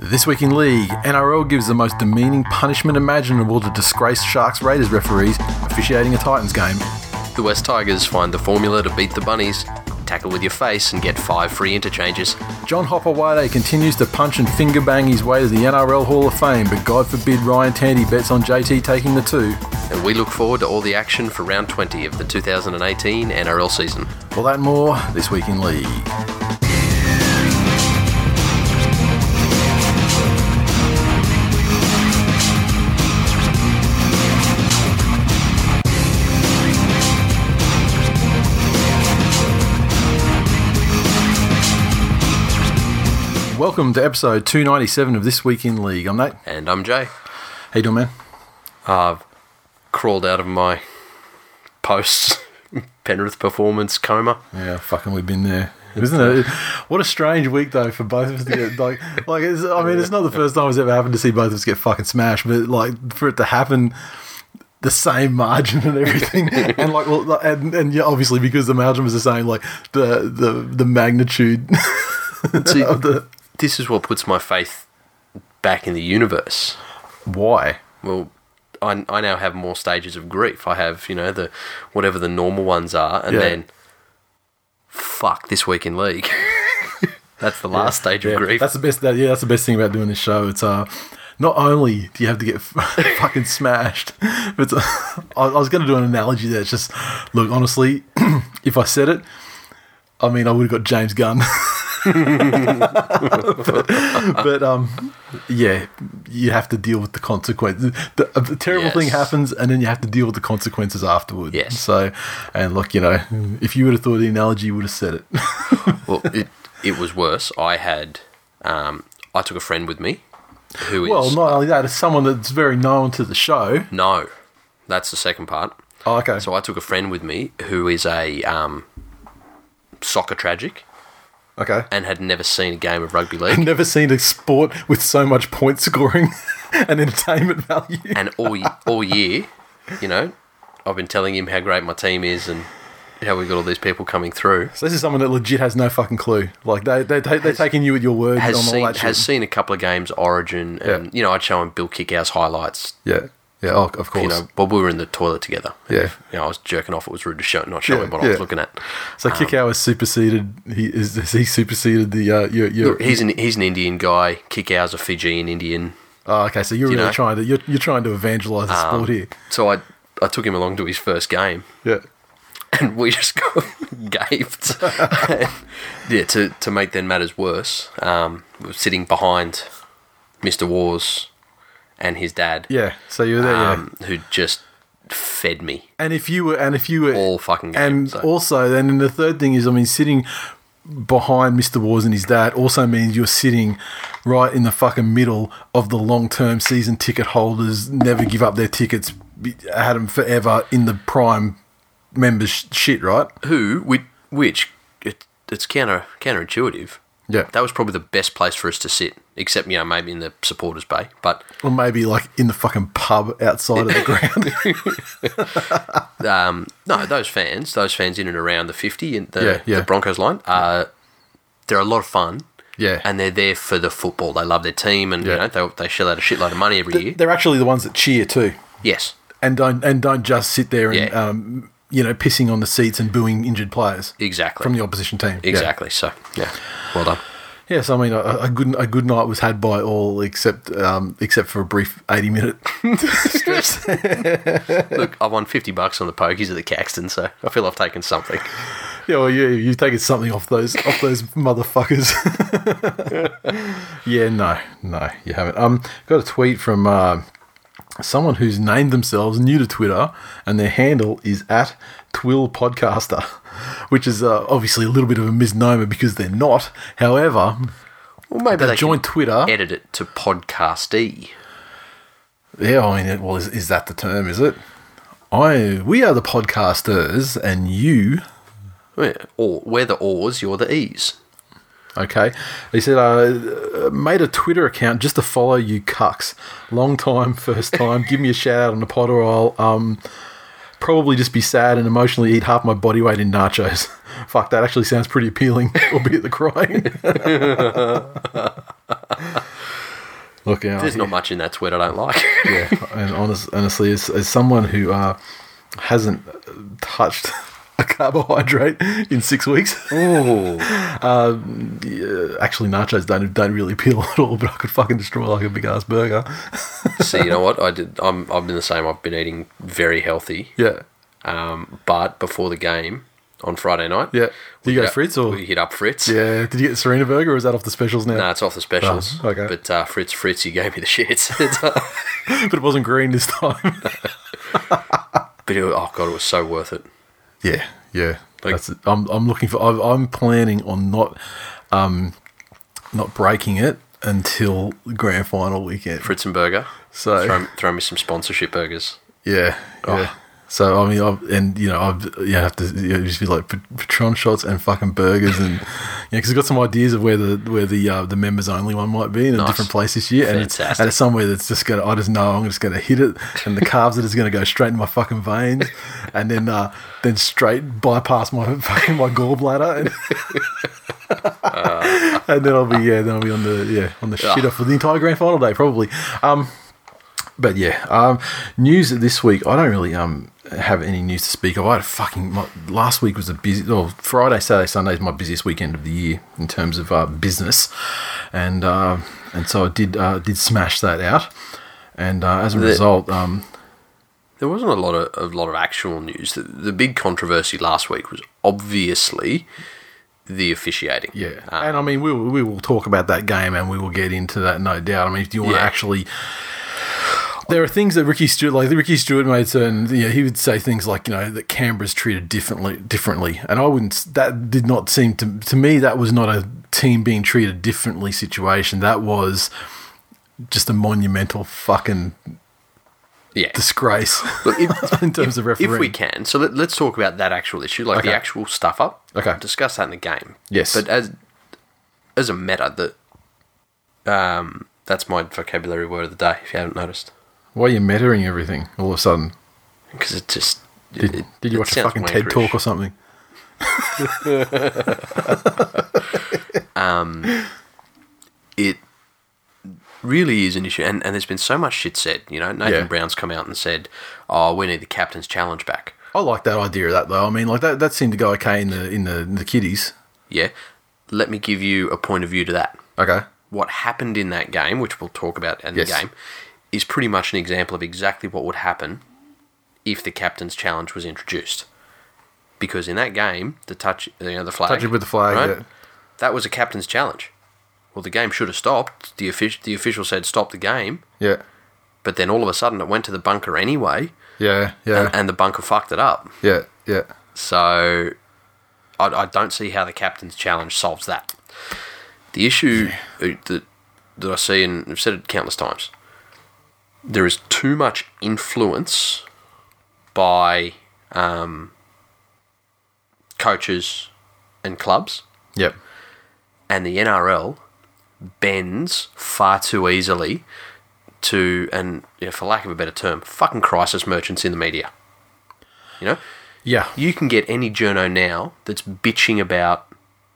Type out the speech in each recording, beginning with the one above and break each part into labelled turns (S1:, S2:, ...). S1: This week in League, NRL gives the most demeaning punishment imaginable to disgraced Sharks Raiders referees officiating a Titans game.
S2: The West Tigers find the formula to beat the Bunnies, tackle with your face, and get five free interchanges.
S1: John Hopper Wade continues to punch and finger bang his way to the NRL Hall of Fame, but God forbid Ryan Tandy bets on JT taking the two.
S2: And we look forward to all the action for round 20 of the 2018 NRL season.
S1: All that and more this week in League. Welcome to episode 297 of This Week in League. I'm Nate.
S2: And I'm Jay.
S1: How you doing, man?
S2: I've crawled out of my post Penrith performance coma.
S1: Yeah, fucking, we've been there. Isn't it? What a strange week though for both of us to get like, like it's, I mean, it's not the first time it's ever happened to see both of us get fucking smashed, but like for it to happen, the same margin and everything, and like, well, and and yeah, obviously because the margin was the same, like the the the magnitude
S2: See-
S1: of the
S2: This is what puts my faith back in the universe.
S1: why.
S2: Well, I, I now have more stages of grief. I have, you know, the whatever the normal ones are, and
S1: Yeah.
S2: then fuck this week in league. That's the last stage of
S1: Yeah,
S2: grief.
S1: That's the best. That, yeah, that's the best thing about doing this show. It's uh, not only do you have to get fucking smashed, but it's, I, I was going to do an analogy that's just look honestly, if I said it, I mean I would have got James Gunn. but, but, um, yeah, you have to deal with the consequences. The, uh, the terrible thing
S2: Yes.
S1: happens, and then you have to deal with the consequences afterwards.
S2: Yes.
S1: So, and look, you know, if you would have thought of the analogy, you would have said it.
S2: well, it, it was worse. I had, um, I took a friend with me, who is
S1: Well, not only that, it's someone that's very known to the show.
S2: no, that's the second part.
S1: Oh, okay.
S2: So I took a friend with me who is a um, soccer tragic
S1: okay.
S2: and had never seen a game of rugby league.
S1: Never seen a sport with so much point scoring and entertainment value.
S2: and all y- all year, you know, I've been telling him how great my team is and how we got all these people coming through.
S1: So this is someone that legit has no fucking clue. Like they they they they're taking you at your word on
S2: Has
S1: all
S2: seen
S1: that shit.
S2: has seen a couple of games Origin, and
S1: Yeah.
S2: you know I'd show him Bill Kickhouse highlights.
S1: yeah. Yeah, oh, of course.
S2: You know, but we were in the toilet together.
S1: Yeah.
S2: you know, I was jerking off. It was rude to show, not show
S1: Yeah,
S2: him what I was
S1: yeah.
S2: looking at.
S1: so
S2: um,
S1: Kickow has superseded he is has he superseded the uh your, your
S2: He's an he's an Indian guy. Kickhouse a Fijian Indian.
S1: Oh, okay, so you're really
S2: know. Um,
S1: trying to you're, you're trying to evangelize the sport here.
S2: So I I took him along to his first game.
S1: Yeah.
S2: and we just got gaped. And, yeah, to, to make then matters worse, um, we were sitting behind Mr. Wars and his dad,
S1: Yeah. So you're there, yeah.
S2: um, who just fed me
S1: And if you were, and if you were,
S2: all fucking game.
S1: and
S2: so.
S1: also then the third thing is, I mean, sitting behind Mr. Wars and his dad also means you're sitting right in the fucking middle of the long-term season ticket holders. Never give up their tickets. be- Had them forever in the prime members sh- shit, right?
S2: who, which, which it, it's counter counterintuitive.
S1: Yeah.
S2: That was probably the best place for us to sit, except you know maybe in the supporters bay. But
S1: Or maybe like in the fucking pub outside of the ground.
S2: um, no, those fans, those fans in and around the fifty and the,
S1: Yeah, yeah.
S2: the Broncos line, uh, they're a lot of fun.
S1: Yeah.
S2: and they're there for the football. They love their team, and
S1: Yeah.
S2: you know they they shell out a shitload of money every year.
S1: They're actually the ones that cheer too,
S2: yes,
S1: and don't and don't just sit there and
S2: Yeah.
S1: um, you know pissing on the seats and booing injured players
S2: exactly,
S1: from the opposition team. Yeah.
S2: exactly. So yeah, well done.
S1: Yes, I mean a, a good a good night was had by all except um, except for a brief eighty minute.
S2: Look, I won fifty bucks on the pokies at the Caxton, so I feel I've taken something.
S1: yeah, well, you you taking something off those off those motherfuckers. yeah, no, no, you haven't. Um, got a tweet from uh, someone who's named themselves new to Twitter, and their handle is at Twill Podcaster, which is uh, obviously a little bit of a misnomer because they're not. However,
S2: Well, maybe
S1: they,
S2: they
S1: joined
S2: can
S1: Twitter.
S2: edit it to E. podcasty.
S1: Yeah, I mean, it- well, is, is that the term? Is it? I we are the podcasters, and you.
S2: Yeah. Or we're the ors, you're the e's.
S1: Okay, he said, uh, made a Twitter account just to follow you cucks. Long time, first time. Give me a shout out on the pod, or I'll um, probably just be sad and emotionally eat half my body weight in nachos. Fuck, that actually sounds pretty appealing, albeit the crying. Look out.
S2: There's not much in that tweet I don't like.
S1: yeah, and honest, honestly, as, as someone who uh, hasn't touched a carbohydrate in six weeks,
S2: Ooh.
S1: yeah, actually nachos don't don't really appeal at all. But I could fucking destroy like a big ass burger.
S2: See, you know what? I did. I'm. I've been the same. I've been eating very healthy.
S1: Yeah,
S2: Um, but before the game on Friday night,
S1: yeah. Do you
S2: hit
S1: go
S2: up-
S1: Fritz or
S2: we hit up Fritz?
S1: yeah? Did you get Serena burger or is that off the specials now?
S2: No, it's off the specials.
S1: Oh, okay.
S2: But uh, Fritz, Fritz, you gave me the shits. It's, uh,
S1: but it wasn't green this time.
S2: but it, oh god, it was so worth it.
S1: Yeah, yeah.
S2: Like-
S1: That's it. I'm I'm looking for. I've, I'm planning on not, um, not breaking it until the grand final weekend.
S2: Fritz and Burger.
S1: So
S2: Throw, throw me some sponsorship burgers.
S1: yeah, yeah. So I mean, I've, and you know, I've you have to you know, just be like Pat- Patron shots and fucking burgers, and yeah, because I've got some ideas of where the where the uh, the members only one might be in a
S2: Nice.
S1: different place this year, and it's, and
S2: Fantastic.
S1: it's somewhere that's just gonna I just know I'm just gonna hit it, and the calves are just gonna go straight in my fucking veins, and then uh, then straight bypass my fucking my gallbladder, and,
S2: Uh.
S1: and then I'll be yeah, then I'll be on the yeah on the shitter for the entire grand final day probably. Um, but yeah, um, news this week. I don't really um have any news to speak of. I had a fucking my, last week was a busy. Well, Friday, Saturday, Sunday is my busiest weekend of the year in terms of uh, business, and uh, and so I did uh, did smash that out, and uh, as a result, um,
S2: There wasn't a lot of a lot of actual news. The, the big controversy last week was obviously the officiating.
S1: Yeah,
S2: Um,
S1: and I mean, we will, we will talk about that game, and we will get into that, no doubt. I mean, if you want
S2: Yeah.
S1: to actually, there are things that Ricky Stewart, like Ricky Stewart, made certain. Yeah, he would say things like, you know, that Canberra's treated differently, differently, and I wouldn't. That did not seem to to me that was not a team being treated differently situation. That was just a monumental fucking
S2: yeah.
S1: disgrace
S2: Look, if,
S1: in terms of refereeing.
S2: if we can, so let, let's talk about that actual issue, like the
S1: Okay.
S2: actual stuff up.
S1: Okay.
S2: discuss that in the game.
S1: Yes.
S2: but as as a meta, that um, that's my vocabulary word of the day. If you haven't noticed,
S1: Why are you mettering everything all of a sudden?
S2: because it just
S1: Did,
S2: it-
S1: did you
S2: it
S1: watch a
S2: sounds
S1: fucking TED
S2: wankerish.
S1: talk or something?
S2: it really is an issue. And, and there's been so much shit said. You know, Nathan
S1: Yeah.
S2: Brown's come out and said, "Oh, we need the captain's challenge back."
S1: I like that idea of that though. I mean, like that, that seemed to go okay in the in the in the kiddies.
S2: Yeah, let me give you a point of view to that.
S1: Okay.
S2: What happened in that game, which we'll talk about in the
S1: Yes.
S2: game, is pretty much an example of exactly what would happen if the captain's challenge was introduced. Because in that game, the touch, you know, the flag,
S1: Touch it with the flag.
S2: right?
S1: yeah.
S2: that was a captain's challenge. Well, the game should have stopped. The official, the official said stop the game,
S1: Yeah.
S2: but then all of a sudden it went to the bunker anyway.
S1: Yeah. Yeah.
S2: and, and the bunker fucked it up.
S1: yeah. Yeah.
S2: So I, I don't see how the captain's challenge solves that. The issue uh, that that I see, and I've said it countless times, there is too much influence by um, coaches and clubs,
S1: Yep.
S2: and the NRL bends far too easily to, and you know, for lack of a better term, fucking crisis merchants in the media. You know,
S1: Yeah.
S2: you can get any journo now that's bitching about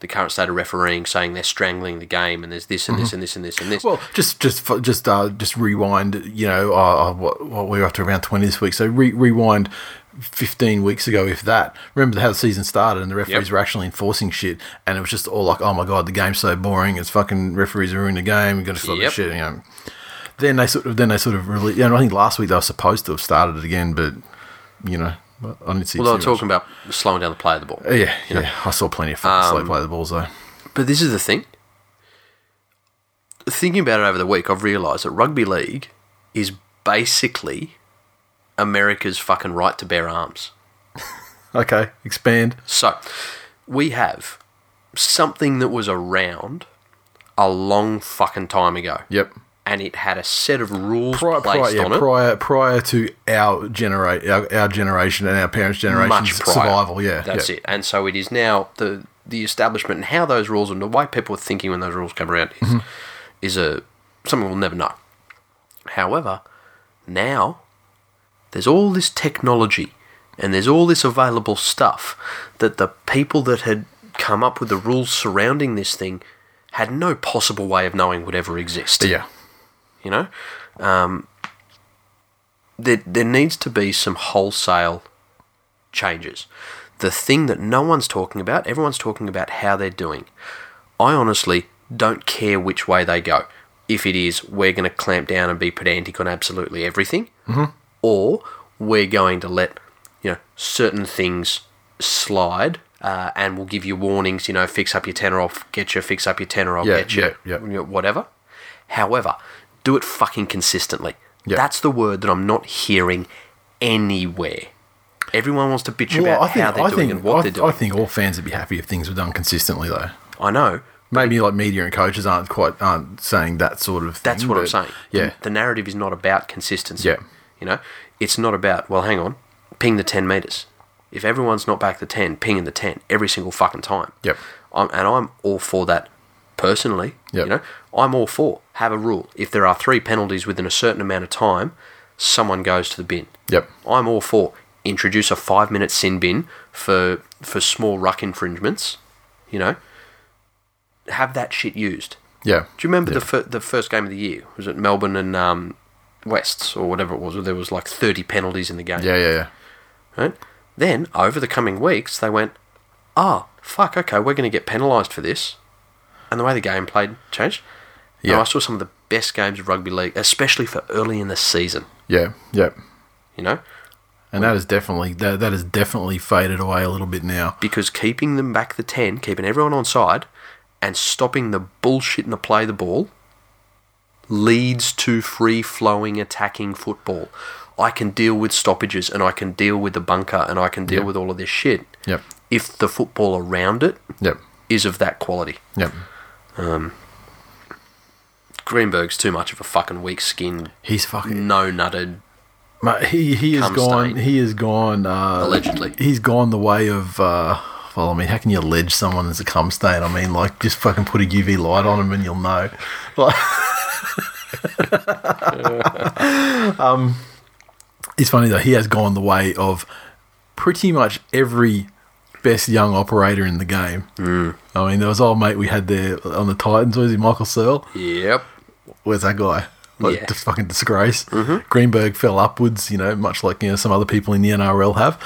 S2: the current state of refereeing, saying they're strangling the game and there's this and this and this and this and this.
S1: Mm-hmm. Well, just just f- just uh, just rewind. You know, uh, uh, what, what we were up to around twenty this week. So re- rewind fifteen weeks ago, if that. Remember how the season started and the referees
S2: Yep.
S1: were actually enforcing shit, and it was just all like, "Oh my god, the game's so boring. It's fucking referees are ruining the game. We got to stop
S2: Yep.
S1: this shit." You know. Then they sort of then they sort of really. And I think last week they were supposed to have started it again, but you know, I didn't see.
S2: well, they were
S1: too
S2: talking about slowing down the play of the ball.
S1: much. Yeah, yeah. I saw plenty of fucking
S2: Um,
S1: slow play the balls though.
S2: But this is the thing. Thinking about it over the week, I've realised that rugby league is basically America's fucking right to bear arms.
S1: Okay, expand.
S2: So, we have something that was around a long fucking time ago.
S1: Yep.
S2: And it had a set of rules
S1: prior,
S2: placed
S1: prior, yeah,
S2: on it.
S1: prior prior to our generate our, our generation and our parents' generation's
S2: much prior.
S1: survival. Yeah,
S2: that's
S1: yeah.
S2: it. And so it is now the the establishment and how those rules and the way people are thinking when those rules come around is
S1: Mm-hmm.
S2: is a something we'll never know. However, now there's all this technology and there's all this available stuff that the people that had come up with the rules surrounding this thing had no possible way of knowing would ever exist.
S1: Yeah,
S2: You know, um, there there needs to be some wholesale changes. The thing that no one's talking about, everyone's talking about how they're doing. I honestly don't care which way they go. If it is, we're going to clamp down and be pedantic on absolutely everything,
S3: Mm-hmm.
S2: or we're going to let you know certain things slide, uh, and we'll give you warnings. You know, fix up your tenner, I'll get you. Fix up your tenner, I'll
S3: Yeah,
S2: get you.
S3: yeah, yeah.
S2: You know, Whatever. However, do it fucking consistently.
S3: Yeah.
S2: That's the word that I'm not hearing anywhere. Everyone wants to bitch
S1: Well,
S2: about
S1: I think
S2: how they're
S1: I
S2: doing
S1: think
S2: and what
S1: I,
S2: they're doing.
S1: I think all fans would be happy if things were done consistently though.
S2: I know.
S1: Maybe like media and coaches aren't quite aren't saying that sort of. thing.
S2: That's what I'm
S1: Mm, but-
S2: saying. The-
S1: Yeah,
S2: The, narrative is not about consistency.
S1: Yeah.
S2: You know, it's not about, well, hang on, ping the 10 metres. If everyone's not back the 10, ping in the 10 every single fucking time.
S1: Yep.
S2: I'm, and I'm all for that personally.
S1: Yep.
S2: You know, I'm all for have a rule. If there are three penalties within a certain amount of time, someone goes to the bin.
S1: Yep.
S2: I'm all for introduce a five minute sin bin for for small ruck infringements. You know, have that shit used.
S1: yeah.
S2: Do you remember the fir- the first game of the year? Was it Melbourne and um, Wests or whatever it was? Where there was like thirty penalties in the game.
S1: Yeah, yeah, yeah.
S2: Right. Then over the coming weeks, they went, "Ah, fuck. Okay, we're going to get penalised for this." And the way the game played changed. Yeah.
S1: Yeah.
S2: I saw some of the best games of rugby league, especially for early in the season.
S1: Yeah, yeah.
S2: You know,
S1: And that is definitely that that has definitely faded away a little bit now.
S2: because keeping them back the 10, keeping everyone on side, and stopping the bullshit in the play the ball leads to free flowing attacking football. I can deal with stoppages and I can deal with the bunker and I can deal with all of this shit
S1: Yep.
S2: if the football around it
S1: Yep.
S2: is of that quality.
S1: Yep.
S2: Greenberg's too much of a fucking weak skinned,
S1: He's fucking
S2: no nutted.
S1: mate, he he has
S2: Cum
S1: gone
S2: stain.
S1: he has gone uh
S2: Allegedly.
S1: He's gone the way of uh well, I mean, how can you allege someone as a cum stain? I mean, like, just fucking put a UV light on him and you'll know. Like, um, um, it's funny though. He has gone the way of pretty much every best young operator in the game. I mean, there was old mate we had there on the Titans. Was he Michael Searle?
S2: Yep.
S1: where's that guy? Like,
S2: Yeah.
S1: the fucking disgrace. Greenberg fell upwards, you know, much like you know some other people in the NRL have.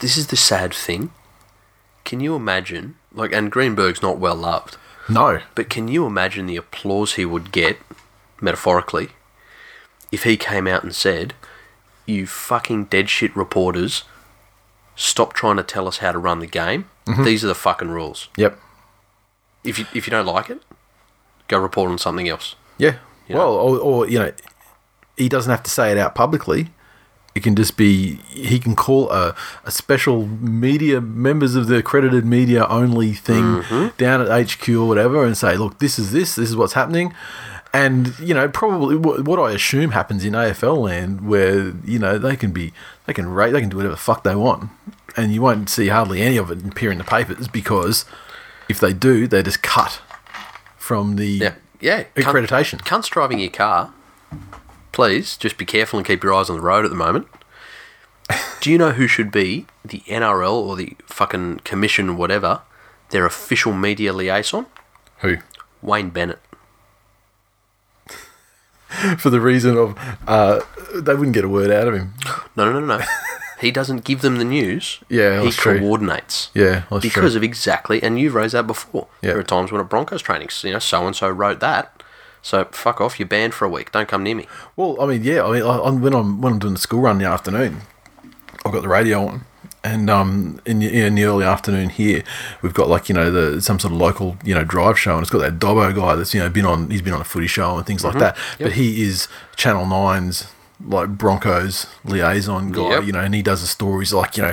S2: This is the sad thing. Can you imagine? Like, and Greenberg's not well loved.
S1: No,
S2: But can you imagine the applause he would get, metaphorically, if he came out and said, You fucking dead shit reporters, stop trying to tell us how to run the game. These are the fucking rules.
S1: yep,
S2: If you, if you don't like it, go report on something else.
S1: yeah.
S2: Yeah.
S1: Well, or, or you know, he doesn't have to say it out publicly. It can just be he can call a, a special media members of the accredited media only thing down at HQ or whatever and say, look, this is this, this is what's happening. And you know, probably what, what I assume happens in AFL land, where you know they can be, they can rate, they can do whatever the fuck they want, and you won't see hardly any of it appear in the papers because if they do, they're just cut from the
S2: Yeah. Yeah. Cunt,
S1: accreditation.
S2: cunts driving your car. Please just be careful and keep your eyes on the road at the moment. Do you know who should be the NRL or the fucking commission, whatever, their official media liaison?
S1: Who?
S2: Wayne Bennett.
S1: For the reason of uh, they wouldn't get a word out of him.
S2: No, no, no, no. he doesn't give them the news.
S1: Yeah,
S2: he
S1: that's true.
S2: coordinates.
S1: Yeah, that's
S2: because
S1: true.
S2: of exactly, and you've raised that before.
S1: Yeah.
S2: There are times when at Broncos training, you know, so and so wrote that. So fuck off, you're banned for a week. Don't come near me.
S1: Well, I mean, yeah. I mean, I, I, when I'm when I'm doing the school run in the afternoon, I've got the radio on, and um, in the, in the early afternoon here, we've got like you know the some sort of local you know drive show, and it's got that Dobbo guy that's you know been on he's been on a footy show and things
S2: Mm-hmm.
S1: like that. But he is Channel 9's like Broncos liaison guy,
S2: Yep.
S1: you know, and he does the stories like you know,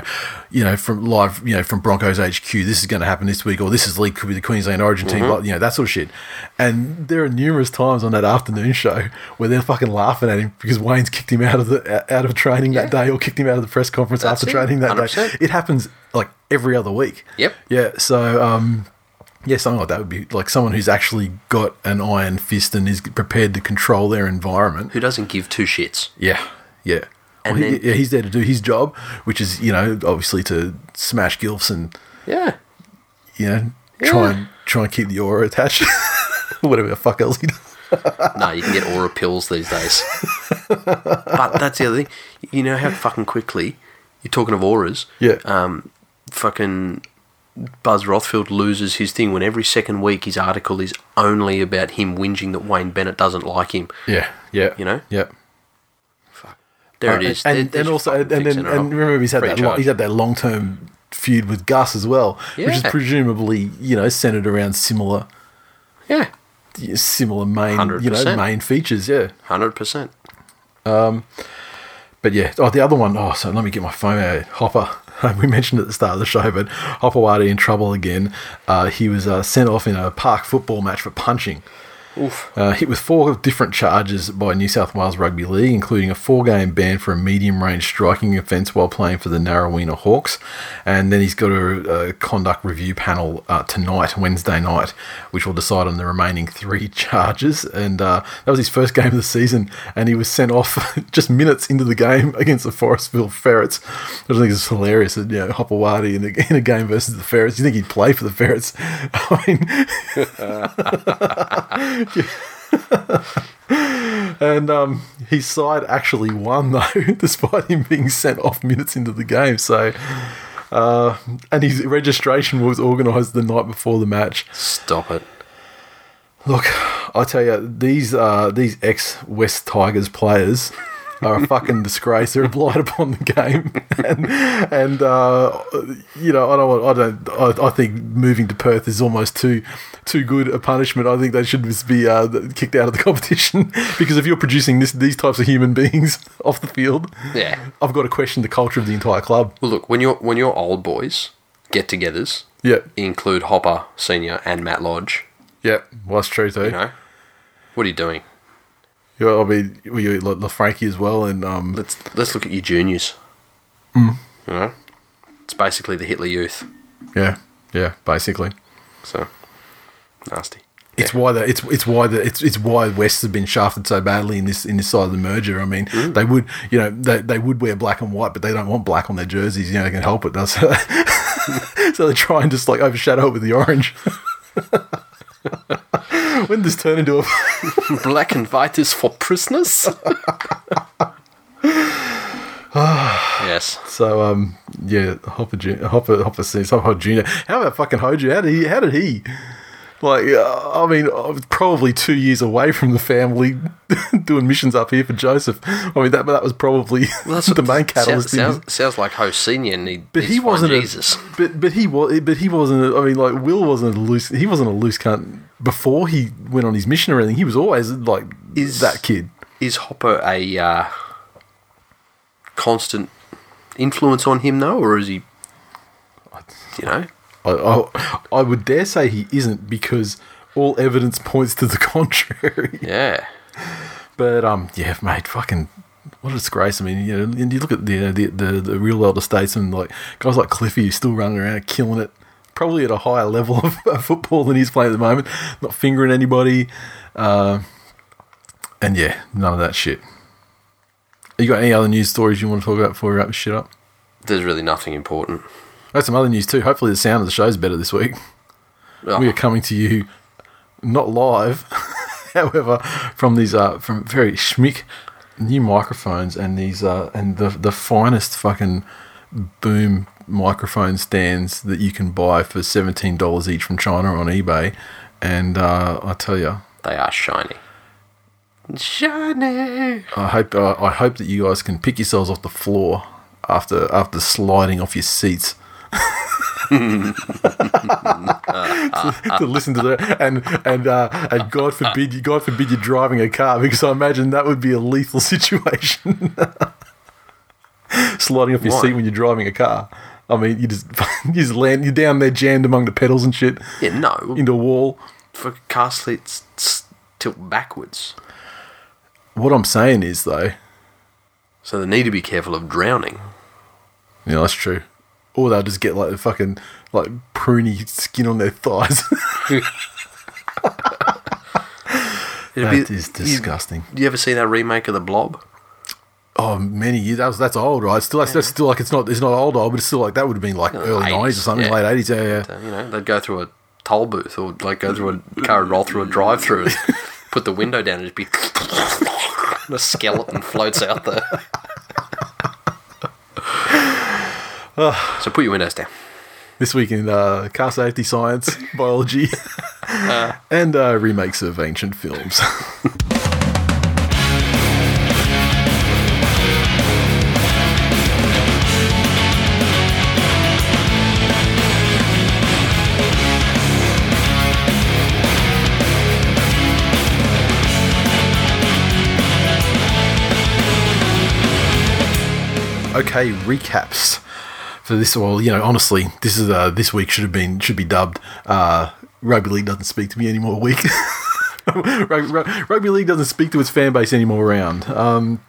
S1: you know from live, you know from Broncos HQ, this is going to happen this week, or this is league could be the Queensland Origin
S2: Mm-hmm.
S1: team, like, you know that sort of shit. And there are numerous times on that afternoon show where they're fucking laughing at him because Wayne's kicked him out of the out of training that day, or kicked him out of the press conference
S2: That's
S1: after
S2: it,
S1: training that
S2: 100%.
S1: day. It happens like every other week.
S2: Yep.
S1: Yeah. So, um, yeah, something like that would be like someone who's actually got an iron fist and is prepared to control their environment.
S2: Who doesn't give two shits?
S1: Yeah. Yeah.
S2: And
S1: Well, he-
S2: then-
S1: yeah, he's there to do his job, which is you know obviously to smash gilfs and
S2: Yeah.
S1: you know try
S2: Yeah.
S1: and try and keep the aura attached, whatever the fuck else he does.
S2: no, you can get aura pills these days. but that's the other thing. You know how fucking quickly you're talking of auras.
S1: Yeah.
S2: Um, fucking Buzz Rothfield loses his thing when every second week his article is only about him whinging that Wayne Bennett doesn't like him.
S1: Yeah, yeah.
S2: You know?
S1: Yeah.
S2: There
S1: Uh,
S2: it is.
S1: And,
S2: There-
S1: and,
S2: there's your
S1: also,
S2: fucking
S1: and then,
S2: fixing it
S1: and
S2: up.
S1: remember, he's had
S2: Free
S1: that lo-
S2: charge.
S1: he's had that long term feud with Gus as well, which is
S2: Yeah.
S1: presumably you know centered around similar
S2: yeah,
S1: similar main you know
S2: 100%.
S1: main features. Yeah,
S2: hundred percent.
S1: but yeah. Oh, the other one oh so let me get my phone out. Hopper. We mentioned at the start of the show, but Hopperwadi in trouble again. Uh, he was uh, sent off in a park football match for punching.
S2: Oof.
S1: Uh, hit with four different charges by New South Wales Rugby League, including a four game ban for a medium range striking offence while playing for the Narrowena Hawks. And then he's got a, a conduct review panel uh, tonight, Wednesday night, which will decide on the remaining three charges. And uh, that was his first game of the season, and he was sent off just minutes into the game against the Forestville Ferrets. I just think it's hilarious that, you know, Hopawadi in, a- in a game versus the Ferrets. You think he'd play for the Ferrets? I mean, And um, his side actually won though, despite him being sent off minutes into the game. So, uh, and his registration was organised the night before the match.
S2: Stop it.
S1: Look, I tell you, these uh, these ex West Tigers players are a fucking disgrace. They're a blight upon the game, and, and uh, you know, I don't want. I don't. I, I think moving to Perth is almost too too good a punishment. I think they should just be uh, kicked out of the competition because if you're producing this, these types of human beings off the field,
S2: Yeah.
S1: I've got to question the culture of the entire club.
S2: Well, look when your when your old boys get-togethers
S1: Yeah,
S2: include Hopper Senior and Matt Lodge.
S1: yeah, well, that's true too.
S2: You know, what are you doing?
S1: Yeah, I mean, well, you like LaFranchi as well, and um,
S2: Let's let's look at your juniors.
S1: Hmm.
S2: Mm. You know, it's basically the Hitler Youth.
S1: yeah, yeah, basically.
S2: So nasty.
S1: It's why the it's it's why the it's it's why West has been shafted so badly in this in this side of the merger. I mean, they would you know they, they would wear black and white, but they don't want black on their jerseys. You know, they can help it. That's so they try and just like overshadow it with the orange. when does this turn into a
S2: Black and white is for prisoners. yes.
S1: so um yeah Hopper Jun- Hopper Hopper sees Hopper Junior. How about fucking Hoju? How did he? How did he? Like uh, I mean, I was probably two years away from the family doing missions up here for Joseph. I mean that that was probably the main catalyst. in his-
S2: Sounds, sounds like Ho Senior need.
S1: but he wasn't a,
S2: Jesus.
S1: But but he was. But he wasn't. A, I mean, like Will wasn't a loose. He wasn't a loose cunt before he went on his mission or anything. He was always like
S2: Is-
S1: that kid.
S2: Is Hopper a uh, constant influence on him though, or is he? You know,
S1: I, I I would dare say he isn't because all evidence points to the contrary.
S2: yeah.
S1: But um, yeah, mate, fucking what a disgrace. I mean, you know, and you look at the you know, the, the the real world estates and like guys like Cliffy who's still running around killing it, probably at a higher level of football than he's playing at the moment, not fingering anybody, uh, and yeah, none of that shit. You got any other news stories you want to talk about before we wrap this shit up?
S2: There's really nothing important.
S1: I got some other news too. Hopefully, the sound of the show's better this week.
S2: Oh,
S1: We are coming to you not live, however, from these uh from very schmick new microphones and these uh and the the finest fucking boom microphone stands that you can buy for seventeen dollars each from China on eBay. And uh, I tell you,
S2: they are shiny. Shiny.
S1: I hope uh, I hope that you guys can pick yourselves off the floor after after sliding off your seats. to, to listen to that, and and uh, and God forbid you, God forbid you're driving a car because I imagine that would be a lethal situation. sliding off your
S2: Why?
S1: seat when you're driving a car. I mean, you just you just land you're down there jammed among the pedals and shit
S2: Yeah, no.
S1: into a wall.
S2: for car seats s- tilt backwards.
S1: What I'm saying is though,
S2: So they need to be careful of drowning.
S1: Yeah, that's true. Or they'll just get like the fucking like pruny skin on their thighs.
S2: It'd
S1: that
S2: be-
S1: is disgusting.
S2: You, you ever see that remake of The Blob?
S1: Oh, many years. That was that's old, right? Still, that's, that's still like it's not it's not old old, but it's still like that would have been like early
S2: 80s,
S1: nineties or something,
S2: yeah.
S1: late eighties. Yeah, yeah.
S2: Uh, You know, they'd go through a toll booth or like go through a car and roll through a drive-through. put the window down and just be and a skeleton floats out there. so put your windows down.
S1: This week in uh, car safety science, biology, and uh, remakes of ancient films. okay recaps for this. Well, you know, honestly, this is uh, this week should have been should be dubbed uh, rugby league doesn't speak to me anymore week. Rug- rug- rugby league doesn't speak to its fan base anymore round. Um,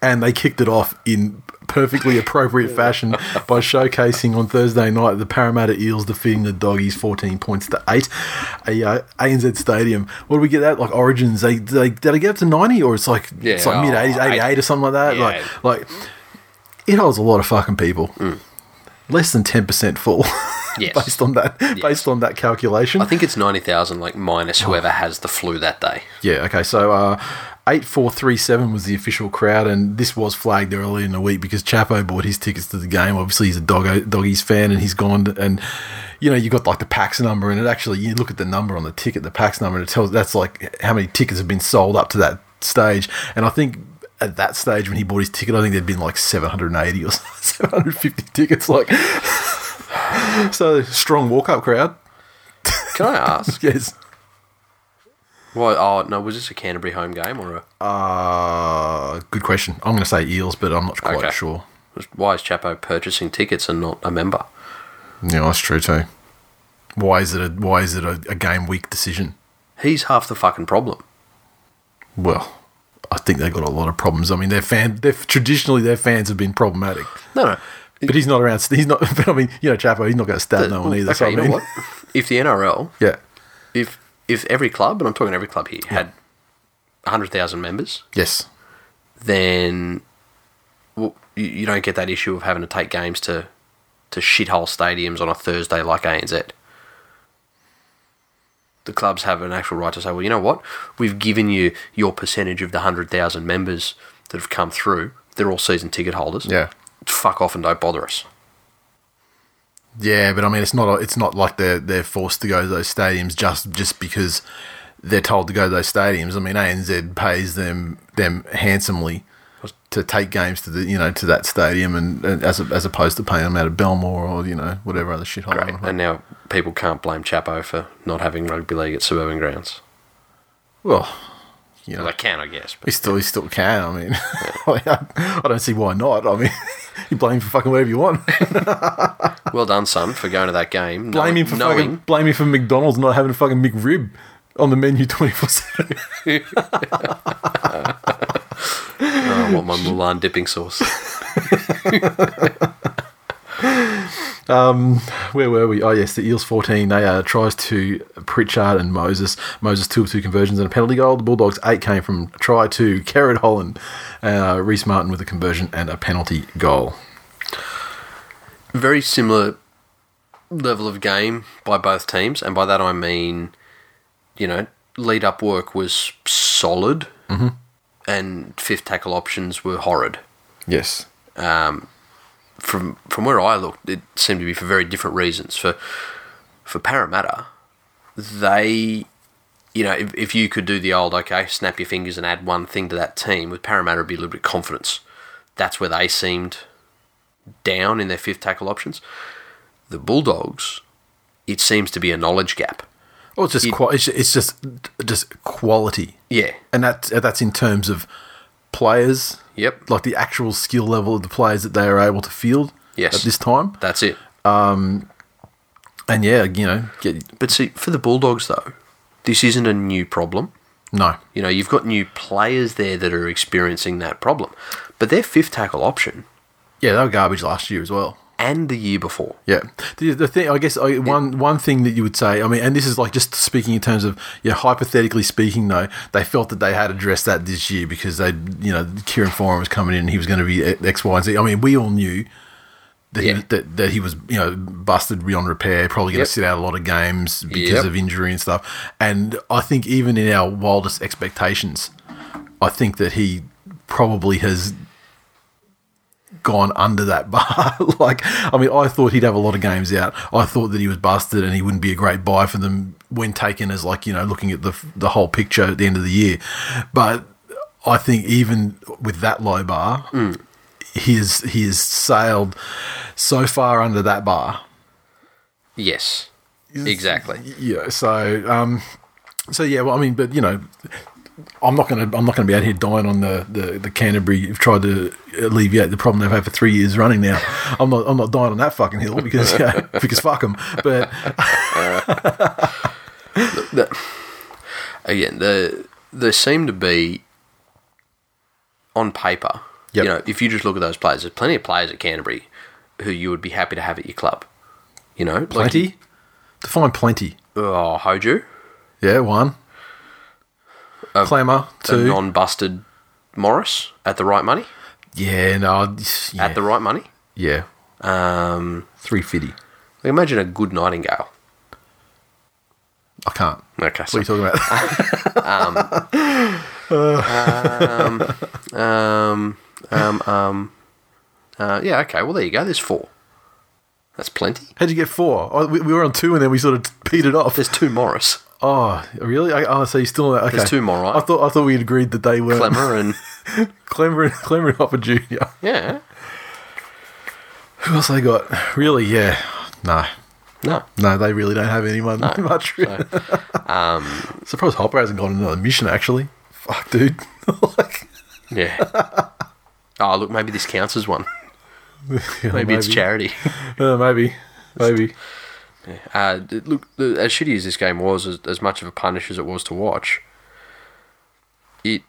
S1: and they kicked it off in perfectly appropriate fashion by showcasing on Thursday night the Parramatta Eels defeating the Doggies 14 points to 8 a uh, ANZ Stadium. What do we get that like Origins they, they did I get up to 90 or it's like it's
S2: Yeah,
S1: like mid 80s
S2: oh,
S1: 88 or something like that
S2: Yeah.
S1: like
S2: Mm.
S1: like it holds a lot of fucking people. Less than 10% full.
S2: Yes.
S1: based on that based on that calculation.
S2: I think it's 90,000 like minus
S1: Oh.
S2: whoever has the flu that day.
S1: Yeah, okay. So uh, 8437 was the official crowd, and this was flagged early in the week because Chapo bought his tickets to the game. Obviously, he's a doggo, doggies fan, and he's gone. to- And, you know, you got like the PAX number, and it actually, you look at the number on the ticket, the PAX number, and it tells that's like how many tickets have been sold up to that stage. And I think. At that stage, when he bought his ticket, I think there'd been like 780 or 750 tickets. Like, so strong walk-up crowd.
S2: Can I ask?
S1: Yes.
S2: Why? Oh no, was this a Canterbury home game or a?
S1: Uh, good question. I'm going to say eels, but I'm not quite
S2: Okay.
S1: sure.
S2: Why is Chapo purchasing tickets and not a member?
S1: Yeah, that's true too. Why is it a why is it a, a game week decision?
S2: He's half the fucking problem.
S1: Well, I think they got a lot of problems. I mean, their fan, their traditionally their fans have been problematic,
S2: No, no.
S1: but he's not around. He's not. But I mean, you know, Chapo, he's not going to stab no one either.
S2: Oh, okay,
S1: so I
S2: you know
S1: mean-
S2: what? If the NRL,
S1: Yeah,
S2: if if every club, and I'm talking every club here, had hundred thousand members,
S1: yes,
S2: then well, you, you don't get that issue of having to take games to to shithole stadiums on a Thursday like ANZ. The clubs have an actual right to say, well, you know what? We've given you your percentage of the 100,000 members that have come through. They're all season ticket holders.
S1: yeah,
S2: Fuck off and don't bother us.
S1: yeah. But I mean, it's not. A, it's not like they're they're forced to go to those stadiums just just because they're told to go to those stadiums. I mean, ANZ pays them them handsomely. to take games to the you know to that stadium and, and as as opposed to paying them out of Belmore or you know whatever other shithole.
S2: Great. And now people can't blame Chapo for not having rugby league at suburban grounds.
S1: Well, you know
S2: Well, they can, I guess. But
S1: he still he still can. I mean, I don't see why not. I mean, you blame him for fucking whatever you want.
S2: well done, son, for going to that game.
S1: Blame him for
S2: knowing,
S1: fucking blame him for McDonald's not having a fucking McRib on the menu twenty four seven.
S2: Oh, I want my Mulan dipping sauce.
S1: Where were we? Oh yes, the Eels fourteen. They uh, tries to Pritchard and Moses. Moses two of two conversions and a penalty goal. The Bulldogs eight came from a try to Kerrod Holland, uh, Reese Martin with a conversion and a penalty goal.
S2: very similar level of game by both teams, and by that I mean, you know, lead up work was solid, and fifth tackle options were horrid.
S1: Yes.
S2: From from where I looked, it seemed to be for very different reasons. For for Parramatta, they, you know, if, if you could do the old okay, snap your fingers and add one thing to that team, with Parramatta it'd be a little bit of confidence. That's where they seemed down in their fifth tackle options. The Bulldogs, it seems to be a knowledge gap.
S1: Well, Oh, it's just qua- it's, it's just just quality,
S2: Yeah.
S1: and that uh, that's in terms of players.
S2: Yep.
S1: Like the actual skill level of the players that they are able to field.
S2: Yes.
S1: At this time,
S2: That's it.
S1: and yeah, you know, get,
S2: But see, for the Bulldogs though, this isn't a new problem.
S1: no,
S2: You know, you've got new players there that are experiencing that problem. But their fifth tackle option
S1: yeah, they were garbage last year as well.
S2: and the year before.
S1: Yeah, the, the thing I guess I, one one thing that you would say, I mean, and this is like just speaking in terms of yeah, hypothetically speaking though, they felt that they had addressed that this year e, because they, you know, Kieran Foran was coming in, and he was going to be X, Y, and Z. I mean, we all knew that,
S2: Yeah.
S1: he, that, that he was, you know, busted beyond repair, probably going
S2: Yep.
S1: to sit out a lot of games because
S2: Yep.
S1: of injury and stuff. And I think even in our wildest expectations, I think that he probably has gone under that bar. like, I mean, I thought he'd have a lot of games out. I thought that he was busted and he wouldn't be a great buy for them when taken as like you know looking at the the whole picture at the end of the year. But I think even with that low bar, he is he has sailed so far under that bar.
S2: Yes. Exactly.
S1: Yeah. So um, so yeah. Well, I mean, but you know. I'm not gonna. I'm not gonna be out here dying on the, the, the Canterbury. You've tried to alleviate the problem they've had for three years running now. I'm not. I'm not dying on that fucking hill because yeah, because fuck them. But
S2: Again, the there seem to be on paper.
S1: Yep.
S2: You know, if you just look at those players, there's plenty of players at Canterbury who you would be happy to have at your club. You know, like
S1: plenty. To find plenty.
S2: oh, Hoju,
S1: Yeah, one. Clamor
S2: Um, a
S1: two.
S2: non-busted Morris at the right money,
S1: yeah, no. I'd- Yeah,
S2: at the right money.
S1: yeah.
S2: Um,
S1: three fifty.
S2: like imagine a good Nightingale.
S1: I can't.
S2: Okay,
S1: What are
S2: so
S1: you talking about?
S2: Um, um, um, uh, yeah, okay. Well, there you go. There's four. That's plenty.
S1: How'd you get four? Oh, we, we were on two, and then we sort of petered off.
S2: There's two Morris,
S1: Oh, really? I, oh, so you still okay?
S2: There's two more, right?
S1: I thought I thought we agreed that they were Clemmer,
S2: Clemmer, and
S1: Clemmer, and, Clemmer and Hopper Junior.
S2: yeah,
S1: Who else they got? Really? Yeah. No,
S2: no.
S1: no, they really don't have anyone much.
S2: So, um,
S1: Surprised Hopper hasn't gone another mission. Actually, fuck, dude. like,
S2: yeah. Oh, look, maybe this counts as one.
S1: yeah,
S2: Maybe, it's charity.
S1: Uh, maybe, maybe.
S2: Uh, th- look, th- as shitty as this game was, as, as much of a punish as it was to watch, it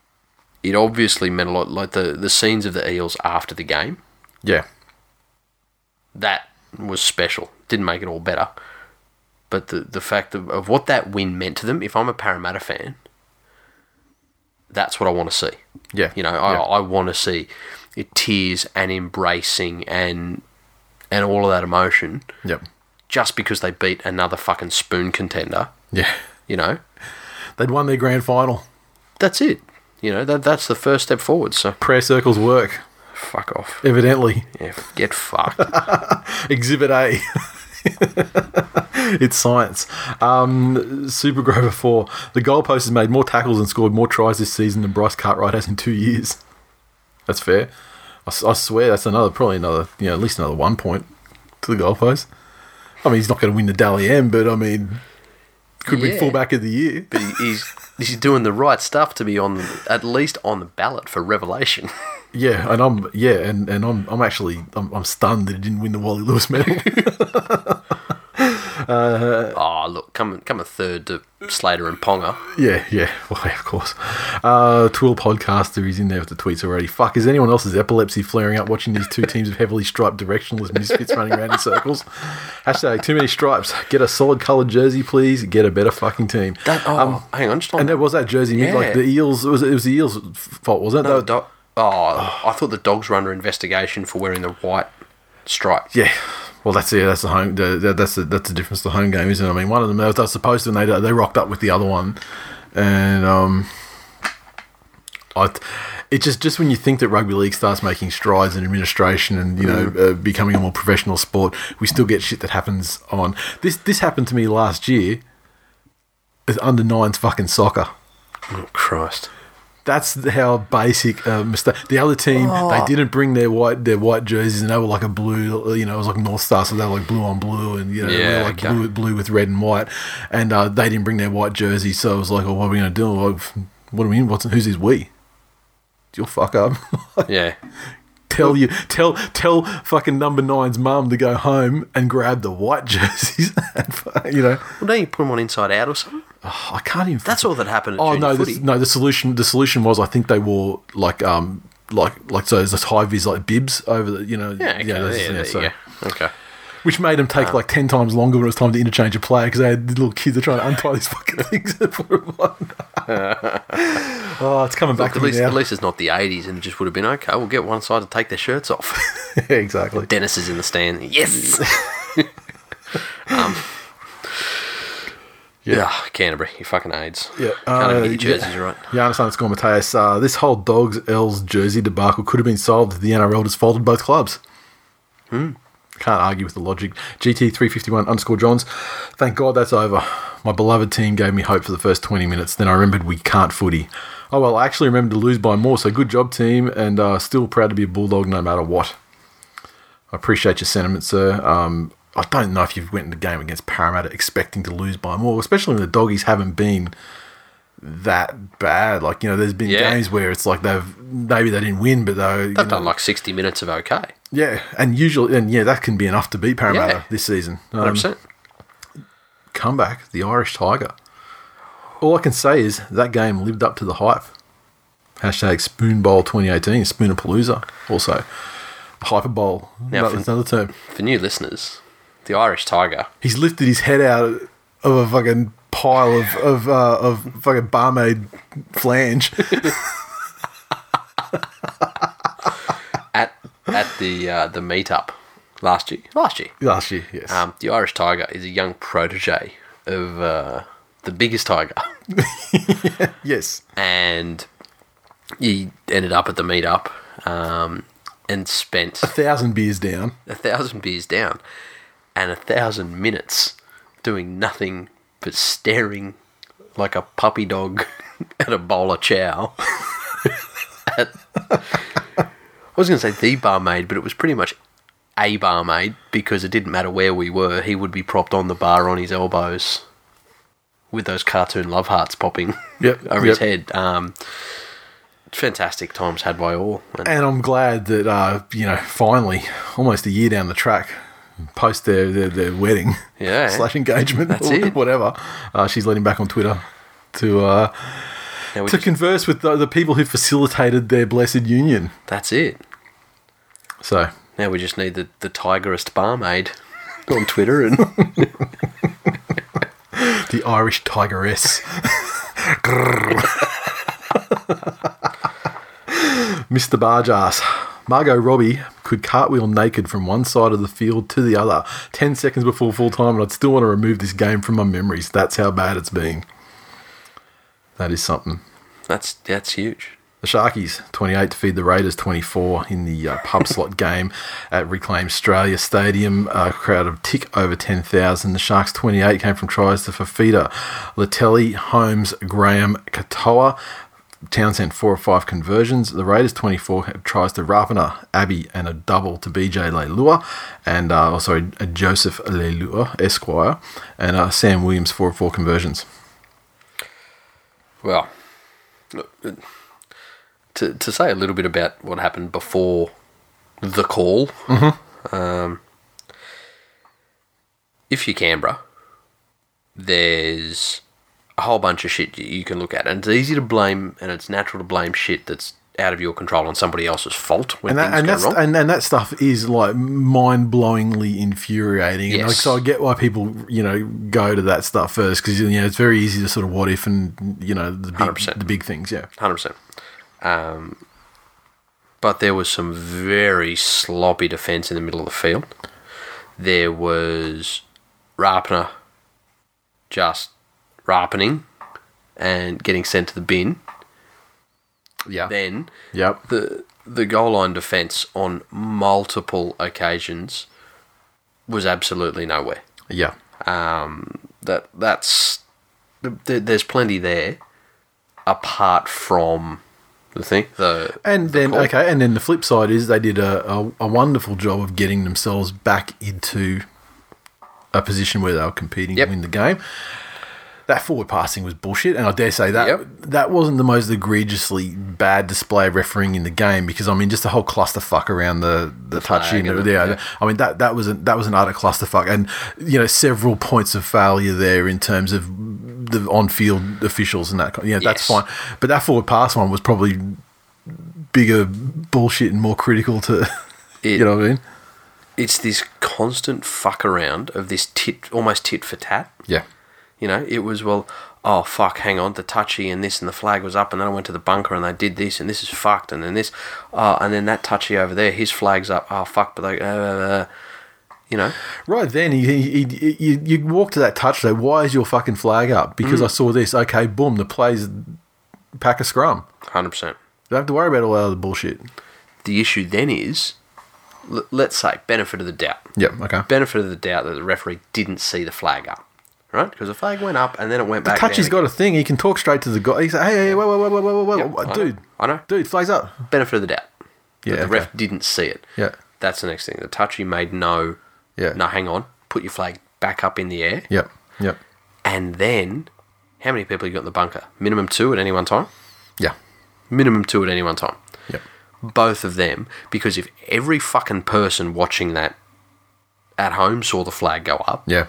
S2: it obviously meant a lot. Like the the scenes of the Eels after the game,
S1: Yeah.
S2: that was special. Didn't make it all better. But the, the fact of, of what that win meant to them, if I'm a Parramatta fan, that's what I want to see.
S1: Yeah.
S2: You know, I,
S1: Yeah.
S2: I want to see it tears and embracing and and all of that emotion
S1: Yep.
S2: just because they beat another fucking spoon contender.
S1: Yeah.
S2: You know,
S1: They'd won their grand final.
S2: that's it. You know, that that's the first step forward. So
S1: Prayer circles work,
S2: fuck off.
S1: evidently.
S2: Yeah, f- get fucked.
S1: Exhibit A. it's science. Um, Super Grover 4. The goalpost has made more tackles and scored more tries this season than Bryce Cartwright has in two years. That's fair. I, s- I swear that's another, probably another, you know, at least another one point to the goalpost. I mean, he's not going to win the Dally M, but I mean, could
S2: Yeah.
S1: win fullback of the year.
S2: but he, he's he's doing the right stuff to be on at least on the ballot for revelation.
S1: Yeah, and I'm yeah, and, and I'm I'm actually I'm, I'm stunned that he didn't win the Wally Lewis medal.
S2: Ah, look, come come a third to Slater and Ponga.
S1: Yeah, yeah, well, yeah, of course. Uh, Twill podcaster is in there with the tweets already. Fuck, is anyone else's epilepsy flaring up watching these two teams of heavily striped directionless misfits running around in circles? Hashtag too many stripes. Get a solid coloured jersey, please. Get a better fucking team. Um,
S2: That, oh, hang on, just on.
S1: and there was that jersey, mid- like
S2: Yeah.
S1: the Eels. It was, it was the Eels' fault, wasn't it?
S2: the
S1: They were-
S2: do- oh, I thought the dogs were under investigation for wearing the white stripe.
S1: yeah. Well, that's yeah, that's the home. The, that- that's the, that's the difference. to The home game, isn't it? I mean, one of them they were supposed to, and they they rocked up with the other one, and um, I, it just just when you think that rugby league starts making strides in administration and you know uh, becoming a more professional sport, we still get shit that happens on this. This happened to me last year. Is under nines fucking soccer.
S2: Oh, Christ.
S1: That's how basic uh, mistake. The other team, they didn't bring their white their white jerseys, and they were like a blue. You know, it was like North Star, so they were like blue on blue, and you know, we
S2: Yeah,
S1: were like
S2: okay.
S1: blue blue with red and white. And uh, they didn't bring their white jersey, so it was like, oh, what are we gonna do? Like, what do we mean? What's who's is we? You'll fuck up.
S2: Yeah.
S1: tell you tell tell fucking number nine's mum to go home and grab the white jerseys. and, fu- you know,
S2: Well, don't you put them on inside out or something?
S1: oh, I can't even.
S2: That's all that happened. At
S1: Oh
S2: junior
S1: no,
S2: footy.
S1: the, no. The solution, the solution was I think they wore like um like like so those high vis like bibs over the you know
S2: Yeah, okay,
S1: those-
S2: yeah, Uh, there
S1: so-
S2: you go. Okay.
S1: which made them take like ten times longer when it was time to interchange a player because they had little kids that are trying to untie these fucking things. and put 'em on. Oh, it's coming back to
S2: Look, at,
S1: me
S2: least,
S1: now.
S2: at least it's not the 80s and it just would have been okay. We'll get one side to take their shirts off.
S1: exactly.
S2: Dennis is in the stand. Yes! um,
S1: Yeah.
S2: yeah. Canterbury, you fucking AIDS.
S1: Yeah,
S2: Can't
S1: uh,
S2: even get your jerseys
S1: yeah.
S2: right.
S1: Giannis Antetokounmpo's, uh, this whole Dogs L's jersey debacle could have been solved if the NRL just folded both clubs. Can't argue with the logic. GT351 underscore Johns. Thank God that's over. My beloved team gave me hope for the first 20 minutes. Then I remembered we can't footy. Oh, well, I actually remembered to lose by more, so good job, team, and uh, still proud to be a Bulldog no matter what. I appreciate your sentiment, sir. Um, I don't know if you've went in the game against Parramatta expecting to lose by more, especially when the doggies haven't been that bad. Like, you know, there's been
S2: Yeah.
S1: games where it's like they've maybe they didn't win, but they you
S2: They've
S1: know,
S2: done like 60 minutes of okay.
S1: yeah, and usually, and yeah, that can be enough to beat Parramatta
S2: Yeah.
S1: this season. Um,
S2: 100%.
S1: comeback, the Irish Tiger. All I can say is that game lived up to the hype. Hashtag Spoon Bowl 2018, Spoonapalooza, also. Hyper Bowl,
S2: Now
S1: that
S2: for-
S1: was another term.
S2: For new listeners, the Irish Tiger.
S1: He's lifted his head out of a fucking pile of, of, uh, of fucking barmaid flange.
S2: at at the uh, the meetup last year. Last year,
S1: Last year, yes.
S2: um, the Irish Tiger is a young protege of uh, the biggest tiger,
S1: yes.
S2: and he ended up at the meetup um, and spent
S1: A thousand beers down.
S2: a thousand beers down and a thousand minutes doing nothing but staring like a puppy dog at a bowl of chow. At- I was going to say the barmaid, but it was pretty much a barmaid because it didn't matter where we were, he would be propped on the bar on his elbows with those cartoon love hearts popping
S1: Yep,
S2: over his
S1: yep.
S2: head. Um, fantastic times had by all. And
S1: And I'm glad that uh, you know, finally, almost a year down the track, post their their, their wedding
S2: Yeah.
S1: slash engagement
S2: That's
S1: or
S2: it.
S1: whatever, uh, she's letting back on Twitter to uh,
S2: now we
S1: to
S2: just-
S1: converse with the, the people who facilitated their blessed union.
S2: that's it.
S1: So
S2: Now we just need the, the tigerist barmaid on Twitter and
S1: the Irish tigress. Mr. Barjass. Margot Robbie could cartwheel naked from one side of the field to the other 10 seconds before full time, and I'd still want to remove this game from my memories. That's how bad it's been. That is something.
S2: that's that's huge.
S1: The Sharkies, 28 to feed the Raiders 24 in the uh, pub slot game at Reclaim Australia Stadium. A crowd of tick over 10,000. The Sharks 28 came from tries to Fafita, Latelli, Holmes, Graham, Katoa. Townsend, four or five conversions. The Raiders 24 had tries to Rapana, Abbey, and a double to BJ Leilua, and uh, oh, sorry, uh, Joseph Leilua, Esquire, and uh, Sam Williams, four or four conversions.
S2: Well, to to say a little bit about what happened before the call. Um, if you're Canberra, there's a whole bunch of shit you- you can look at, and it's easy to blame, and it's natural to blame shit that's out of your control and somebody else's fault when
S1: and that,
S2: things
S1: and
S2: go
S1: that's
S2: wrong.
S1: and, and that stuff is like mind-blowingly infuriating. And like,
S2: Yes.
S1: so I get why people you know go to that stuff first because you know it's very easy to sort of what if and you know the big,
S2: 100%.
S1: the big things. Yeah,
S2: hundred percent. Um, but there was some very sloppy defence in the middle of the field. There was Rapner just rapening and getting sent to the bin.
S1: yeah,
S2: Then
S1: yep,
S2: the the goal line defence on multiple occasions was absolutely nowhere.
S1: yeah,
S2: Um, that that's there, there's plenty there apart from the thing the
S1: and
S2: the
S1: then
S2: call.
S1: okay, and then the flip side is they did a, a, a wonderful job of getting themselves back into a position where they were competing
S2: Yep.
S1: to win the game. That forward passing was bullshit, and I dare say that
S2: Yep.
S1: that wasn't the most egregiously bad display of refereeing in the game because I mean just the whole clusterfuck around the the, touch
S2: flag
S1: in
S2: and
S1: yeah,
S2: the- yeah.
S1: I mean that that was a, that was an utter clusterfuck, and you know several points of failure there in terms of the on field officials and that. kind- Yeah, that's
S2: Yes.
S1: fine, but that forward pass one was probably bigger bullshit and more critical to.
S2: It-
S1: you know what I mean?
S2: it's this constant fuck around of this tit almost tit for tat
S1: Yeah.
S2: you know it was well oh fuck, hang on, the touchy and this and the flag was up, and then I went to the bunker and they did this and this is fucked, and then this, oh, and then that touchy over there, his flag's up, oh fuck, but they, uh, uh, you know,
S1: Right then, he, he, he, you, you walk to that touch though. Why is your fucking flag up? Because
S2: Mm.
S1: I saw this. Okay, boom, the plays pack a scrum.
S2: hundred percent.
S1: Don't have to worry about all that other bullshit.
S2: The issue then is, l- let's say benefit of the doubt,
S1: Yep, okay.
S2: benefit of the doubt that the referee didn't see the flag up, right? Because the flag went up and then it went back.
S1: Touchy's
S2: down again.
S1: got a thing. He can talk straight to the guy. He's like, hey, hey, wait, wait, wait, wait, wait, wait,
S2: Yep, I
S1: wait,
S2: know,
S1: dude,
S2: I know.
S1: dude, flags up.
S2: benefit of the doubt.
S1: Yeah,
S2: Yeah, the
S1: okay.
S2: ref didn't see it.
S1: Yeah.
S2: that's the next thing. The touchy made no.
S1: Yeah.
S2: No, hang on. Put your flag back up in the air.
S1: Yep, yep,
S2: And then, how many people you got in the bunker? Minimum two at any one time.
S1: yeah,
S2: Minimum two at any one time.
S1: yep,
S2: Both of them, because if every fucking person watching that at home saw the flag go up,
S1: yeah,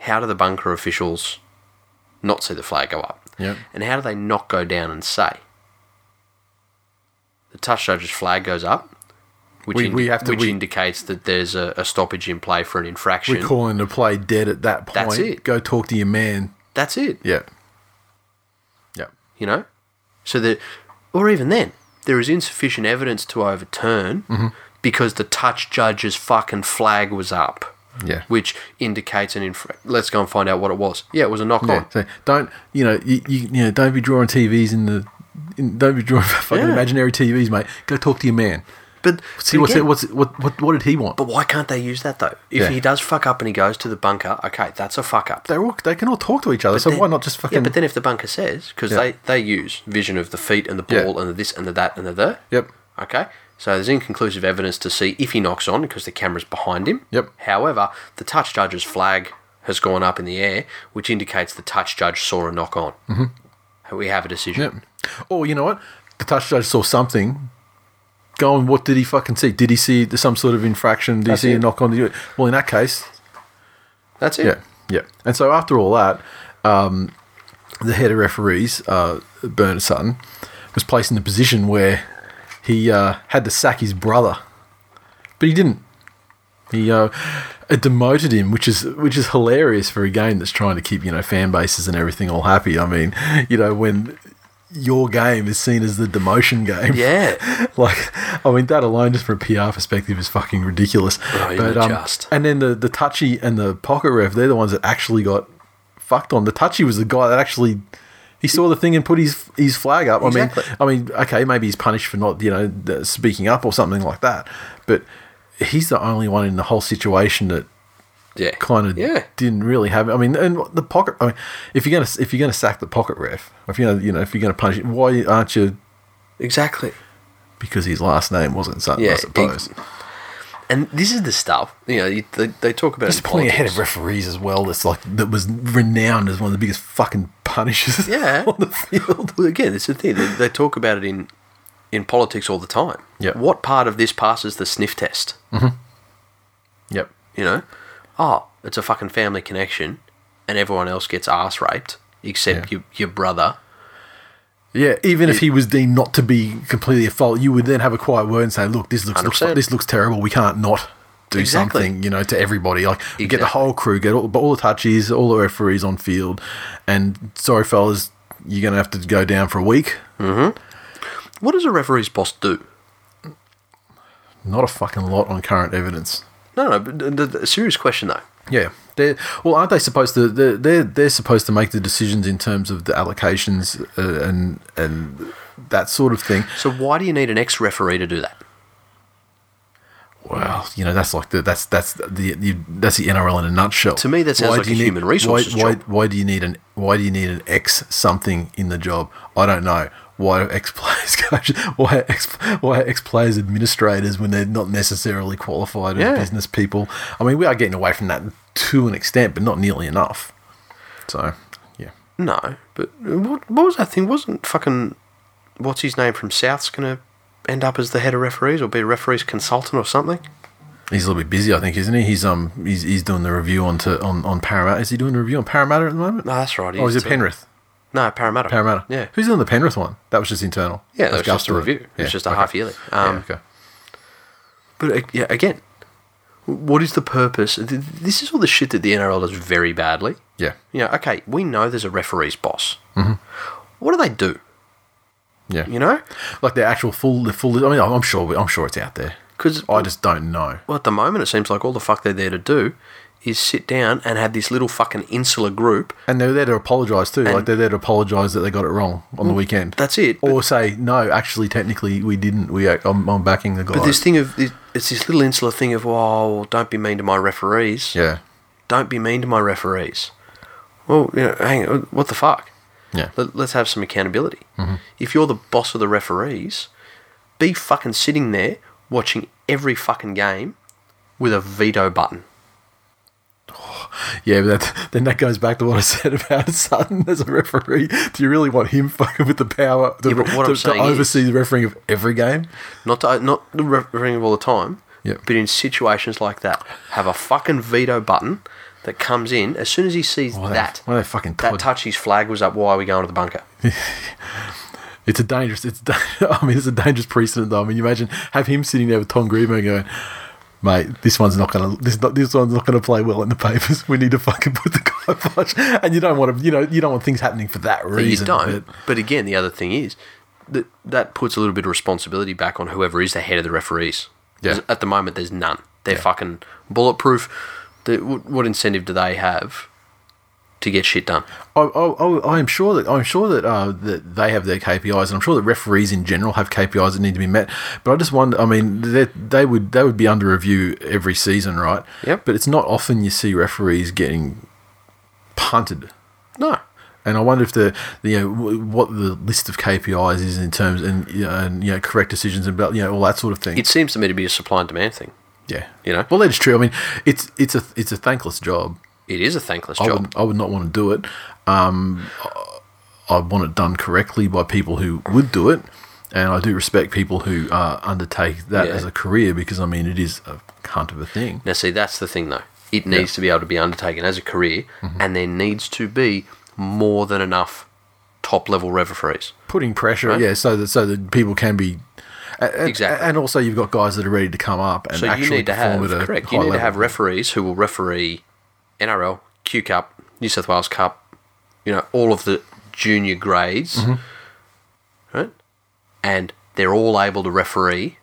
S2: how do the bunker officials not see the flag go up?
S1: Yep.
S2: And how do they not go down and say the touch judge's flag goes up, which,
S1: We- we
S2: indi-
S1: have to-
S2: which
S1: we-
S2: indicates that there's a, a stoppage in play for an infraction?
S1: We're calling the play dead at that point.
S2: That's it.
S1: Go talk to your man.
S2: That's it.
S1: Yeah, yeah,
S2: you know? So that, or even then, there is insufficient evidence to overturn
S1: Mm-hmm.
S2: because the touch judge's fucking flag was up.
S1: Yeah.
S2: Which indicates an infra- Let's go and find out what it was. Yeah, it was a knock
S1: yeah.
S2: on.
S1: So don't you know you, you, you know don't be drawing TVs in the. In, don't be drawing fucking
S2: Yeah.
S1: imaginary TVs, mate. Go talk to your man.
S2: But,
S1: See
S2: but
S1: what's
S2: again-
S1: it, what's it, what what what did he want?
S2: but why can't they use that though? If
S1: Yeah.
S2: he does fuck up and he goes to the bunker, okay, that's a fuck up.
S1: they all they can all talk to each other, so
S2: then-
S1: why not just fucking?
S2: Yeah, but then if the bunker says, because
S1: Yeah.
S2: they, they use vision of the feet and the
S1: Yeah.
S2: ball and the this and the that and the there.
S1: Yep.
S2: Okay. So there's inconclusive evidence to see if he knocks on because the camera's behind him.
S1: Yep.
S2: However, the touch judge's flag has gone up in the air, which indicates the touch judge saw a knock on. Mm-hmm. We have a decision.
S1: Yep. Or Oh, you know what? The touch judge saw something. Go on. What did he fucking see? Did he see some sort of infraction? Did
S2: That's
S1: he see
S2: it.
S1: a knock on? Did you? Well, in that case,
S2: That's it.
S1: yeah, yeah. And so after all that, um, the head of referees, uh, Bernard Sutton, was placed in a position where he uh, had to sack his brother, but he didn't. He uh, it demoted him, which is which is hilarious for a game that's trying to keep you know fan bases and everything all happy. I mean, you know when your game is seen as the demotion game.
S2: Yeah.
S1: Like, I mean, that alone, just from a PR perspective, is fucking ridiculous. um,
S2: Oh, isn't it just?
S1: And then the, the touchy and the pocket ref, they're the ones that actually got fucked on. The touchy was the guy that actually. He saw the thing and put his his flag up.
S2: Exactly.
S1: I mean, I mean, okay, maybe he's punished for not, you know, th- speaking up or something like that. But he's the only one in the whole situation that
S2: Yeah.
S1: kind of
S2: Yeah.
S1: didn't really have. I mean, and the pocket. I mean, if you're gonna if you're gonna sack the pocket ref, if you're gonna, you know if you're gonna punish, him, why aren't you?
S2: Exactly.
S1: Because his last name wasn't Sutton,
S2: Yeah,
S1: I
S2: he-
S1: suppose.
S2: And this is the stuff, you know, you, they, they talk about
S1: There's
S2: in
S1: plenty of head
S2: politics.
S1: of referees as well. That's like that was renowned as one of the biggest fucking punishers.
S2: Yeah.
S1: on the field.
S2: Well, again, it's the thing. They, they talk about it in in politics all the time.
S1: Yeah.
S2: What part of this passes the sniff test?
S1: Yep.
S2: You know, oh, it's a fucking family connection, and everyone else gets ass raped except
S1: Yeah.
S2: your your brother.
S1: Yeah. Even if he was deemed not to be completely at fault, you would then have a quiet word and say, "Look, this looks, looks
S2: 100%.
S1: this looks terrible. We can't not." Do
S2: Exactly.
S1: something, you know, to everybody. Like we get
S2: Exactly.
S1: the whole crew, get all, all the touches, all the referees on field, and sorry, fellas, you're gonna have to go down for a week.
S2: What does a referee's boss do?
S1: Not a fucking lot on current evidence.
S2: No, no. But the, the, the serious question though.
S1: Yeah, they're, well, aren't they supposed to? They're, they're they're supposed to make the decisions in terms of the allocations uh, and and that sort of thing.
S2: So why do you need an ex referee to do that?
S1: Well, you know, that's like the, that's that's the you, that's the NRL in a nutshell.
S2: To me, that sounds like
S1: do you
S2: a
S1: need-
S2: human resources
S1: why, why,
S2: job.
S1: Why do you need an Why do you need an X something in the job? I don't know. Why are ex players coaches? Why are ex Why are ex players administrators when they're not necessarily qualified as
S2: Yeah.
S1: business people? I mean, we are getting away from that to an extent, but not nearly enough. So, yeah.
S2: No, but what what was that thing? Wasn't fucking what's his name from South's gonna end up as the head of referees or be a referees consultant or something?
S1: He's a little bit busy, I think, isn't he? He's um he's, he's doing the review on to on, on Parramatta. Is he doing the review on Parramatta at the moment?
S2: No, that's right. he
S1: Oh, is it
S2: too.
S1: Penrith?
S2: No, Parramatta.
S1: Parramatta.
S2: Yeah.
S1: Who's doing the Penrith one? That was just internal.
S2: Yeah, that was
S1: Gus
S2: just a Um,
S1: doing
S2: review. It was just a
S1: okay.
S2: half yearly.
S1: Yeah,
S2: Um,
S1: okay.
S2: But uh, yeah, again, What is the purpose? Th- This is all the shit that the NRL does very badly.
S1: Yeah.
S2: You know, okay, we know there's a referee's boss.
S1: Mm-hmm.
S2: What do they do?
S1: Yeah.
S2: You know,
S1: Like the actual full, the full. I mean, I'm sure, I'm sure it's out there.
S2: because
S1: I just don't know.
S2: Well, at the moment, it seems like all the fuck they're there to do is sit down and have this little fucking insular group.
S1: And they're there to apologise too. like
S2: And- Mm,
S1: they're there to apologise that they got it wrong on the weekend.
S2: That's it. But,
S1: or say no, actually, technically, we didn't. We, uh, I'm, I'm backing the guy.
S2: but this thing of it- it's this little insular thing of, well, don't be mean to my referees.
S1: yeah,
S2: Don't be mean to my referees. Well, you know, hang on, what the fuck?
S1: yeah,
S2: Let, let's have some accountability.
S1: Mm-hmm.
S2: If you're the boss of the referees, be fucking sitting there watching every fucking game with a veto button.
S1: yeah. But that, then that goes back to what I said about Sutton as a referee. Do you really want him fucking with the power to,
S2: Yeah, but what
S1: to-
S2: I'm
S1: to
S2: saying is-
S1: oversee the refereeing of every game?
S2: Not to, not the refereeing of all the time,
S1: Yep.
S2: but in situations like that, have a fucking veto button that comes in as soon as he sees
S1: Why they-
S2: that.
S1: why they fucking
S2: that
S1: Todd-
S2: touch his flag was up. Why are we going to the bunker?
S1: It's a dangerous. It's da- I mean, it's a dangerous precedent. Though. I mean, you imagine have him sitting there with Tom Greenman going, "Mate, this one's not gonna. This not, this one's not gonna play well in the papers. We need to fucking put the guy watch." And you don't want to. You know, you don't want things happening for that
S2: You
S1: reason.
S2: don't.
S1: but-
S2: But again, the other thing is that that puts a little bit of responsibility back on whoever is the head of the referees. 'Cause
S1: Yeah.
S2: At the moment, there's none. They're fucking bulletproof. The, wh- what incentive do they have to get shit done?
S1: I, I, I am sure that I'm sure that uh, that they have their KPIs, and I'm sure that referees in general have KPIs that need to be met. But I just wonder. I mean, they, they would they would be under review every season, right?
S2: Yep.
S1: But it's not often you see referees getting punted,
S2: No.
S1: and I wonder if the the, you know w- what the list of KPIs is in terms and you know, and you know correct decisions and about you know all that sort of thing.
S2: It seems to me to be a supply and demand thing.
S1: yeah.
S2: You know?
S1: Well, that is true. I mean, it's it's a it's a thankless job.
S2: It is a thankless
S1: I
S2: job.
S1: would, I would not want to do it. Um, I I want it done correctly by people who would do it, and I do respect people who uh, undertake that
S2: Yeah.
S1: as a career because I mean it is a cunt of a thing.
S2: Now, see, that's the thing, though. It needs to be able to be undertaken as a career,
S1: Mm-hmm.
S2: and there needs to be more than enough top level referees.
S1: Putting pressure,
S2: Right.
S1: yeah, so that so that people can be. And,
S2: Exactly.
S1: and also you've got guys that are ready to come up and
S2: So you
S1: actually
S2: need to have
S1: perform at a
S2: correct.
S1: high
S2: You need
S1: level.
S2: to have referees who will referee NRL, Q Cup, New South Wales Cup, you know, all of the junior grades,
S1: Mm-hmm.
S2: right? And they're all able to referee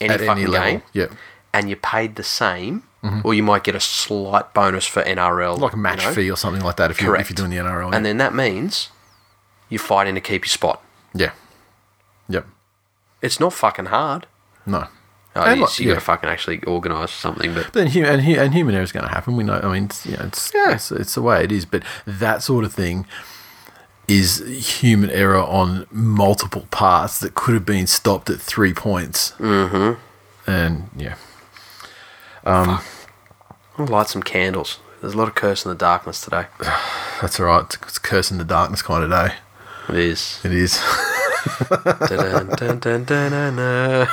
S2: any
S1: at
S2: fucking
S1: any
S2: game,
S1: level, yeah,
S2: and you're paid the same, or you might get a slight bonus for NRL,
S1: like a
S2: you
S1: match
S2: know?
S1: fee or something like that. If you if
S2: Correct.
S1: you're doing the NRL,
S2: and then that means you're fighting to keep your spot.
S1: yeah, yep,
S2: It's not fucking hard.
S1: no.
S2: Oh,
S1: And
S2: you
S1: like-
S2: you
S1: yeah.
S2: got to fucking actually organise something, but
S1: Then human and, hu- and human error is going to happen. We know. I mean, it's, you know, it's, it's it's the way it is. But that sort of thing is human error on multiple parts that could have been stopped at three points. Mm-hmm. And yeah, Mm.
S2: I'll light some candles. There's a lot of curse in the darkness today.
S1: that's all right. It's, it's curse in the darkness kind of day.
S2: It is.
S1: It is
S2: Dun, dun, dun, dun, dun, dun.
S1: the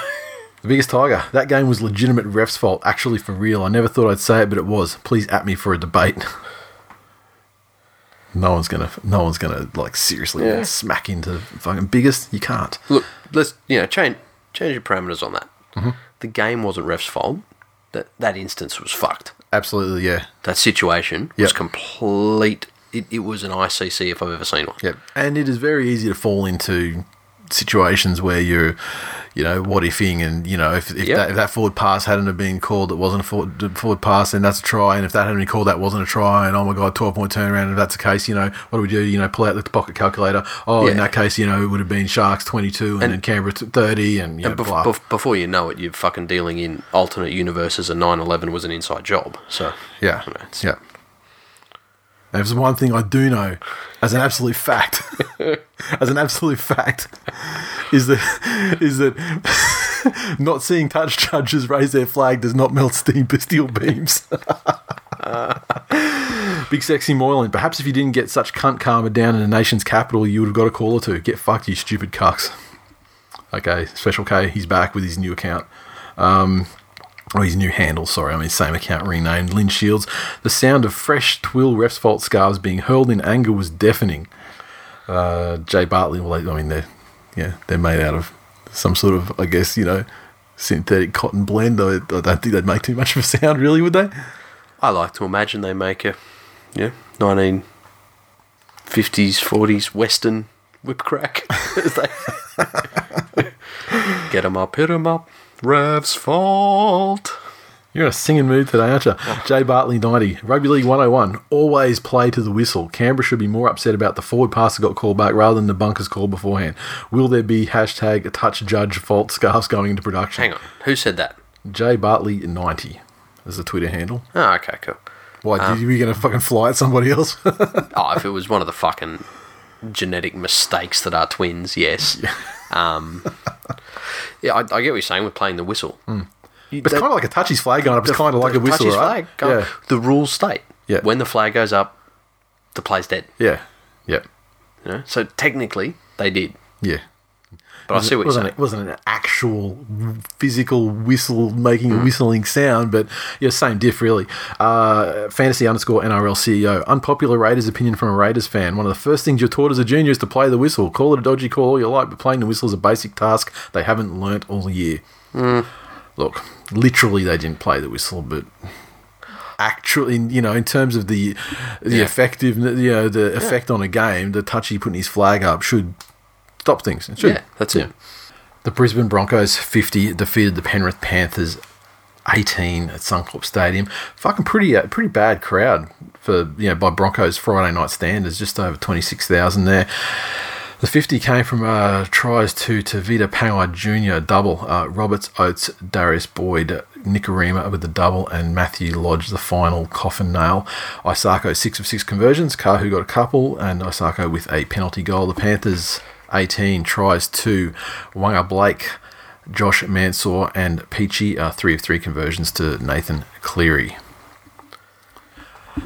S1: biggest tiger. That game was legitimate ref's fault. Actually, for real. I never thought I'd say it, but it was. Please at me for a debate. No one's gonna, no one's gonna like seriously
S2: Yeah.
S1: smack into fucking biggest. You can't.
S2: Look, let's you know change change your parameters on that.
S1: Mm-hmm.
S2: The game wasn't ref's fault. That that instance was fucked.
S1: Absolutely, yeah.
S2: That situation was
S1: Yep.
S2: complete. It, it was an ICC if I've ever seen one.
S1: Yep. And it is very easy to fall into situations where you're, you know, what ifing and, you know, if, if,
S2: Yep.
S1: that, if that forward pass hadn't have been called, it wasn't a forward, forward pass, then that's a try. And if that hadn't been called, that wasn't a try. And oh my God, 12 point turnaround. If that's the case, you know, what do we do? You know, pull out the pocket calculator. Oh, in
S2: Yeah.
S1: that case, you know, it would have been Sharks 22 and,
S2: And-
S1: then Canberra t- 30 and, you know,
S2: Bef-
S1: blah.
S2: bef- before you know it, you're fucking dealing in alternate universes, and 9/11 was an inside job. So
S1: yeah.
S2: you know, it's-
S1: Yeah. There's one thing I do know as an absolute fact. as an absolute fact is that is that not seeing touch judges raise their flag does not melt steam steel beams. Big sexy Moylan. Perhaps if you didn't get such cunt karma down in a nation's capital, you would have got a call or two. Get fucked, you stupid cucks. Okay, Special K, he's back with his new account. Oh, his new handle, sorry, I mean, same account renamed. Lynn Shields. The sound of fresh twill ref's fault scarves being hurled in anger was deafening. Uh, Jay Bartley, well, I mean, they're, yeah, they're made out of some sort of, I guess, you know, synthetic cotton blend. I, I don't think they'd make too much of a sound, really, would they?
S2: I like to imagine they make a, yeah, nineteen fifties, forties Western whip crack. as they- Get 'em up, hit 'em up. Rev's fault.
S1: You're in a singing mood today, aren't you? Jay Bartley 90, Rugby League 101. Always play to the whistle. Canberra should be more upset about the forward pass that got called back rather than the bunkers called beforehand. Will there be hashtag touch judge fault scarves going into production?
S2: Hang on, who said that?
S1: Jay Bartley 90 is the Twitter handle.
S2: Oh, okay, cool.
S1: Why,
S2: Ah.
S1: did you going to fucking fly at somebody else?
S2: Oh, if it was one of the fucking genetic mistakes that are twins, yes. Um, yeah, I, I get what you're saying with playing the whistle.
S1: But Hmm. it's kind of like a touchy's flag going up. It's kind of like a
S2: Touch
S1: whistle,
S2: his
S1: right?
S2: flag, go-
S1: yeah.
S2: The rules state
S1: Yeah.
S2: when the flag goes up, the play's dead.
S1: yeah. Yeah.
S2: You know? So technically, they did.
S1: Yeah.
S2: But I see what you're
S1: wasn't
S2: saying.
S1: it wasn't an actual physical whistle making
S2: Hmm.
S1: a whistling sound, but yeah, same diff really. Uh, fantasy underscore NRL CEO E unpopular Raiders opinion from a Raiders fan. One of the first things you're taught as a junior is to play the whistle. Call it a dodgy call all you like, but playing the whistle is a basic task they haven't learnt all year.
S2: Hmm.
S1: Look, literally they didn't play the whistle, but actually, in- you know, in terms of the the
S2: Yeah.
S1: effectiveness, you know, the effect on a game, the touchy putting his flag up should stop things. It should.
S2: Yeah, that's it.
S1: The Brisbane Broncos 50 defeated the Penrith Panthers 18 at Suncorp Stadium. Fucking pretty uh, pretty bad crowd for you know by Broncos Friday night standards, just over 26,000 there. The 50 came from uh, tries to Tavita Pangai Jr. double, uh, Roberts Oates, Darius Boyd, Nicarima with the double, and Matthew Lodge the final coffin nail. Isako six of six conversions, Kahu got a couple, and Isako with a penalty goal. The Panthers 18 tries to Wanga Blake, Josh Mansour, and Peachy uh, three of three conversions to Nathan Cleary.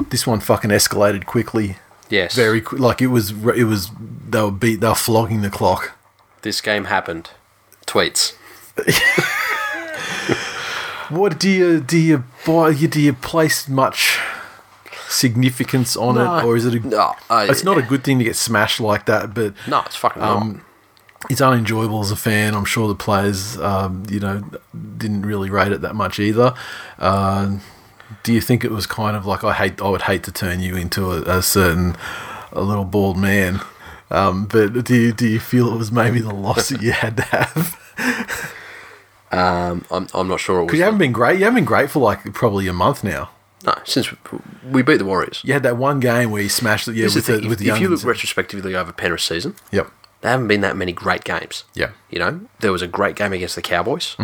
S1: This one fucking escalated quickly
S2: Yes.
S1: very quick. Like it was, it was they were beat. They were flogging the clock.
S2: This game happened. Tweets.
S1: What do you do? You buy? You, do you place much significance on it,
S2: No.
S1: or is it? A,
S2: No, I-
S1: it's not Um, a good thing to get smashed like that, but
S2: No, it's fucking not.
S1: it's unenjoyable as a fan. I'm sure the players, um, you know, didn't really rate it that much either. Uh, do you think it was kind of like I hate? I would hate to turn you into a, a certain a little bald man. Um, but do you, do you feel it was maybe the loss that you had to have?
S2: Um, I'm, I'm not sure it was.
S1: Because you haven't been great. You haven't been great for like probably a month now.
S2: No, since we, we beat the Warriors.
S1: You had that one game where you smashed it. Yeah,
S2: This
S1: with
S2: is the
S1: the,
S2: thing.
S1: with
S2: if,
S1: the
S2: if you look
S1: youngins.
S2: retrospectively over Penrith's season,
S1: Yep.
S2: there haven't been that many great games.
S1: Yeah. Mm-hmm.
S2: You know, there was a great game against the Cowboys.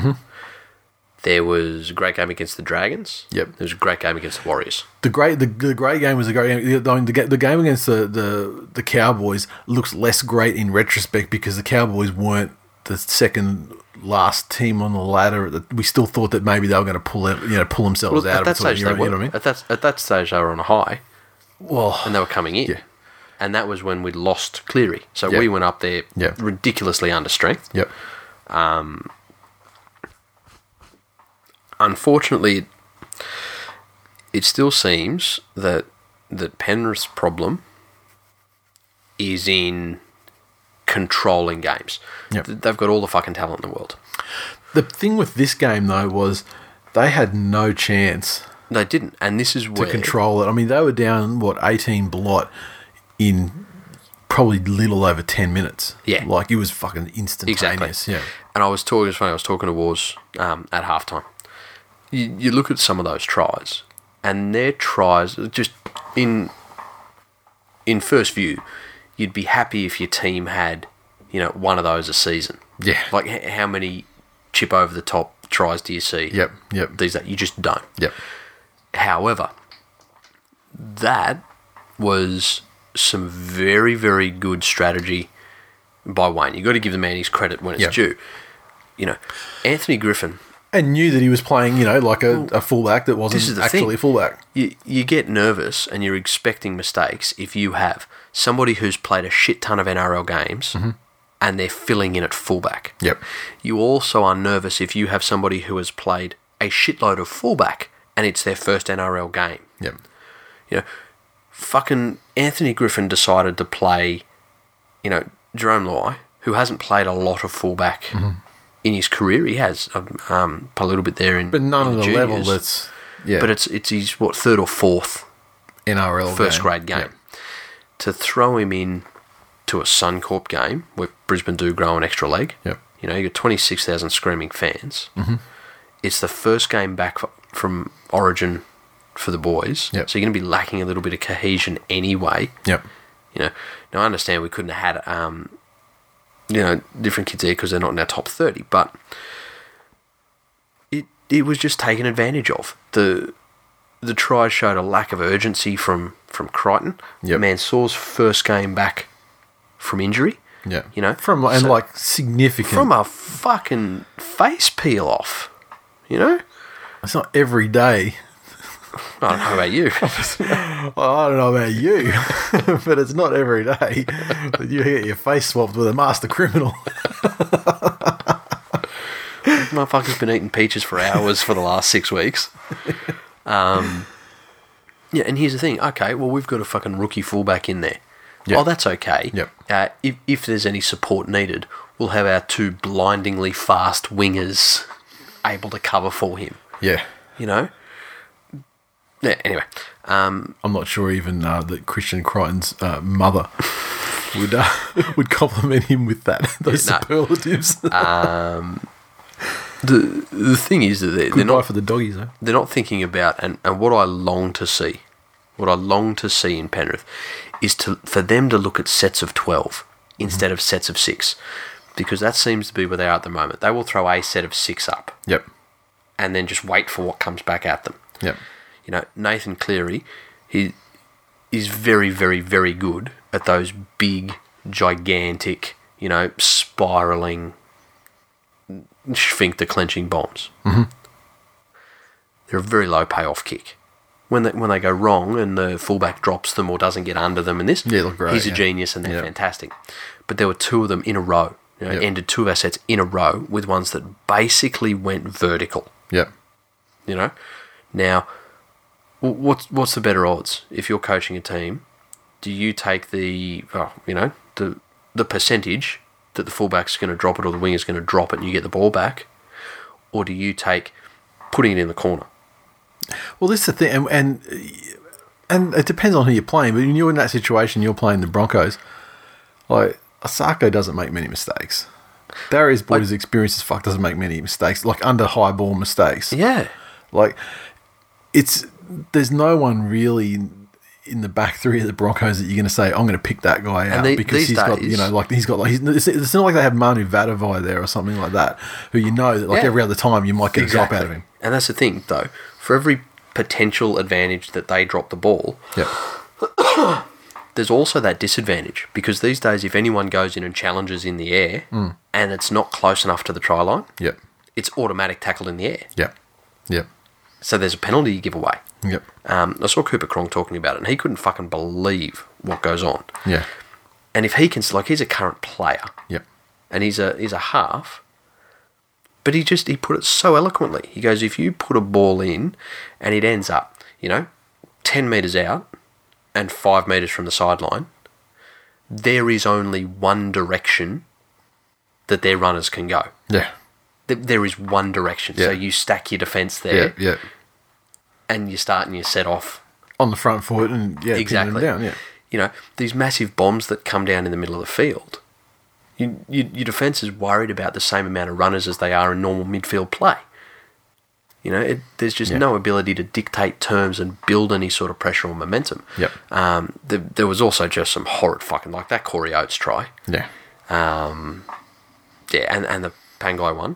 S2: There was a great game against the Dragons.
S1: Yep.
S2: There was a great game against the Warriors.
S1: The great the, the great game was a great game. The, the, ga- the game against the, the the Cowboys looks less great in retrospect because the Cowboys weren't the second last team on the ladder. at the- We still thought that maybe they were going to pull out, you know pull themselves out
S2: at
S1: of
S2: that
S1: it. sort of,
S2: stage,
S1: you know,
S2: they
S1: you
S2: were.
S1: know what
S2: At that at that stage, they were on a high,
S1: I mean? Well,
S2: and they were coming in.
S1: Yeah.
S2: And that was when we lost Cleary. So
S1: Yeah.
S2: we went up there
S1: Yeah.
S2: ridiculously under strength.
S1: yep,
S2: unfortunately, it still seems that that Penrith's problem is in controlling games.
S1: Yep.
S2: Th- They've got all the fucking talent in the world.
S1: the thing with this game though was they had no chance
S2: They didn't, and this is
S1: to
S2: where
S1: control it. I mean, they were down what eighteen blot in probably little over ten minutes.
S2: Yeah.
S1: like it was fucking instantaneous. Yeah,
S2: And I was talking. It's funny. I was talking to Wars um, at halftime. You, you look at some of those tries, and their tries are just in in first view, you'd be happy if your team had you know one of those a season.
S1: Yeah.
S2: Like h- how many chip over the top tries do you see?
S1: Yep, yep.
S2: These that you just don't.
S1: yep,
S2: However, that was some very, very good strategy by Wayne. You've got to give the man his credit when it's
S1: Yeah.
S2: due. You know, Anthony Griffin,
S1: and knew that he was playing. You know, like a, a fullback that wasn't
S2: this is the
S1: actually
S2: thing.
S1: a fullback.
S2: you, you get nervous and you're expecting mistakes if you have somebody who's played a shit ton of NRL games and they're filling in at fullback.
S1: Mm-hmm. Yep.
S2: You also are nervous if you have somebody who has played a shitload of fullback and it's their first NRL game.
S1: Yep,
S2: you know, fucking Anthony Griffin decided
S1: Mm-hmm.
S2: to play, you know, Jerome Loy, who hasn't played a lot of fullback in his career he has um, um, a little bit there in
S1: But none
S2: in
S1: of the level
S2: juniors.
S1: that's yeah,
S2: But it's it's his what third or fourth
S1: NRL
S2: first
S1: game.
S2: grade game. To throw him in to a Suncorp game where Brisbane do grow an extra leg.
S1: Yep.
S2: You know, you got 26,000 screaming fans. Mm-hmm. It's the first game back f- from Origin for the boys.
S1: Yep.
S2: So you're going to be lacking a little bit of cohesion anyway.
S1: Yep.
S2: You know, now I understand we couldn't have had, um, you know, different kids there because they're not in our top 30, but it it was just taken advantage of. The the try showed a lack of urgency from from Crichton.
S1: Yep.
S2: Mansour's first game back from injury.
S1: Yeah.
S2: You know,
S1: From and
S2: so-
S1: like significant
S2: from a fucking face peel off. You know,
S1: it's not every day.
S2: I don't know about you.
S1: Well, I don't know about you, but it's not every day that you get your face swapped with a master criminal.
S2: motherfucker's been eating peaches for hours for the last six weeks. Um, yeah, and here's the thing. Okay, well, we've got a fucking rookie fullback in there.
S1: Yep.
S2: Oh, that's okay.
S1: Yep.
S2: Uh, if, if there's any support needed, we'll have our two blindingly fast wingers able to cover for him.
S1: Yeah.
S2: You know. Yeah. Anyway, um,
S1: I'm not sure even uh, that Christian Crichton's uh, mother would uh, would compliment him with that those
S2: Yeah, Uh, no.
S1: superlatives.
S2: the the thing is that they're, they're
S1: Good
S2: not
S1: not for the doggies though.
S2: they're not thinking about and, and what I long to see, what I long to see in Penrith, is to for them to look at sets of twelve instead of sets of six, because that seems to be where they are at the moment. They will throw a set of six up
S1: Yep.
S2: and then just wait for what comes back at them.
S1: Yep.
S2: You know, Nathan Cleary, he is very, very, very good at those big, gigantic, you know, spiraling, sphincter clenching bombs. Mm-hmm. They're a very low payoff kick. When they, when they go wrong and the fullback drops them or doesn't get under them and this,
S1: Yeah, look great,
S2: he's a
S1: yeah.
S2: genius and they're
S1: Yeah.
S2: fantastic. But there were two of them in a row. You know,
S1: Yep.
S2: Ended two of our sets in a row with ones that basically went vertical
S1: Yep.
S2: you know. Now, wh- what's what's the better odds if you're coaching a team? Do you take the oh, you know the the percentage that the fullback's going to drop it or the winger's going to drop it and you get the ball back, or do you take putting it in the corner?
S1: Well, this is the thing, and, and and it depends on who you're playing. But when you're in that situation, you're playing the Broncos. Like Asako doesn't make many mistakes. Darius Boyd is experienced as fuck. Doesn't make many mistakes, like under high ball mistakes.
S2: Yeah,
S1: Like it's there's no one really in the back three of the Broncos that you're going to say I'm going to pick that guy out
S2: the-
S1: because
S2: these
S1: he's got
S2: days-
S1: you know like he's got like he's, it's, it's not like they have Manu Vadavai there or something like that who you know that like
S2: Yeah.
S1: every other time you might get a drop out of him.
S2: And that's the thing though. For every potential advantage that they drop the ball,
S1: Yeah.
S2: there's also that disadvantage because these days, if anyone goes in and challenges in the air
S1: Mm.
S2: and it's not close enough to the try line,
S1: Yep.
S2: it's automatic tackle in the air.
S1: Yep. Yep.
S2: So there's a penalty you give away.
S1: Yep.
S2: Um, I saw Cooper Cronk talking about it, and he couldn't fucking believe what goes on.
S1: Yeah.
S2: And if he can, like, he's a current player,
S1: Yep.
S2: and he's a he's a half, but he just he put it so eloquently. He goes, if you put a ball in, and it ends up, you know, ten meters out, and five meters from the sideline, there is only one direction that their runners can go.
S1: Yeah.
S2: Th- There is one direction. So
S1: Yeah.
S2: you stack your defense there,
S1: Yeah. Yeah.
S2: and you start and you set off
S1: On the front foot and yeah,
S2: exactly.
S1: pinning them down. Yeah.
S2: You know these massive bombs that come down in the middle of the field. You, you, your defense is worried about the same amount of runners as they are in normal midfield play. You know, it, there's just
S1: Yeah.
S2: no ability to dictate terms and build any sort of pressure or momentum.
S1: Yep.
S2: Um, there, there was also just some horrid fucking like that Corey Oates try.
S1: Yeah.
S2: Yeah, and, and the Pangai one.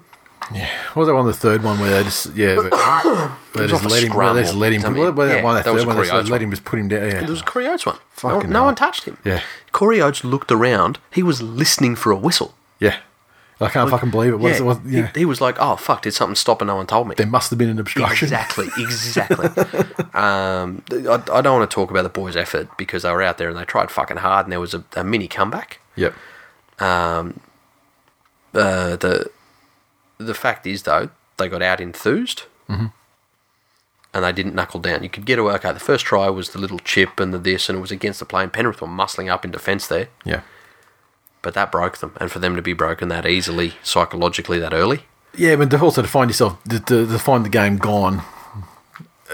S1: What was that one? The third one where they just yeah, they, they
S2: was
S1: just
S2: off a
S1: let him. where They just
S2: scramble.
S1: let him.
S2: I
S1: What
S2: mean,
S1: was that
S2: yeah,
S1: one? That
S2: that was
S1: third one. They just
S2: Coriolis
S1: let
S2: one.
S1: him just put him down.
S2: It
S1: Yeah.
S2: was Corey Oates one. No,
S1: Fucking
S2: no
S1: hell.
S2: one touched him.
S1: Yeah.
S2: Corey Oates looked around. He was listening for a whistle.
S1: Yeah. I can't fucking believe it. What is
S2: yeah,
S1: it? What,
S2: he-
S1: yeah.
S2: He, was like, "Oh fuck! Did something stop and no one told me?"
S1: There must have been an obstruction.
S2: Exactly, exactly. um, th- I, I don't want to talk about the boys' effort because they were out there and they tried fucking hard, and there was a, a mini comeback.
S1: Yep.
S2: Uh, the the fact is though, they got out enthused,
S1: Mm-hmm.
S2: and they didn't knuckle down. You could get away. Okay, the first try was the little chip and the this, and it was against the play. And Penrith were muscling up in defence there,
S1: Yeah.
S2: But that broke them, and for them to be broken that easily psychologically that early,
S1: Yeah, but to also to find yourself to, to, to find the game gone,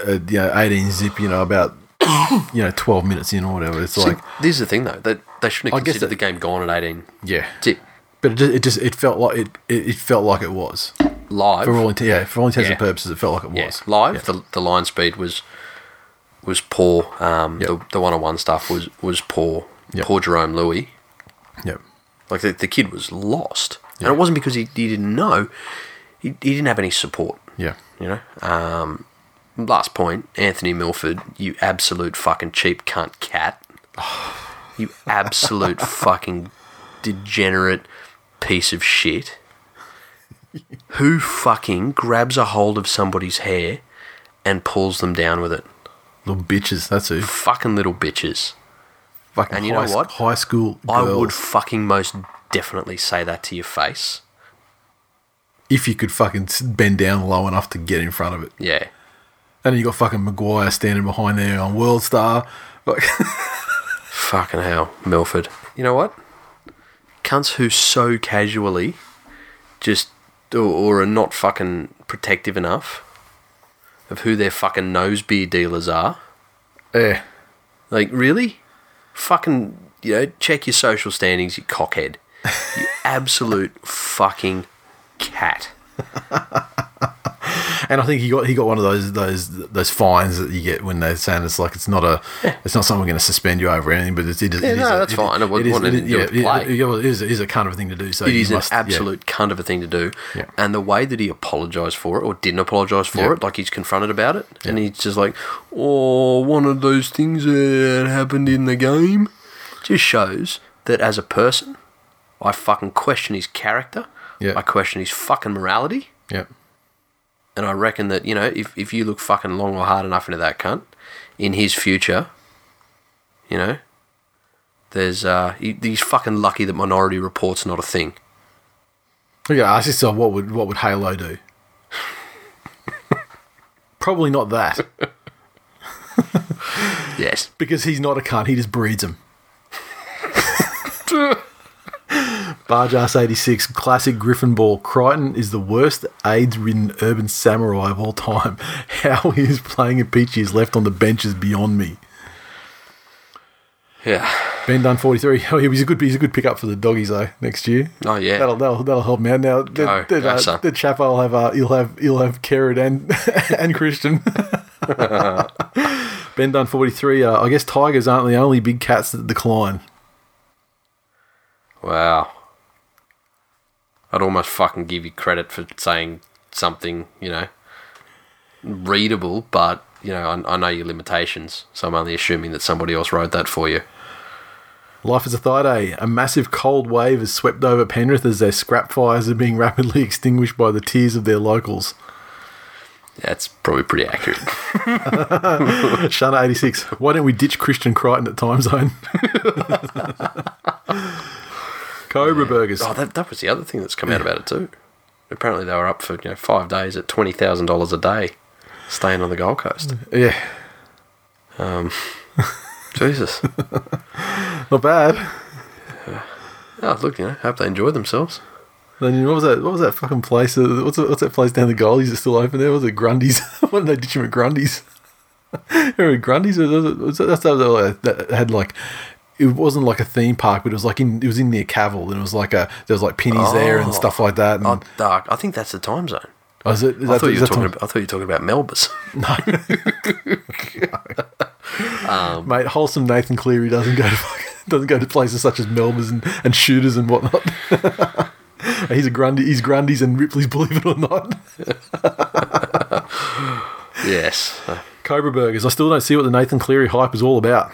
S1: uh, you know, eighteen zip, you know, about you know twelve minutes in or whatever. It's like,
S2: this is the thing though that they shouldn't have
S1: I guess
S2: considered the game gone at eighteen.
S1: yeah,
S2: Tip
S1: but it just, it just it felt like it, it it felt like it was
S2: live.
S1: for all intent, yeah, for all intents
S2: Yeah.
S1: and purposes, it felt like it was
S2: Yes, live. The, the line speed was was poor. Um,
S1: Yep.
S2: the the one on one stuff was was poor.
S1: Yep.
S2: Poor Jerome Louis.
S1: Yep.
S2: Like the, the kid was lost, and it wasn't because he, he didn't know. He, he didn't have any support.
S1: Yeah.
S2: You know. Um, last point, Anthony Milford, you absolute fucking cheap cunt cat. You absolute fucking degenerate piece of shit. Who fucking grabs a hold of somebody's hair and pulls them down with it?
S1: Little bitches, that's who.
S2: Fucking little bitches.
S1: Fucking
S2: And you
S1: high,
S2: know what?
S1: High school
S2: I would
S1: girls.
S2: fucking most definitely say that to your face.
S1: if you could fucking s- bend down low enough to get in front of it.
S2: Yeah.
S1: And then you got fucking Maguire standing behind there on World Star. Like,
S2: Fucking hell, Milford. You know what? Cunts who so casually just or, or are not fucking protective enough of who their fucking nosebeer dealers are.
S1: yeah.
S2: Like, really? Fucking, you know, check your social standings, you cockhead. You absolute fucking cat.
S1: And I think he got he got one of those those those fines that you get when they're saying it's like it's not a it's not something we're going to suspend you over or anything, but it's, it is.
S2: Yeah,
S1: it is
S2: no,
S1: a-
S2: that's
S1: it-
S2: fine. It wasn't
S1: is-
S2: wanting to do
S1: yeah,
S2: with play.
S1: yeah, yeah, well, it is, it is a kind of a thing to do. So
S2: It
S1: you
S2: is
S1: must-
S2: an
S1: yeah.
S2: absolute cunt of a thing to do.
S1: Yeah.
S2: And the way that he apologised for it or didn't apologise for
S1: Yeah.
S2: it, like he's confronted about it, and he's just like, oh, one of those things that happened in the game, just shows that as a person, I fucking question his character.
S1: Yeah.
S2: I question his fucking morality.
S1: Yep.
S2: And I reckon that, you know, if, if you look fucking long or hard enough into that cunt, in his future, you know, there's, uh, he, he's fucking lucky that Minority Report's not a thing.
S1: You gotta ask yourself what would what would Halo do? Probably not that
S2: Yes.
S1: because he's not a cunt. He just breeds them. Barjas eighty six classic Griffin ball. Crichton is the worst AIDS-ridden urban samurai of all time. How he is playing a peachy is left on the bench is beyond me.
S2: Yeah.
S1: Ben Dunn forty three. Oh, he was a good he's a good pickup for the doggies though next year.
S2: Oh yeah.
S1: That'll, that'll that'll help me out now. The,
S2: Go,
S1: the,
S2: go,
S1: uh,
S2: son.
S1: the chap I'll have uh, you'll have you'll have Kerrod and and Christian. ben Dunn forty three. Uh, I guess tigers aren't the only big cats that decline.
S2: wow. I'd almost fucking give you credit for saying something, you know, readable, but you know, I, I know your limitations, so I'm only assuming that somebody else wrote that for you.
S1: Life is a thigh day. A massive cold wave has swept over Penrith as their scrap fires are being rapidly extinguished by the tears of their locals.
S2: That's probably pretty accurate.
S1: Shana eighty six. Why don't we ditch Christian Crichton at time zone? Cobra burgers.
S2: oh, that that was the other thing that's come out about it too. Apparently, they were up for you know five days at twenty thousand dollars a day, staying on the Gold Coast.
S1: Yeah,
S2: Jesus.
S1: not bad.
S2: Oh, look, you know, hope they enjoy themselves.
S1: Then what was that? What was that fucking place? uh, What's what's that place down the goalies that's still open there? Was it Grundy's? Why did they ditch him at Grundy's? Remember Grundy's? Was, was, was, that's that, was, uh, that had like. It wasn't like a theme park, but it was like in it was in near Cavill, and it was like a there was like pennies there
S2: Oh.
S1: and stuff like that. And
S2: Oh, dark. I think that's the time zone.
S1: oh, is it? Is
S2: I
S1: that,
S2: thought you
S1: is
S2: were
S1: that
S2: talking.
S1: time-
S2: About, I thought you were talking about Melbus. Um,
S1: mate. Wholesome Nathan Cleary doesn't go to fucking- doesn't go to places such as Melbourne's and, and shooters and whatnot. he's a Grundy. He's Grundy's and Ripley's. Believe it or not.
S2: yes. Uh,
S1: Cobra Burgers. I still don't see what the Nathan Cleary hype is all about.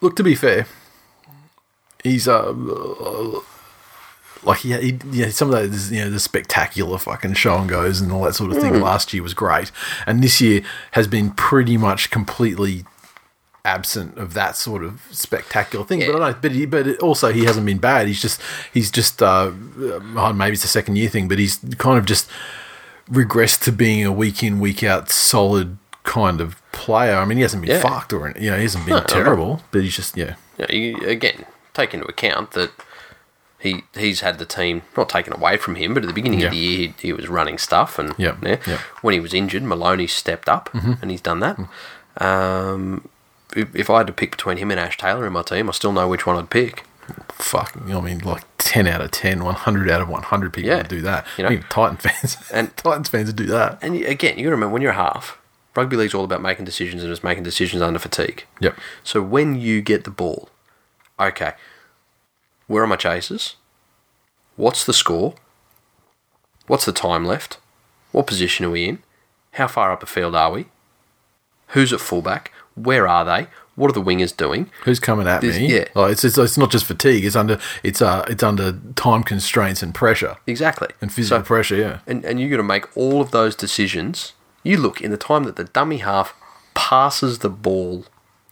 S1: Look, to be fair, he's uh, like yeah, he, yeah, some of those you know the spectacular fucking show and goes and all that sort of thing last year was great, and this year has been pretty much completely absent of that sort of spectacular thing. But I don't. But he, but it, also he hasn't been bad. He's just he's just uh, oh, maybe it's a second year thing, but he's kind of just regressed to being a week in week out solid kind of player. I mean, he hasn't been
S2: Yeah.
S1: fucked or any- you know he hasn't been terrible, but he's just yeah.
S2: you know, you, again, take into account that he he's had the team not taken away from him, but at the beginning
S1: Yeah.
S2: of the year he, he was running stuff, and
S1: Yep,
S2: yeah.
S1: yep.
S2: when he was injured, Maloney stepped up
S1: Mm-hmm.
S2: and he's done that. Um, if if I had to pick between him and Ash Taylor in my team, I still know which one I'd pick.
S1: Fuck, you know, I mean, like 10 out of 10, 100 out of 100 people
S2: Yeah.
S1: would do that.
S2: You know?
S1: I mean, Titan fans,
S2: And-
S1: and Titans fans would do that.
S2: And you- again, you gotta remember when you're a half, rugby league's all about making decisions and it's making decisions under fatigue.
S1: Yep.
S2: So when you get the ball, okay, where are my chases? What's the score? What's the time left? What position are we in? How far up the field are we? Who's at fullback? Where are they? What are the wingers doing?
S1: Who's coming at
S2: This-
S1: me?
S2: yeah.
S1: Like, it's, it's, it's not just fatigue. It's under it's uh it's under time constraints and pressure
S2: Exactly.
S1: and physical
S2: So-
S1: pressure. Yeah,
S2: and, and you got to make all of those decisions. You look in the time that the dummy half passes the ball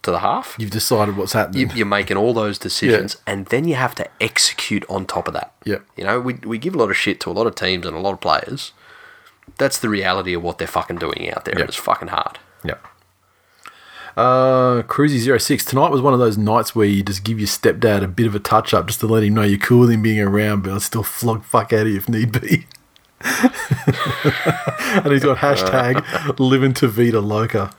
S2: to the half.
S1: you've decided what's happening.
S2: you, you're making all those decisions, and then you have to execute on top of that.
S1: Yep.
S2: You know, we, we give a lot of shit to a lot of teams and a lot of players. That's the reality of what they're fucking doing out there. and
S1: Yep.
S2: It's fucking hard.
S1: Yeah. Uh, Cruzy 06. Tonight was one of those nights where you just give your stepdad a bit of a touch up just to let him know you're cool with him being around, but I'll still flog fuck out of you if need be. and he's got hashtag living to Vita Loca.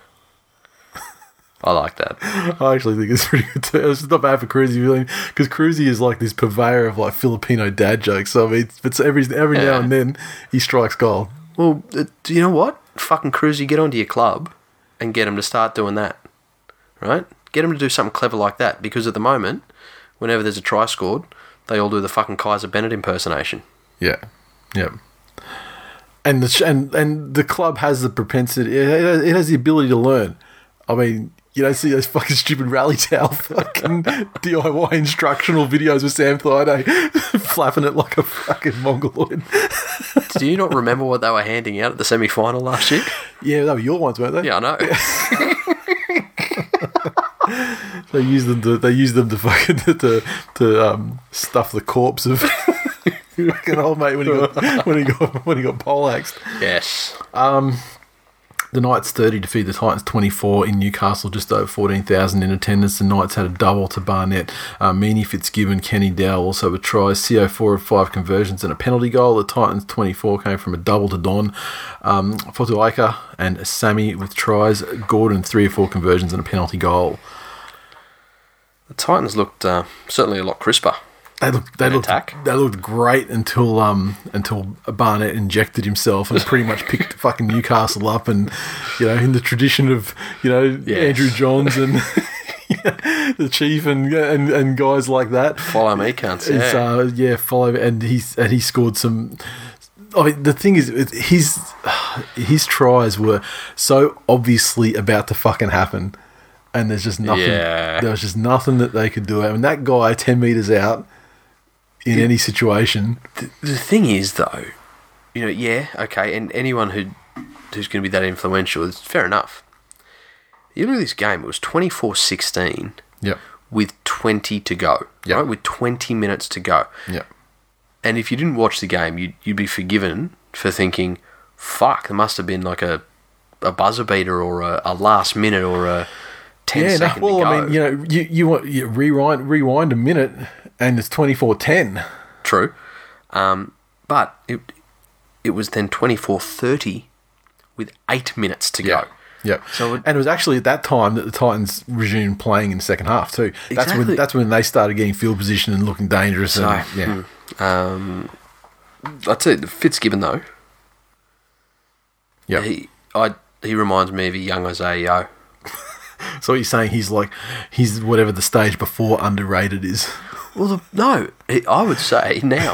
S2: I like that.
S1: I actually think it's pretty good. Too. It's not bad for Cruzy because Cruzy is like this purveyor of like Filipino dad jokes. So I mean, it's every every
S2: Yeah.
S1: now and then he strikes gold.
S2: Well, uh, do you know what? Fucking Cruzy, get onto your club and get them to start doing that. Right? Get them to do something clever like that because at the moment, whenever there's a try scored, they all do the fucking Kaiser Bennett impersonation.
S1: Yeah, yeah. And the sh- and and the club has the propensity. It, it has- it has the ability to learn. I mean, you don't see those fucking stupid rally towel fucking DIY instructional videos with Sam Thaiday flapping it like a fucking mongoloid.
S2: do you not remember what they were handing out at the semi final last year?
S1: Yeah, they were your ones, weren't they?
S2: Yeah, I know.
S1: They use them to they use them to fucking to to, um, stuff the corpse of fucking old mate when he got when he got when he got poleaxed.
S2: yes.
S1: The Knights 30 defeat the Titans 24 in Newcastle, just over 14,000 in attendance. The Knights had a double to Barnett, uh, Meany Fitzgibbon, Kenny Dow also with tries, CO4 of five conversions and a penalty goal. The Titans 24 came from a double to Don, um, Fotuaika and Sammy with tries, Gordon three or four conversions and a penalty goal.
S2: The Titans looked uh, certainly a lot crisper.
S1: They looked they
S2: An
S1: looked
S2: attack?
S1: they looked great until um until Barnett injected himself and pretty much picked fucking Newcastle up and you know in the tradition of you know Andrew Johns and the chief and and and guys like that.
S2: Follow me, cunts.
S1: It's,
S2: Yeah.
S1: uh, yeah, follow and he's and he scored some. I mean, the thing is, it- his his tries were so obviously about to fucking happen, and there's just nothing.
S2: Yeah.
S1: There was just nothing that they could do. I mean, that guy ten meters out in any situation.
S2: the thing is, though, you know, yeah, okay, and anyone who who's going to be that influential is fair enough. You look at this game; it was 24-16
S1: Yep.
S2: with twenty to go.
S1: Yeah.
S2: Right, with twenty minutes to go.
S1: Yep.
S2: And if you didn't watch the game, you'd, you'd be forgiven for thinking, "Fuck, there must have been like a a buzzer beater or a, a last minute or a ten
S1: Yeah.
S2: second
S1: No, well,
S2: to go."
S1: I mean, you know, you you want you rewind rewind a minute, and it's twenty four ten.
S2: True. Um, but it it was then 24:30 with 8 minutes to go.
S1: Yep.
S2: So
S1: So
S2: it-
S1: and it was actually at that time that the Titans resumed playing in the second half too. That's
S2: Exactly.
S1: when that's when they started getting field position and looking dangerous. And,
S2: So,
S1: yeah.
S2: I'd say Um, Fitzgibbon though.
S1: Yep.
S2: He I he reminds me of a young Isaiah Yo.
S1: So what you're saying he's like he's whatever the stage before underrated is.
S2: Well, the, no, he- I would say now.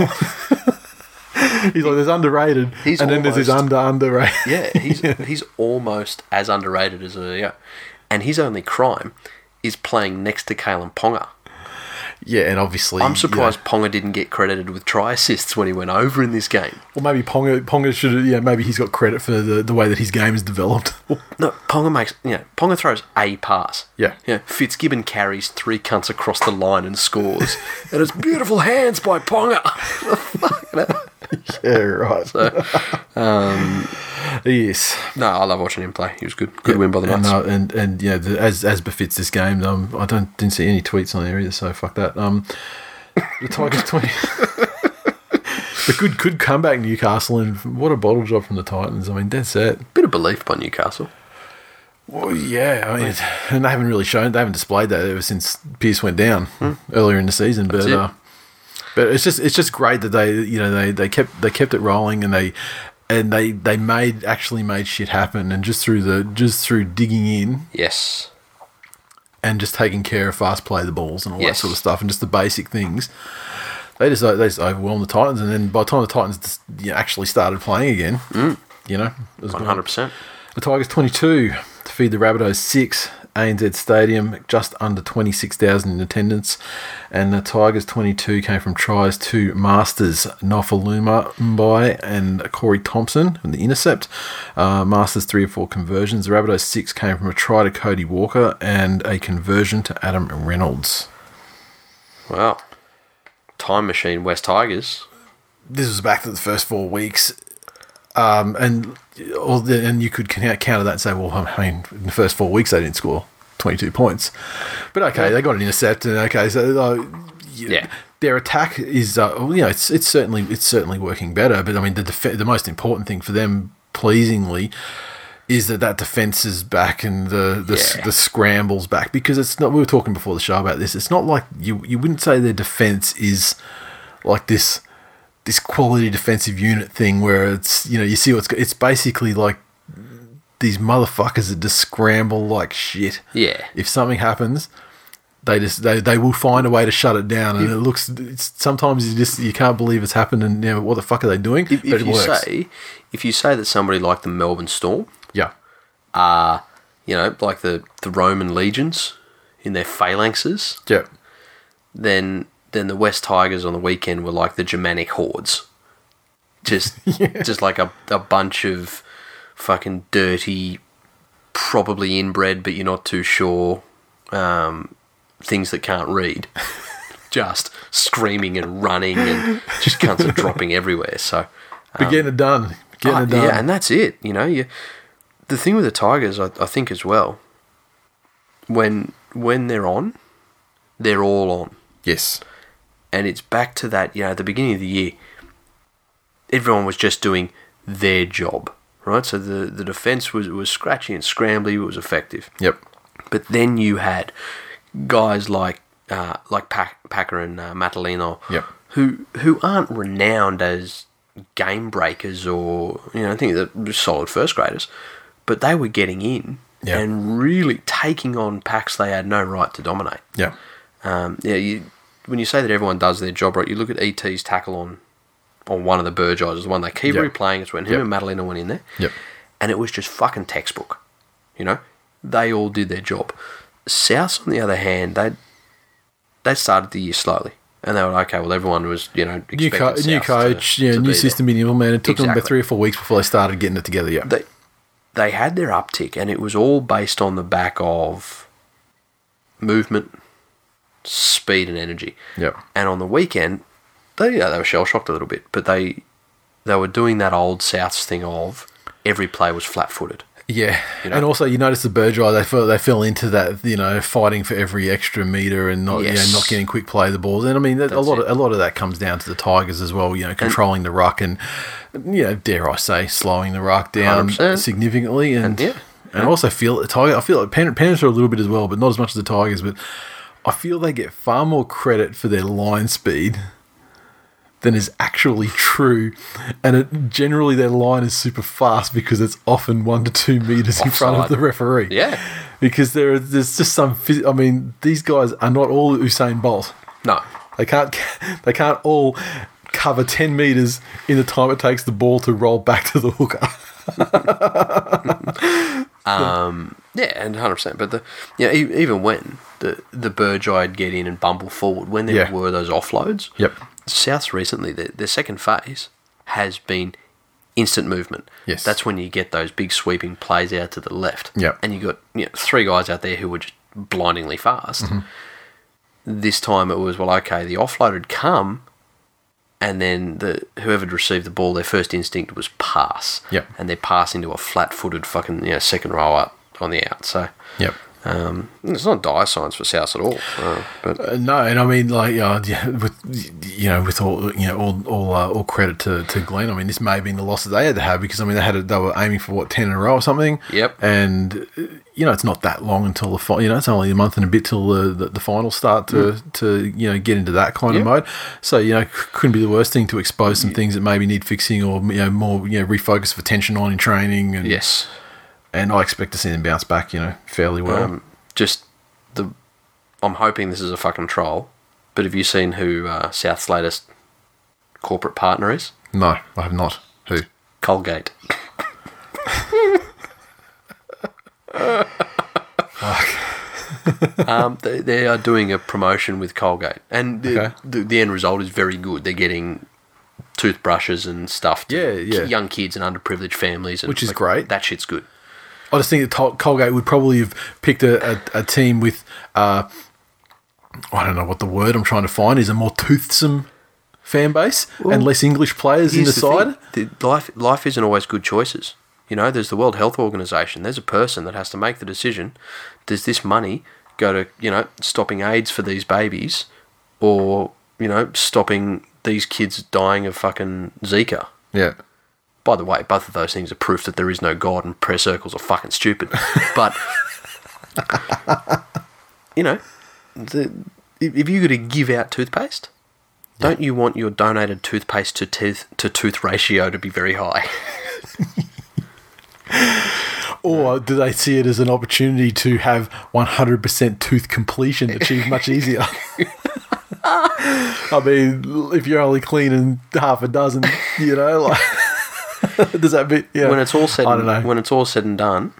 S1: He's like there's underrated,
S2: He's
S1: and then there's his
S2: almost-
S1: under underrated.
S2: yeah, he's he's almost as underrated as Isaiah. Yo. And his only crime is playing next to Kalen Ponga.
S1: yeah, and obviously
S2: I'm surprised Ponga didn't get credited with try assists when he went over in this game.
S1: Yeah, well, maybe Ponga Ponga should yeah maybe he's got credit for the, the way that his game is developed.
S2: No, Ponga makes you know, Ponga throws a pass.
S1: Yeah.
S2: Yeah. Fitzgibbon carries three cunts across the line and scores. and it's beautiful hands by Ponga.
S1: yeah, right.
S2: Um,
S1: yes.
S2: no, I love watching him play. He was good. Good win by the Knights.
S1: And, uh, and and yeah, the, as as befits this game, um, I don't didn't see any tweets on there either, so fuck that. Um, the Tigers twenty. But good, good comeback, Newcastle, and what a bottle job from the Titans. I mean, that's it.
S2: Bit of belief by Newcastle.
S1: Well, yeah, I mean, and they haven't really shown, they haven't displayed that ever since Pierce went down earlier in the season. But
S2: it.
S1: uh, but it's just it's just great that they you know they, they kept they kept it rolling and they and they they made actually made shit happen and just through the just through digging in
S2: Yes.
S1: and just taking care of fast play the balls and all
S2: Yes.
S1: that sort of stuff and just the basic things. They just they just overwhelmed the Titans, and then by the time the Titans just, you know, actually started playing again, you know, it was
S2: One
S1: gone.
S2: hundred percent.
S1: The Tigers 22 to feed the Rabbitohs 6, ANZ Stadium, just under 26,000 in attendance. And the Tigers 22 came from tries to Masters, Nofaluma Mbai and Corey Thompson from the intercept. Uh, Masters 3 or 4 conversions. The Rabbitohs 6 came from a try to Cody Walker and a conversion to Adam Reynolds.
S2: Wow. Time machine West Tigers.
S1: This was back to the first four weeks. Um, and all the, and you could count- counter that and say, well, I mean, in the first four weeks they didn't score 22 points, but okay, they got an intercept, and okay, so uh, y-
S2: Yeah.
S1: their attack is, uh, well, you know, it's it's certainly it's certainly working better. But I mean, the def- the most important thing for them, pleasingly, is that that defense is back and the the, s
S2: Yeah.
S1: the scrambles back because it's not. We were talking before the show about this. It's not like you you wouldn't say their defense is like this this quality defensive unit thing where it's you know you see what's go- it's basically like these motherfuckers that just scramble like shit.
S2: Yeah.
S1: If something happens, they just they, they will find a way to shut it down, and it looks. It's, sometimes you just you can't believe it's happened, and you know, what the fuck are they doing?
S2: If,
S1: but
S2: if
S1: it
S2: you
S1: works.
S2: say if you say that somebody like the Melbourne Storm,
S1: yeah,
S2: you know, like the, the Roman legions in their phalanxes,
S1: yeah,
S2: then then the West Tigers on the weekend were like the Germanic hordes. Just just like a, a bunch of fucking dirty, probably inbred, but you're not too sure, um, things that can't read. just screaming and running and just cunts are dropping everywhere. So
S1: but getting it done, getting it
S2: Um, uh,
S1: done.
S2: Yeah, and that's it. You know, you, the thing with the Tigers, I, I think as well, when when they're on, they're all on,
S1: yes,
S2: and it's back to that. You know, at the beginning of the year, everyone was just doing their job, right? So the the defense was was scratchy and scrambly, but was effective.
S1: yep,
S2: But then you had guys like uh, like Pac- Packer and uh, Matalino,
S1: Yep.
S2: who who aren't renowned as game breakers or you know I think they're solid first graders, but they were getting in
S1: Yeah.
S2: and really taking on packs they had no right to dominate.
S1: yeah,
S2: Um, yeah, you, when you say that everyone does their job right, you look at ET's tackle on on one of the Burgeyes, the one they keep
S1: Yep.
S2: replaying. It's when him
S1: Yep.
S2: and Madalena went in there,
S1: Yep.
S2: and it was just fucking textbook. You know, they all did their job. South, on the other hand, they they started the year slowly, and they were like, okay. Well, everyone was you know
S1: new,
S2: expecting
S1: co- new
S2: Souths
S1: coach,
S2: to-
S1: yeah,
S2: to
S1: new
S2: be there.
S1: system being implemented. It took them about
S2: Exactly.
S1: three or four weeks before they started getting it together. Yeah,
S2: they they had their uptick, and it was all based on the back of movement, speed, and energy.
S1: Yep.
S2: And on the weekend, they you know, they were shell shocked a little bit, but they they were doing that old Souths thing of every play was flat footed.
S1: Yeah,
S2: know?
S1: and also you notice the Bergeye they fell, they fell into that you know fighting for every extra meter and not
S2: Yes.
S1: you know, not getting quick play of the balls. And I mean that, a
S2: That's
S1: lot
S2: it.
S1: of, a lot of that comes down to the Tigers as well. You know, controlling the ruck and you know dare I say slowing the ruck down
S2: 100%.
S1: significantly and,
S2: And, yeah.
S1: and I also feel the Tiger. I feel like Pen- Penrith are a little bit as well, but not as much as the Tigers. But I feel they get far more credit for their line speed than is actually true. And it, generally, their line is super fast because it's often one to two meters in front of
S2: Offside.
S1: the referee.
S2: Yeah.
S1: Because there, are- there's just some. phys- I mean, these guys are not all Usain Bolt.
S2: No.
S1: They can't. They can't all cover ten meters in the time it takes the ball to roll back to the hooker.
S2: um, Yeah, and hundred percent. But the you know, e- even when the the Burgeyed get in and bumble forward, when there
S1: Yeah.
S2: were those offloads,
S1: Yep.
S2: Souths recently, their, their second phase has been instant movement.
S1: Yes.
S2: That's when you get those big sweeping plays out to the left.
S1: Yep.
S2: And you got you know, three guys out there who were just blindingly fast.
S1: Mm-hmm.
S2: This time it was, well, okay, the offload had come, and then the whoever'd received the ball, their first instinct was pass.
S1: Yep.
S2: And they're passing to a flat footed fucking you know, second row up on the out. So
S1: Yep.
S2: Um, it's not dire signs for South at all. Uh, but
S1: Uh, no, and I mean, like, uh, yeah, with you know, with all you know, all all, uh, all credit to, to Glenn. I mean, this may have been the losses they had to have because I mean, they had a, they were aiming for what ten in a row or something.
S2: Yep.
S1: And uh, you know, it's not that long until the fi- you know, it's only a month and a bit till the the, the finals start to to you know get into that kind
S2: Mm. Yep.
S1: of mode. So you know, c- couldn't be the worst thing to expose some things that maybe need fixing or you know more you know refocus for attention on in training. And
S2: yes,
S1: and I expect to see them bounce back. You know, fairly well.
S2: um, just the. I'm hoping this is a fucking troll. But have you seen who uh, South's latest corporate partner is?
S1: no, I have not. Who?
S2: Colgate. um, they, they are doing a promotion with Colgate, and the,
S1: Okay.
S2: the, the end result is very good. They're getting toothbrushes and stuff to
S1: Yeah, yeah.
S2: young kids and underprivileged families, and
S1: Which is great.
S2: That shit's good.
S1: I just think that Tol- Colgate would probably have picked a, a, a team with, uh, I don't know what the word I'm trying to find is, a more toothsome fan base and less English players in the,
S2: Here's
S1: side.
S2: thing. The- life, life isn't always good choices. You know, there's the World Health Organization. There's a person that has to make the decision. Does this money go to, you know, stopping AIDS for these babies or, you know, stopping these kids dying of fucking Zika?
S1: Yeah.
S2: By the way, both of those things are proof that there is no God and prayer circles are fucking stupid. But, you know, the, if if you're going to give out toothpaste, don't you want your donated toothpaste to tooth to tooth ratio to be very high?
S1: Or do they see it as an opportunity to have 100% tooth completion achieved much easier? I mean, if you're only cleaning half a dozen, you know, like, does that mean, yeah.
S2: When it's all said,
S1: I don't know.
S2: and, when it's all said and done,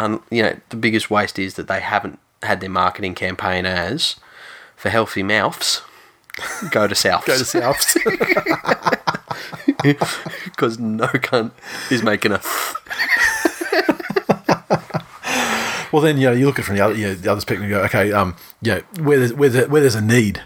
S2: and you know, the biggest waste is that they haven't had their marketing campaign as for healthy mouths. Go to South.
S1: Go to Souths.
S2: because no cunt is making a.
S1: Well, then you know you look at it from the other you know, the other perspective and go, okay, um, yeah, where there's where, there, where there's a need.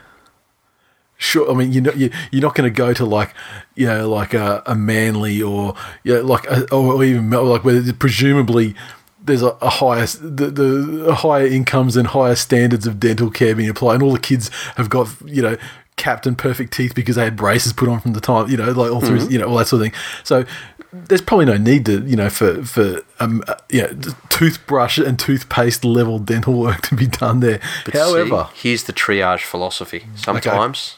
S1: Sure, I mean you're not you, you're not going to go to like you know like a, a manly or you know, like a, or even Mel- like where there's presumably there's a, a higher s- the, the higher incomes and higher standards of dental care being applied, and all the kids have got you know captain perfect teeth because they had braces put on from the time you know like all through you know all that sort of thing. So there's probably no need to you know for for um uh, yeah t- toothbrush and toothpaste level dental work to be done there. However, Mm.
S2: See, here's the triage philosophy. Sometimes,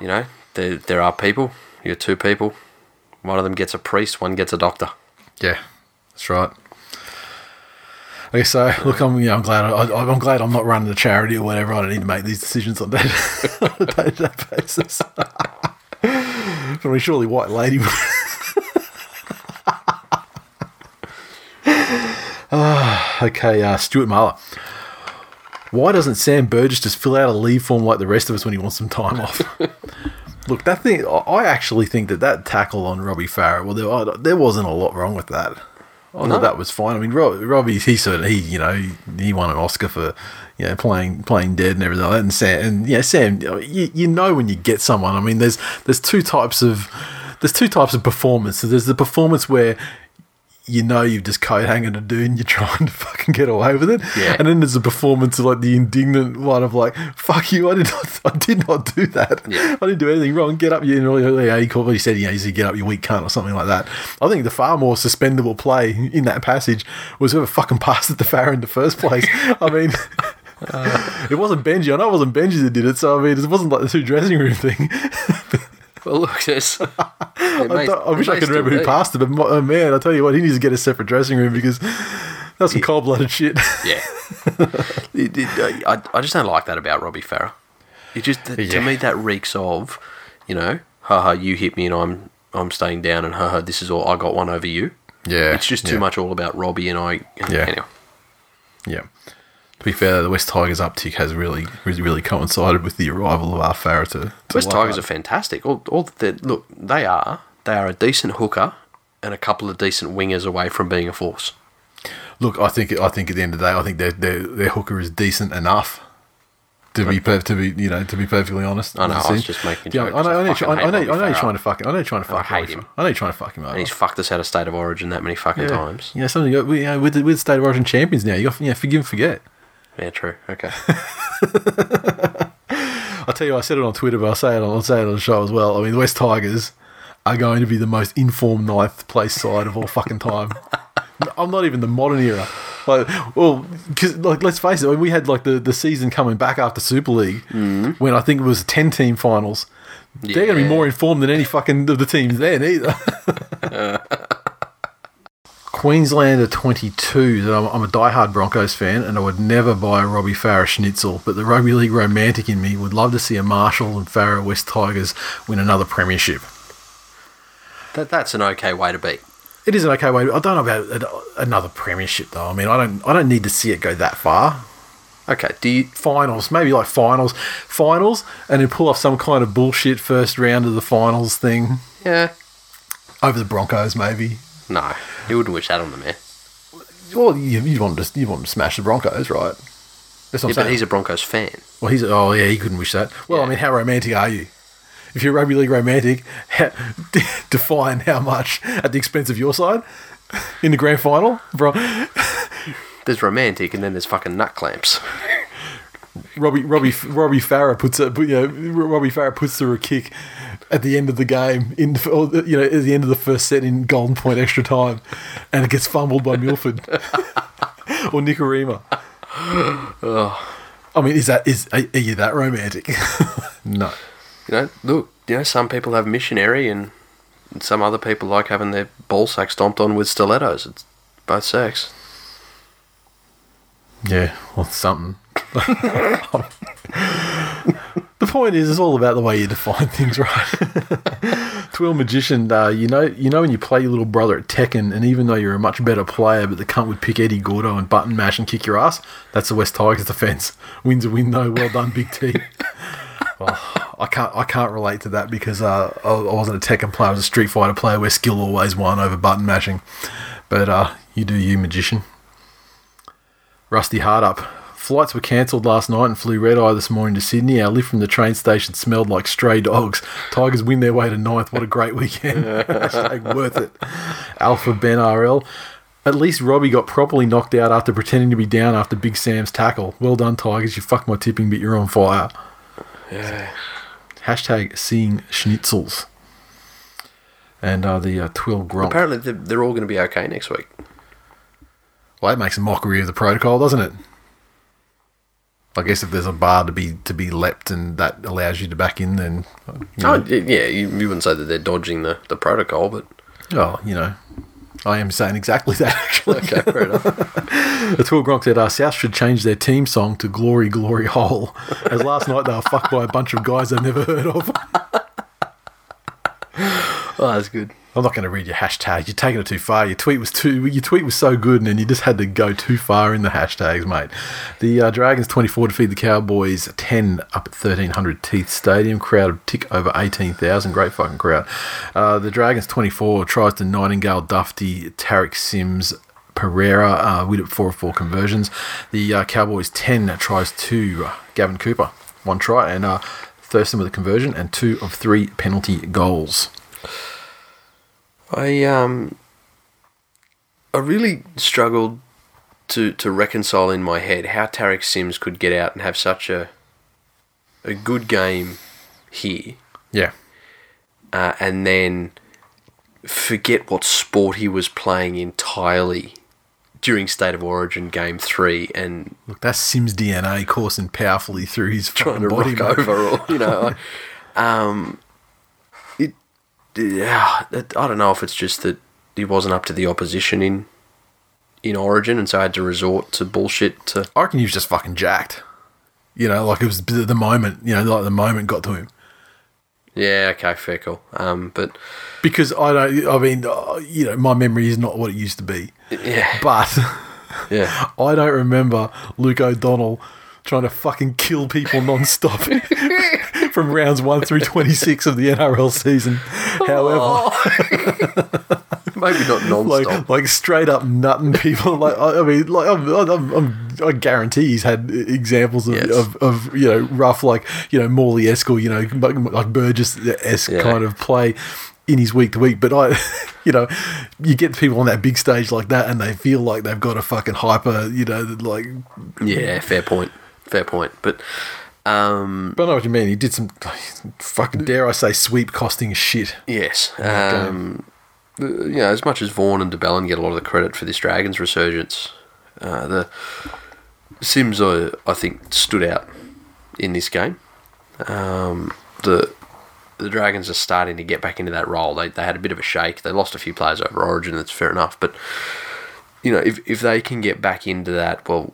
S2: you know, there, there are people, you're two people, one of them gets a priest, one gets a doctor.
S1: yeah, that's right. Okay, so look, I'm you know, I'm glad I, I, I'm glad I'm not running a charity or whatever. I don't need to make these decisions on that on a day-to-day basis. I mean, surely White Lady would. Ah, okay, uh, Stuart Marler. Why doesn't Sam Burgess just fill out a leave form like the rest of us when he wants some time off? Look, that thing, I- I actually think that that tackle on Robbie Farrow, well, there, I- there wasn't a lot wrong with that. I
S2: No.
S1: thought that was fine. I mean, Rob, Robbie, he certainly, he, you know, he, he won an Oscar for, you know, playing playing dead and everything like that. And Sam, and yeah, Sam, you, know, you, you know when you get someone. I mean, there's there's two types of there's two types of performance. So there's the performance where you know you've just coat hanging a dude and you're trying to fucking get away with it.
S2: Yeah.
S1: And then there's a performance of like the indignant one of like, fuck you, I did not I did not do that.
S2: Yeah.
S1: I didn't do anything wrong. Get up you know, yeah, he called he said, you know, he said get up you weak cunt or something like that. I think the far more suspendable play in that passage was whoever fucking passed it to Farron in the first place. I mean It wasn't Benji. I know it wasn't Benji that did it, so I mean, it wasn't like the two dressing room thing.
S2: Well, look, there's. I,
S1: I, don't- I wish I could remember who passed it, but mo- oh man, I tell you what, he needs to get a separate dressing room because that's some cold blooded shit.
S2: Yeah. It- it- uh, I, I just don't like that about Robbie Farah. It just to
S1: Yeah.
S2: me that reeks of, you know, haha, you hit me and I'm I'm staying down, and haha, this is all I got one over you.
S1: Yeah,
S2: it's just too
S1: yeah.
S2: much all about Robbie and I.
S1: Yeah.
S2: anyway.
S1: Yeah. To be fair, the West Tigers uptick has really, really, really coincided with the arrival of our Farah to, to
S2: West
S1: Leichhardt.
S2: Tigers are fantastic. All, all that they- look, they are. They are a decent hooker and a couple of decent wingers away from being a force.
S1: Look, I think, I think at the end of the day, I think their their, their hooker is decent enough. To be per- to be you know to be perfectly honest,
S2: I know,
S1: This
S2: I was
S1: is-
S2: just making
S1: Yeah,
S2: jokes.
S1: I know. I
S2: I
S1: know. you're
S2: fucking
S1: try- I
S2: hate
S1: know.
S2: Robbie
S1: I know you're
S2: Farah.
S1: trying to fuck. I know you're trying to fuck.
S2: hate
S1: Robbie
S2: him.
S1: Farah. I know you're trying to fuck him over.
S2: And he's fucked us out of State of Origin that many fucking times.
S1: You know, something. You got, we- you know, with the, with state of origin champions now, you got you know, forgive and forget.
S2: Yeah, true. Okay.
S1: I tell you, I said it on Twitter, but I'll say it on I'll say it on the show as well. I mean, the West Tigers are going to be the most informed ninth place side of all fucking time. I'm not even the modern era. Like, well, because like, let's face it, when we had like the, the season coming back after Super League, when I think it was ten team finals, they're going to
S2: Yeah.
S1: be more informed than any fucking of the teams then either. Queensland are 22. that I'm, I'm a diehard Broncos fan, and I would never buy a Robbie Farah schnitzel. But the rugby league romantic in me would love to see a Marshall and Farah West Tigers win another premiership.
S2: that, that's an okay way to be.
S1: It is an okay way. I don't know about an- another premiership though. I mean, I don't. I don't need to see it go that far.
S2: Okay. Do you
S1: Finals, maybe like finals, finals, and then pull off some kind of bullshit first round of the finals thing
S2: Yeah.
S1: over the Broncos, maybe.
S2: No. You wouldn't wish that on the man.
S1: Well, you, you want to you want to smash the Broncos, right? That's what
S2: Yeah,
S1: I'm
S2: but
S1: saying.
S2: he's a Broncos fan.
S1: Well, he's oh yeah, he couldn't wish that. Well, I
S2: Yeah.
S1: mean, how romantic are you? If you're rugby league romantic, ha- define how much at the expense of your side in the grand final, bro.
S2: There's romantic and then there's fucking nut clamps.
S1: Robbie Robbie Robbie Farah puts a you know, Robbie Farah puts through a kick at the end of the game in or, you know at the end of the first set in golden point extra time, and it gets fumbled by Milford or Nicarima. I mean, is that is are, are you that romantic? no.
S2: You know, look, you know, some people have missionary and and some other people like having their ball sack stomped on with stilettos. It's both sex.
S1: Yeah, well, something. the point is, it's all about the way you define things, right? Twill magician, uh, you know, you know when you play your little brother at Tekken, and even though you're a much better player, but the cunt would pick Eddie Gordo and button mash and kick your ass. That's the West Tigers defense. Wins a win, though. Well done, Big T. Oh, I can't, I can't relate to that because uh, I, I wasn't a Tekken player. I was a Street Fighter player where skill always won over button mashing. But uh, you do you, magician. Rusty Hard Up. Flights were cancelled last night and flew red eye this morning to Sydney. Our lift from the train station smelled like stray dogs. Tigers win their way to ninth. What a great weekend. Hashtag worth it. Alpha Ben RL. At least Robbie got properly knocked out after pretending to be down after Big Sam's tackle. Well done, Tigers. You fucked my tipping, but you're on fire.
S2: Yeah.
S1: Hashtag seeing schnitzels. And uh, the uh, Twill Gronk.
S2: Apparently they're, they're all going to be okay next week.
S1: Well, that makes a mockery of the protocol, doesn't it? I guess if there's a bar to be to be leapt and that allows you to back in, then you know,
S2: Oh, y- yeah, you, you wouldn't say that they're dodging the, the protocol, but
S1: oh, you know, I am saying exactly that. Actually,
S2: okay, fair enough.
S1: the Twill Gronk said, uh, "South should change their team song to Glory Glory Hole," as last night they were fucked by a bunch of guys I've never heard of.
S2: Oh, that's good.
S1: I'm not going to read your hashtag. You're taking it too far. Your tweet was too. Your tweet was so good, and then you just had to go too far in the hashtags, mate. The uh, Dragons 24 defeat the Cowboys 10 up at 1300 Teeth Stadium. Crowd tick over 18,000. Great fucking crowd. Uh, the Dragons 24 tries to Nightingale Dufty, Tarek Sims. Pereira uh, with it four of four conversions. The uh, Cowboys 10 tries to Gavin Cooper, one try, and uh, Thurston with a conversion, and two of three penalty goals.
S2: I um, I really struggled to to reconcile in my head how Tarek Sims could get out and have such a a good game here,
S1: Yeah.
S2: uh, and then forget what sport he was playing entirely during State of Origin Game Three, and
S1: Look, that's Sims DNA coursing powerfully through his
S2: trying to
S1: fucking body.
S2: rock
S1: mate.
S2: over, or you know, like, um, it, yeah, it- I don't know if it's just that he wasn't up to the opposition in in Origin, and so I had to resort to bullshit to
S1: I reckon he was just fucking jacked. You know, like it was the the moment. You know, like the moment got to him.
S2: yeah, okay, fair call. Um, but
S1: Because I don't. I mean, uh, you know, my memory is not what it used to be.
S2: yeah,
S1: But
S2: yeah,
S1: I don't remember Luke O'Donnell trying to fucking kill people non-stop from
S2: Oh,
S1: rounds one through twenty-six of the NRL season. However,
S2: Maybe not non-stop.
S4: like like straight up nutting people. Like I, I mean, like I'm, I'm, I'm, I guarantee he's had e, examples of,
S2: Yes.
S4: of, of you know rough like you know Morley esque or you know like Burgess esque
S2: Yeah.
S4: kind of play in his week to week. But I, you know, you get people on that big stage like that, and they feel like they've got a fucking hyper. You know, like
S2: yeah, fair point. Fair point. But um,
S4: but I know what you mean. He did some
S2: Mm.
S4: fucking dare I say sweep costing shit.
S2: yes, um, the- you know, as much as Vaughan and DeBellin get a lot of the credit for this Dragons resurgence, uh, the Sims I, I think stood out in this game. Um, the the Dragons are starting to get back into that role. They, they had a bit of a shake. They lost a few players over Origin. That's fair enough. But you know, if if they can get back into that, well,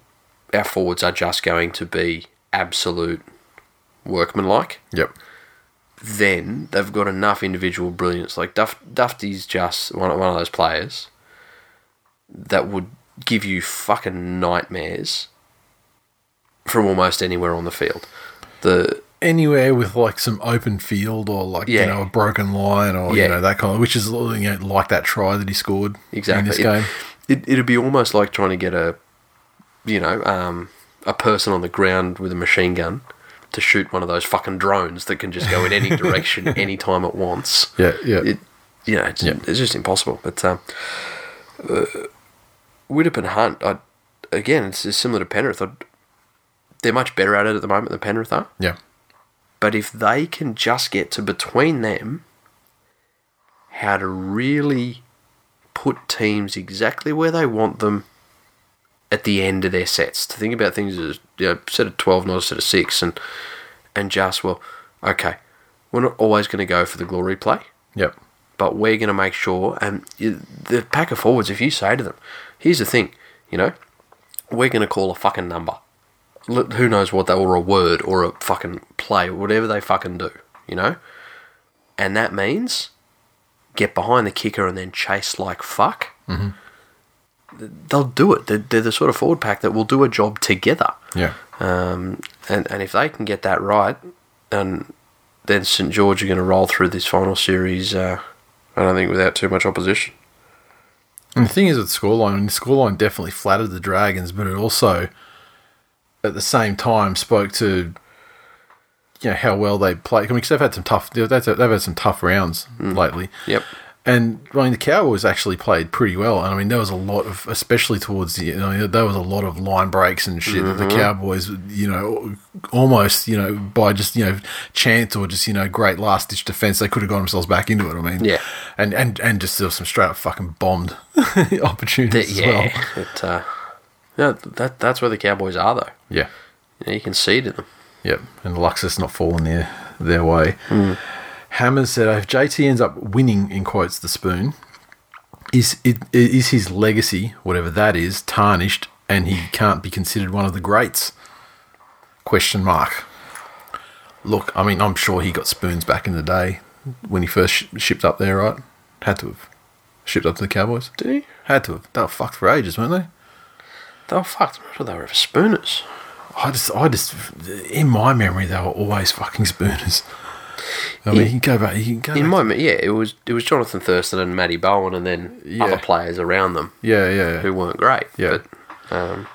S2: our forwards are just going to be absolute workmanlike.
S1: Yep.
S2: then they've got enough individual brilliance. Like Duff, Dufty's just one, one of those players that would give you fucking nightmares from almost anywhere on the field. The
S4: anywhere with like some open field or like
S2: Yeah.
S4: you know a broken line or
S2: Yeah.
S4: you know that kind of which is you know, like that try that he scored
S2: exactly
S4: in this
S2: It-
S4: game.
S2: It, it'd be almost like trying to get a, you know, um, a person on the ground with a machine gun to shoot one of those fucking drones that can just go in any direction anytime it wants.
S1: Yeah, yeah.
S2: It, you know, it's, it's just impossible. But um, uh, Widdop and Hunt, I, again, it's, it's similar to Penrith. I, they're much better at it at the moment than Penrith are.
S1: Yeah.
S2: But if they can just get to between them, how to really put teams exactly where they want them at the end of their sets. To think about things as you know, set of twelve, not a set of six, and and just well, okay, we're not always going to go for the glory play
S1: Yep.
S2: but we're going to make sure. And you- the pack of forwards, if you say to them, here's the thing, you know, we're going to call a fucking number. L- Who knows what that, or a word, or a fucking play, whatever they fucking do, you know? And that means get behind the kicker and then chase like fuck. Th- They'll do it. They're, they're the sort of forward pack that will do a job together.
S1: Yeah.
S2: Um, and, and if they can get that right, and then St George are going to roll through this final series, uh, I don't think without too much opposition.
S1: And the thing is with the scoreline, the scoreline definitely flattered the Dragons, but it also, at the same time, spoke to you know how well they play. I mean, 'cause they've had some tough, they've had they've had some tough rounds
S2: Mm.
S1: lately.
S2: Yep.
S1: And I mean, the Cowboys actually played pretty well, and I mean, there was a lot of, especially towards the, you know, there was a lot of line breaks and shit that
S2: Mm-hmm.
S1: the Cowboys, you know, almost, you know, by just you know chance or just you know great last ditch defense, they could have got themselves back into it. I mean,
S2: Yeah.
S1: and and and just there was some straight up fucking bombed opportunities as well.
S2: yeah. But, uh, yeah, that that's where the Cowboys are though.
S1: Yeah,
S2: You, know, you can see to them.
S1: yep. And Luxus not falling their their way. Hammers said, if JT ends up winning in quotes the spoon, is it is his legacy, whatever that is, tarnished, and he can't be considered one of the greats? Question mark. Look, I mean, I'm sure he got spoons back in the day when he first sh- shipped up there, right? Had to have shipped up to the Cowboys.
S2: Did he?
S1: Had to have. They were fucked for ages, weren't they?
S2: They were fucked. I'm not sure they were ever spooners.
S1: I just, I just, in my memory, they were always fucking spooners. I mean, you can go back, you can go
S2: In
S1: back.
S2: my yeah, it was it was Jonathan Thurston and Matty Bowen, and then other players around them
S1: yeah, yeah, yeah.
S2: who weren't great.
S1: Yeah.
S2: But, um,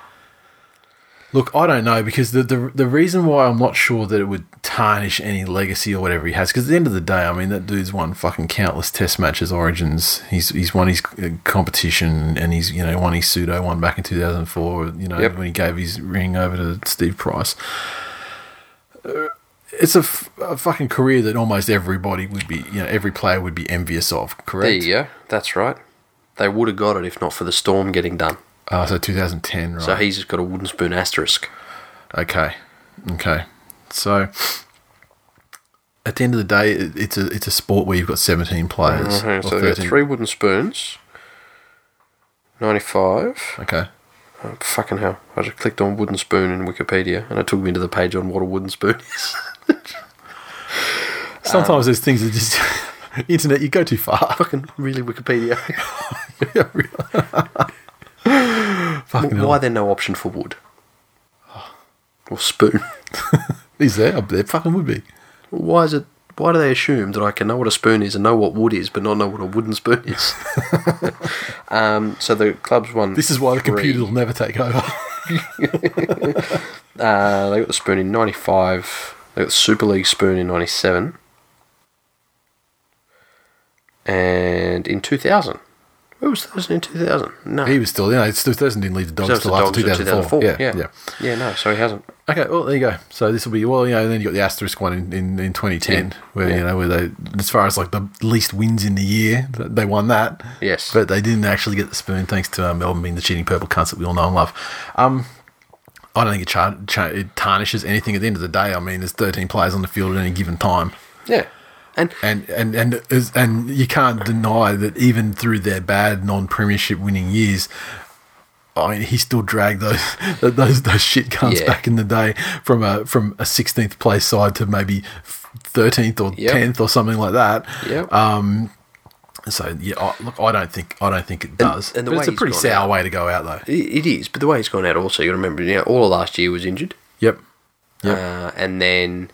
S1: Look, I don't know because the, the the reason why I'm not sure that it would tarnish any legacy or whatever he has, because at the end of the day, I mean, that dude's won fucking countless Test matches, Origins. He's he's won his uh, competition, and he's you know won his pseudo one back in 2004. You know
S2: Yep.
S1: when he gave his ring over to Steve Price. Uh, It's a, f- a fucking career that almost everybody would be, you know, every player would be envious of.
S2: there
S1: Correct.
S2: you go. That's right. They would have got it if not for the storm getting done.
S1: Uh, so 2010, right?
S2: So he's just got a wooden spoon asterisk.
S1: Okay. Okay. So at the end of the day, it, it's a it's a sport where you've got 17 players.
S2: Okay,
S1: or
S2: Mm-hmm, so they've got
S1: 13.
S2: three wooden spoons. 95.
S1: Okay.
S2: Oh, fucking hell. I just clicked on wooden spoon in Wikipedia and it took me to the page on what a wooden spoon is.
S1: Sometimes
S2: Um,
S1: there's things that just internet you go too far.
S2: fucking really Wikipedia.
S1: Fucking
S2: Why
S1: hell.
S2: there no option for wood? Or spoon?
S1: Is there? There fucking would be.
S2: Why is it why do they assume that I can know what a spoon is and know what wood is, but not know what a wooden spoon is? um, so the club's won.
S1: This is why the
S2: three.
S1: computers will never take over.
S2: Uh, they got the spoon in 95. They got the Super League spoon in 97. And in 2000. Who was Thurston in 2000? No.
S1: he was still, you know, it's still Thurston didn't leave the dogs
S2: That was
S1: till after
S2: Dogs of
S1: 2004.
S2: Yeah.
S1: yeah,
S2: yeah. no, so he hasn't.
S1: yeah. Okay, well there you go. So this will be well, you know, then you got the asterisk one in, in, in 2010,
S2: Yeah.
S1: where you know where they, as far as like the least wins in the year, th- they won that.
S2: Yes.
S1: but they didn't actually get the spoon thanks to uh, Melbourne being the cheating purple cunts that we all know and love. Um, I don't think it, char- char- it tarnishes anything at the end of the day. I mean, there's 13 players on the field at any given time.
S2: Yeah. And
S1: And and and is- and you can't deny that even through their bad non-premiership winning years, I mean, he still dragged those those those shit cunts
S2: Yeah.
S1: back in the day from a from a 16th place side to maybe 13th or
S2: Yep.
S1: 10th or something like that.
S2: Yep.
S1: Um. So yeah, I, look, I don't think I don't think it does.
S2: and the
S1: but
S2: way
S1: it's a
S2: he's
S1: pretty
S2: gone
S1: sour
S2: out-
S1: way to go out though.
S2: it it is, but the way he's gone out also, you got to remember, you know, all of last year was injured.
S1: Yep. Yep.
S2: uh, and then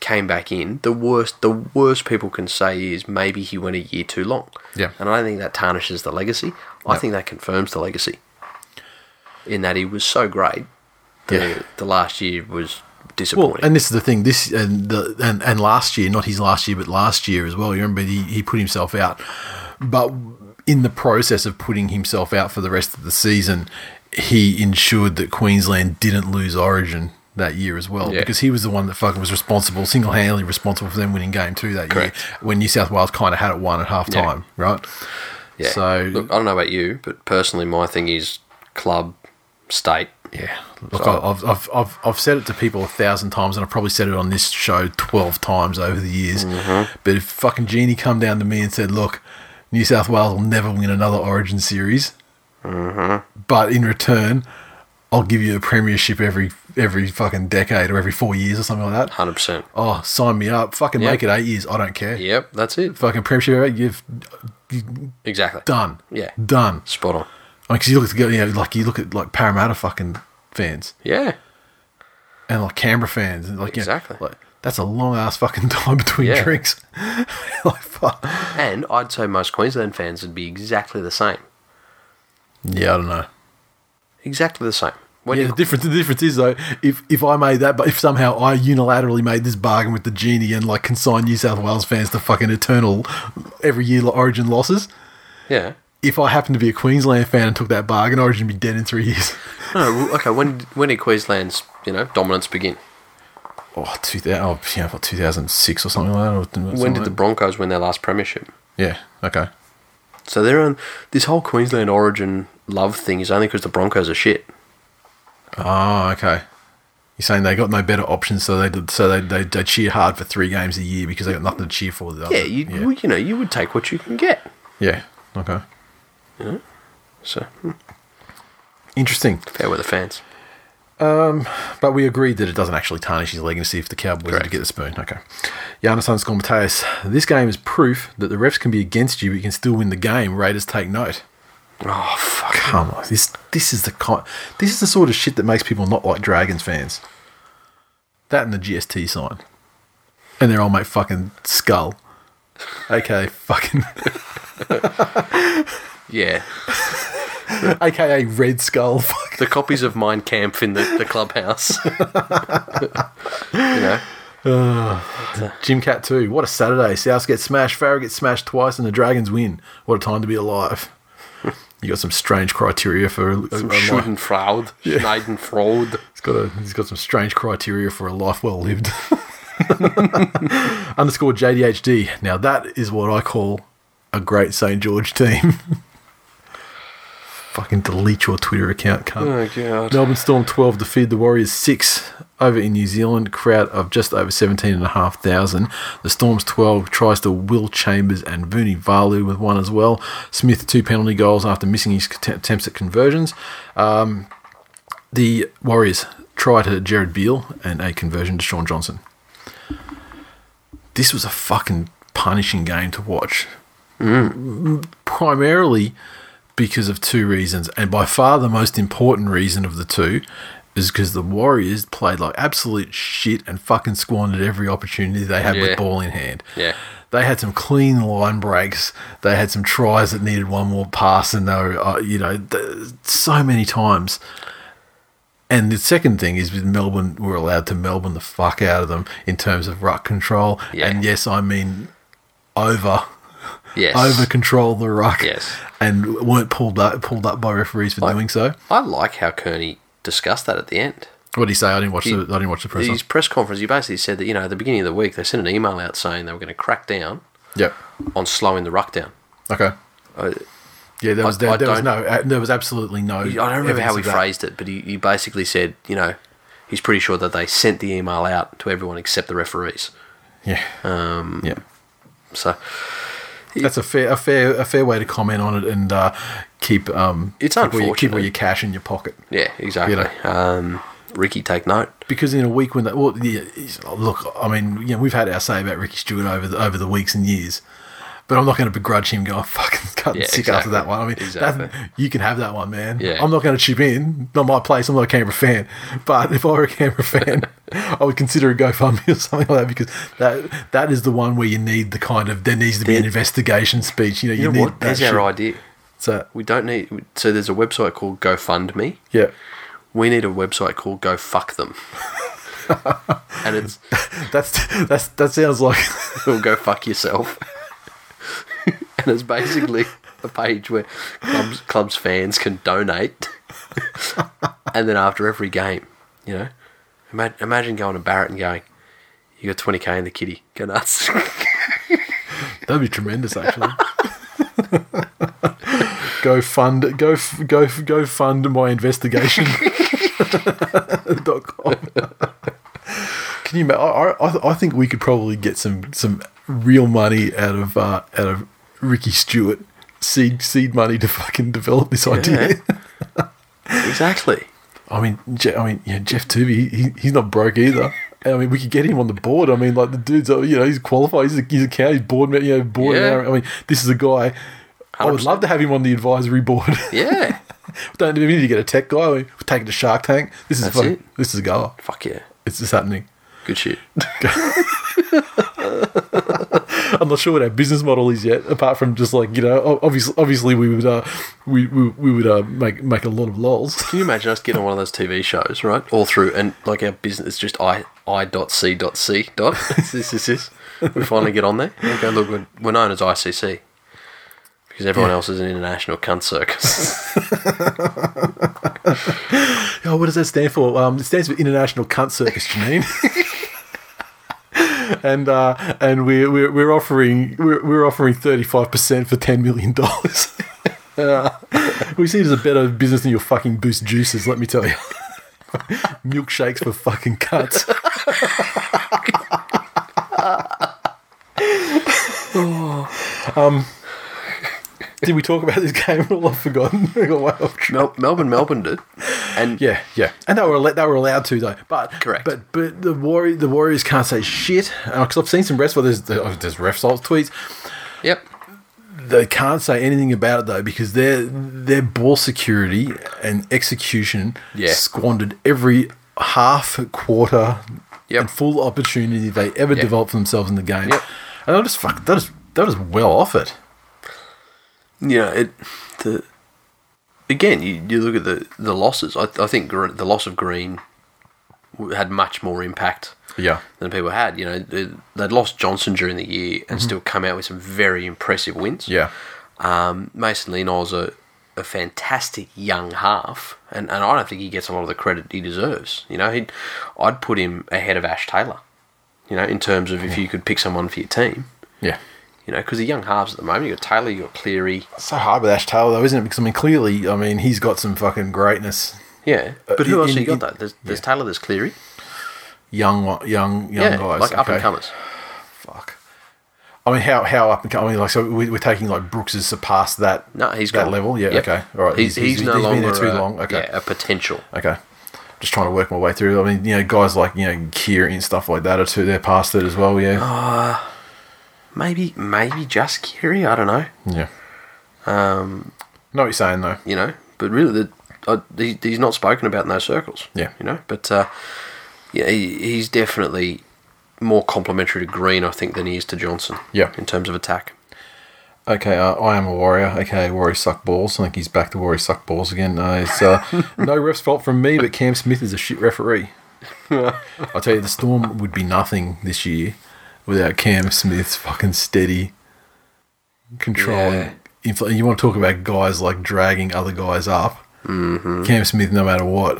S2: came back in. The worst, the worst people can say is maybe he went a year too long.
S1: Yeah.
S2: and I don't think that tarnishes the legacy. I think that confirms the legacy. In that he was so great, the
S1: Yeah.
S2: the last year was
S1: Well,
S2: disappointing.
S1: and this is the thing. This and the and, and last year, not his last year, but last year as well. You remember he, he put himself out, but in the process of putting himself out for the rest of the season, he ensured that Queensland didn't lose Origin that year as well
S2: Yeah.
S1: because he was the one that fucking was responsible, single handedly responsible for them winning game two that
S2: Correct.
S1: year when New South Wales kind of had it won at half time, right?
S2: yeah.
S1: So
S2: look, I don't know about you, but personally, my thing is club, state.
S1: Yeah, look, I- I've, I've, I've, I've said it to people a thousand times, and I've probably said it on this show twelve times over the years.
S2: Mm-hmm.
S1: But if fucking Genie come down to me and said, "Look, New South Wales will never win another Origin series,
S2: Mm-hmm.
S1: but in return, I'll give you a premiership every every fucking decade or every four years or something like that,"
S2: Hundred percent.
S1: oh, sign me up! Fucking
S2: Yeah.
S1: make it eight years. I don't care.
S2: Yep, that's it.
S1: Fucking premiership, you've
S2: Exactly.
S1: done.
S2: Yeah.
S1: done.
S2: Spot on.
S1: I mean, because you look at the- you know, like you look at like Parramatta fucking fans.
S2: Yeah.
S1: and like Canberra fans, and like you know,
S2: Exactly.
S1: like that's a long ass fucking time between
S2: Yeah.
S1: drinks. like fuck.
S2: And I'd say most Queensland fans would be exactly the same.
S1: Yeah, I don't know.
S2: Exactly the same. When
S1: Yeah,
S2: you
S1: the difference the difference is though, if if I made that, but if somehow I unilaterally made this bargain with the genie and like consigned New South Wales fans to fucking eternal every year Origin losses.
S2: Yeah.
S1: If I happened to be a Queensland fan and took that bargain, Origin would be dead in three years.
S2: No, well, okay. When when did Queensland's you know dominance begin?
S1: Oh, 2000, oh yeah, what, 2006 or something like that. Or something
S2: When did
S1: like that.
S2: the Broncos win their last premiership?
S1: Yeah, okay.
S2: So they're on this whole Queensland origin love thing is only because the Broncos are shit.
S1: Oh, okay. You're saying they got no better options, so they did, so they, they they cheer hard for three games a year because they got nothing to cheer for. the other-
S2: Yeah, you
S1: yeah.
S2: well, you know you would take what you can get.
S1: Yeah, Okay.
S2: So hmm,
S1: Interesting.
S2: fair with the fans.
S1: But we agreed that it doesn't actually tarnish his legacy if the Cowboys were to
S2: Correct.
S1: get the spoon. Okay. Giannis underscore Mateus. This game is proof that the refs can be against you, but you can still win the game. Raiders take note.
S2: Oh fuck!
S1: Come on, this this is the kind, this is the sort of shit that makes people not like Dragons fans. That and the GST sign, and their old mate fucking skull, aka fucking
S2: Yeah,
S1: aka Red Skull. Fuck.
S2: the copies of Mein Kampf in the, the clubhouse. you know,
S1: Jim Cat too. What a Saturday! South gets smashed, Farrah gets smashed twice, and the Dragons win. What a time to be alive. You got some strange criteria for a, a life.
S2: Schüttenfraud, Schneidenfraud.
S1: He's got a he's got some strange criteria for a life well lived. Underscore JDHD. Now that is what I call a great St George team. Fucking delete your Twitter account, cunt.
S2: Oh god!
S1: Melbourne Storm 12 defeated the Warriors 6 over in New Zealand, crowd of just over 17,500. The Storm's 12 tries to Will Chambers and Vuni Valu with one as well. Smith, two penalty goals after missing his att- attempts at conversions. Um, the Warriors try to Jared Beal and a conversion to Sean Johnson. This was a fucking punishing game to watch
S2: Mm.
S1: primarily because of two reasons, and by far the most important reason of the two is because the Warriors played like absolute shit and fucking squandered every opportunity they had
S2: Yeah.
S1: with ball in hand.
S2: Yeah.
S1: They had some clean line breaks. They had some tries that needed one more pass, and they were, uh, you know, th- so many times. And the second thing is with Melbourne, we're allowed to Melbourne the fuck out of them in terms of ruck control.
S2: Yeah.
S1: And yes, I mean over
S2: Yes.
S1: over control the ruck.
S2: Yes.
S1: And weren't pulled up pulled up by referees for doing so.
S2: I like how Kearney discussed that at the end.
S1: What did he say? I didn't watch the I didn't watch the press.
S2: His press conference, he basically said that, you know, at the beginning of the week, they sent an email out saying they were going to crack down
S1: Yep.
S2: on slowing the ruck down.
S1: Okay.
S2: I,
S1: Yeah, there was there,
S2: I
S1: there was
S2: don't-
S1: no uh, there was absolutely no.
S2: I don't remember how he
S1: evidence of that.
S2: phrased it, but he, he basically said, you know, he's pretty sure that they sent the email out to everyone except the referees.
S1: Yeah. Um, yeah.
S2: So
S1: That's a fair, a fair, a fair way to comment on it and uh, keep. Um,
S2: It's
S1: keep all your, keep all
S2: unfortunate.
S1: your cash in your pocket
S2: yeah, exactly.
S1: You
S2: um, Ricky, take note.
S1: because in a week when that well, yeah, he's- look, I mean, you know, we've had our say about Ricky Stewart over the, over the weeks and years, but I'm not going to begrudge him going fucking cut
S2: Yeah,
S1: sick after
S2: exactly.
S1: that one. I mean, that-
S2: Exactly.
S1: you can have that one, man.
S2: Yeah.
S1: I'm not going to chip in. Not my place. I'm not a Canberra fan, but if I were a Canberra fan, I would consider a GoFundMe or something like that because that that is the one where you need the kind of there needs to be an investigation speech. You know, you,
S2: You know
S1: need
S2: what?
S1: that
S2: There's
S1: shit.
S2: our idea.
S1: So
S2: We don't need. So there's a website called GoFundMe.
S1: yeah.
S2: We need a website called Go Fuck Them. and it's
S1: That's that's that sounds like
S2: or go fuck yourself. and it's basically a page where clubs, clubs fans can donate, and then after every game, you know, ima- imagine going to Barrett and going, "You got twenty k in the kitty, go nuts."
S1: that'd be tremendous actually. go fund go f- go f- go fund my investigation. dot com. Can you? ma- I, I I think we could probably get some some real money out of uh, out of Ricky Stewart seed seed money to fucking develop this idea.
S2: exactly.
S1: I mean, Je- I mean, yeah, Jeff Tooby, he, he's not broke either. And I mean, we could get him on the board. I mean, like the dude's, uh, you know, he's qualified. He's a, he's a county board, member, you know, board.
S2: Yeah.
S1: member. I mean, this is a guy. I would
S2: 100%.
S1: love to have him on the advisory board.
S2: Yeah.
S1: Don't even need to get a tech guy. We take it to Shark Tank. This is
S2: That's
S1: fucking,
S2: it.
S1: This is a goer.
S2: fuck yeah.
S1: It's just happening.
S2: Good shit.
S1: I'm not sure what our business model is yet, apart from just like you know, o- obviously, obviously we would, uh, we we, we would uh, make make a lot of lols.
S2: Can you imagine us getting on one of those TV shows, right? All through, and like our business is just I I dot C dot C dot. This this this. this. We finally get on there. We go look. We're, we're known as ICC because everyone else is an international cunt circus.
S1: Oh, what does that stand for? Um, it stands for International Cunt Circus, Janine. and uh, and we're, we're we're offering we're, we're offering thirty five percent for ten million dollars. we see it as a better business than your fucking boost juices. Let me tell you, milkshakes for fucking cuts. um. Did we talk about this game at all? I've forgotten. I got way off track.
S2: Mel- Melbourne, Melbourne did, and
S1: Yeah, yeah, and they were alle- they were allowed to though, but
S2: Correct.
S1: But but the warrior the Warriors can't say shit because I've seen some refs. Well, there's oh, there's refs old tweets.
S2: yep,
S1: They can't say anything about it though because their their ball security and execution
S2: Yeah.
S1: squandered every half quarter
S2: Yep.
S1: and full opportunity they ever developed for themselves in the game.
S2: Yep.
S1: And I just fuck that is that is well off it.
S2: yeah. It the again you, you look at the the losses. I I think Gre- the loss of Green w- had much more impact.
S1: Yeah,
S2: than people had. You know, they- they'd lost Johnson during the year and still come out with some very impressive wins.
S1: yeah,
S2: Um, Mason Lenoir's a, a fantastic young half, and, and I don't think he gets a lot of the credit he deserves. You know, he'd, I'd put him ahead of Ash Taylor, you know, in terms of if you could pick someone for your team.
S1: yeah.
S2: You know, because the young halves at the moment, you've got Taylor, you've got Cleary.
S1: It's so hard with Ash Taylor though, isn't it? Because I mean, clearly, I mean, he's got some fucking greatness.
S2: Yeah. But
S1: Uh, in-
S2: who else
S1: in-
S2: have you got,
S1: in-
S2: though? There's, there's Taylor, there's Cleary.
S1: young one- young young
S2: Yeah,
S1: guys,
S2: like up and
S1: okay.
S2: comers.
S1: Fuck. I mean, how how up and coming? I mean, like so we, we're taking like Brooks has surpassed that
S2: No, he's
S1: that
S2: gone.
S1: level. Yeah,
S2: Yep.
S1: okay, all right.
S2: He's, he's, no
S1: been
S2: longer
S1: there too
S2: a-
S1: long. Okay,
S2: yeah, a potential.
S1: okay. Just trying to work my way through. I mean, you know, guys like you know Kiri and stuff like that are too. They're past it as well. Yeah,
S2: Maybe, maybe just Kiri. I don't know.
S1: yeah. Um, know what you're saying though.
S2: you know. But really, the I, he, he's not spoken about in those circles.
S1: Yeah.
S2: you know, but uh, yeah, he, he's definitely more complimentary to Green, I think, than he is to Johnson.
S1: Yeah.
S2: in terms of attack.
S1: Okay, uh, I am a warrior. Okay, warrior suck balls. I think he's back to warrior suck balls again. No, it's uh, no ref's fault from me, but Cam Smith is a shit referee. I tell you, the storm would be nothing this year without Cam Smith's fucking steady controlling.
S2: Yeah.
S1: Infl- you want to talk about guys like dragging other guys up? Mm-hmm. Cam Smith, no matter what,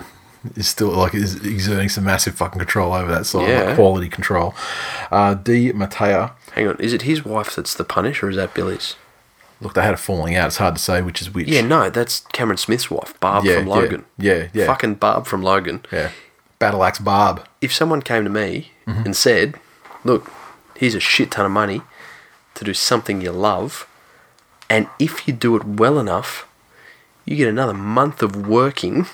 S1: is still like is exerting some massive fucking control over that side,
S2: Yeah.
S1: like quality control. Uh, D. Matea.
S2: Hang on, is it his wife that's the punish, or is that Billy's?
S1: Look, they had a falling out. It's hard to say which is which.
S2: Yeah, no, that's Cameron Smith's wife, Barb
S1: Yeah,
S2: from
S1: yeah,
S2: Logan.
S1: yeah, yeah.
S2: fucking Barb from Logan.
S1: Yeah. Battle Axe Barb.
S2: If someone came to me
S1: Mm-hmm.
S2: and said, "Look, here's a shit ton of money to do something you love, and if you do it well enough, you get another month of working."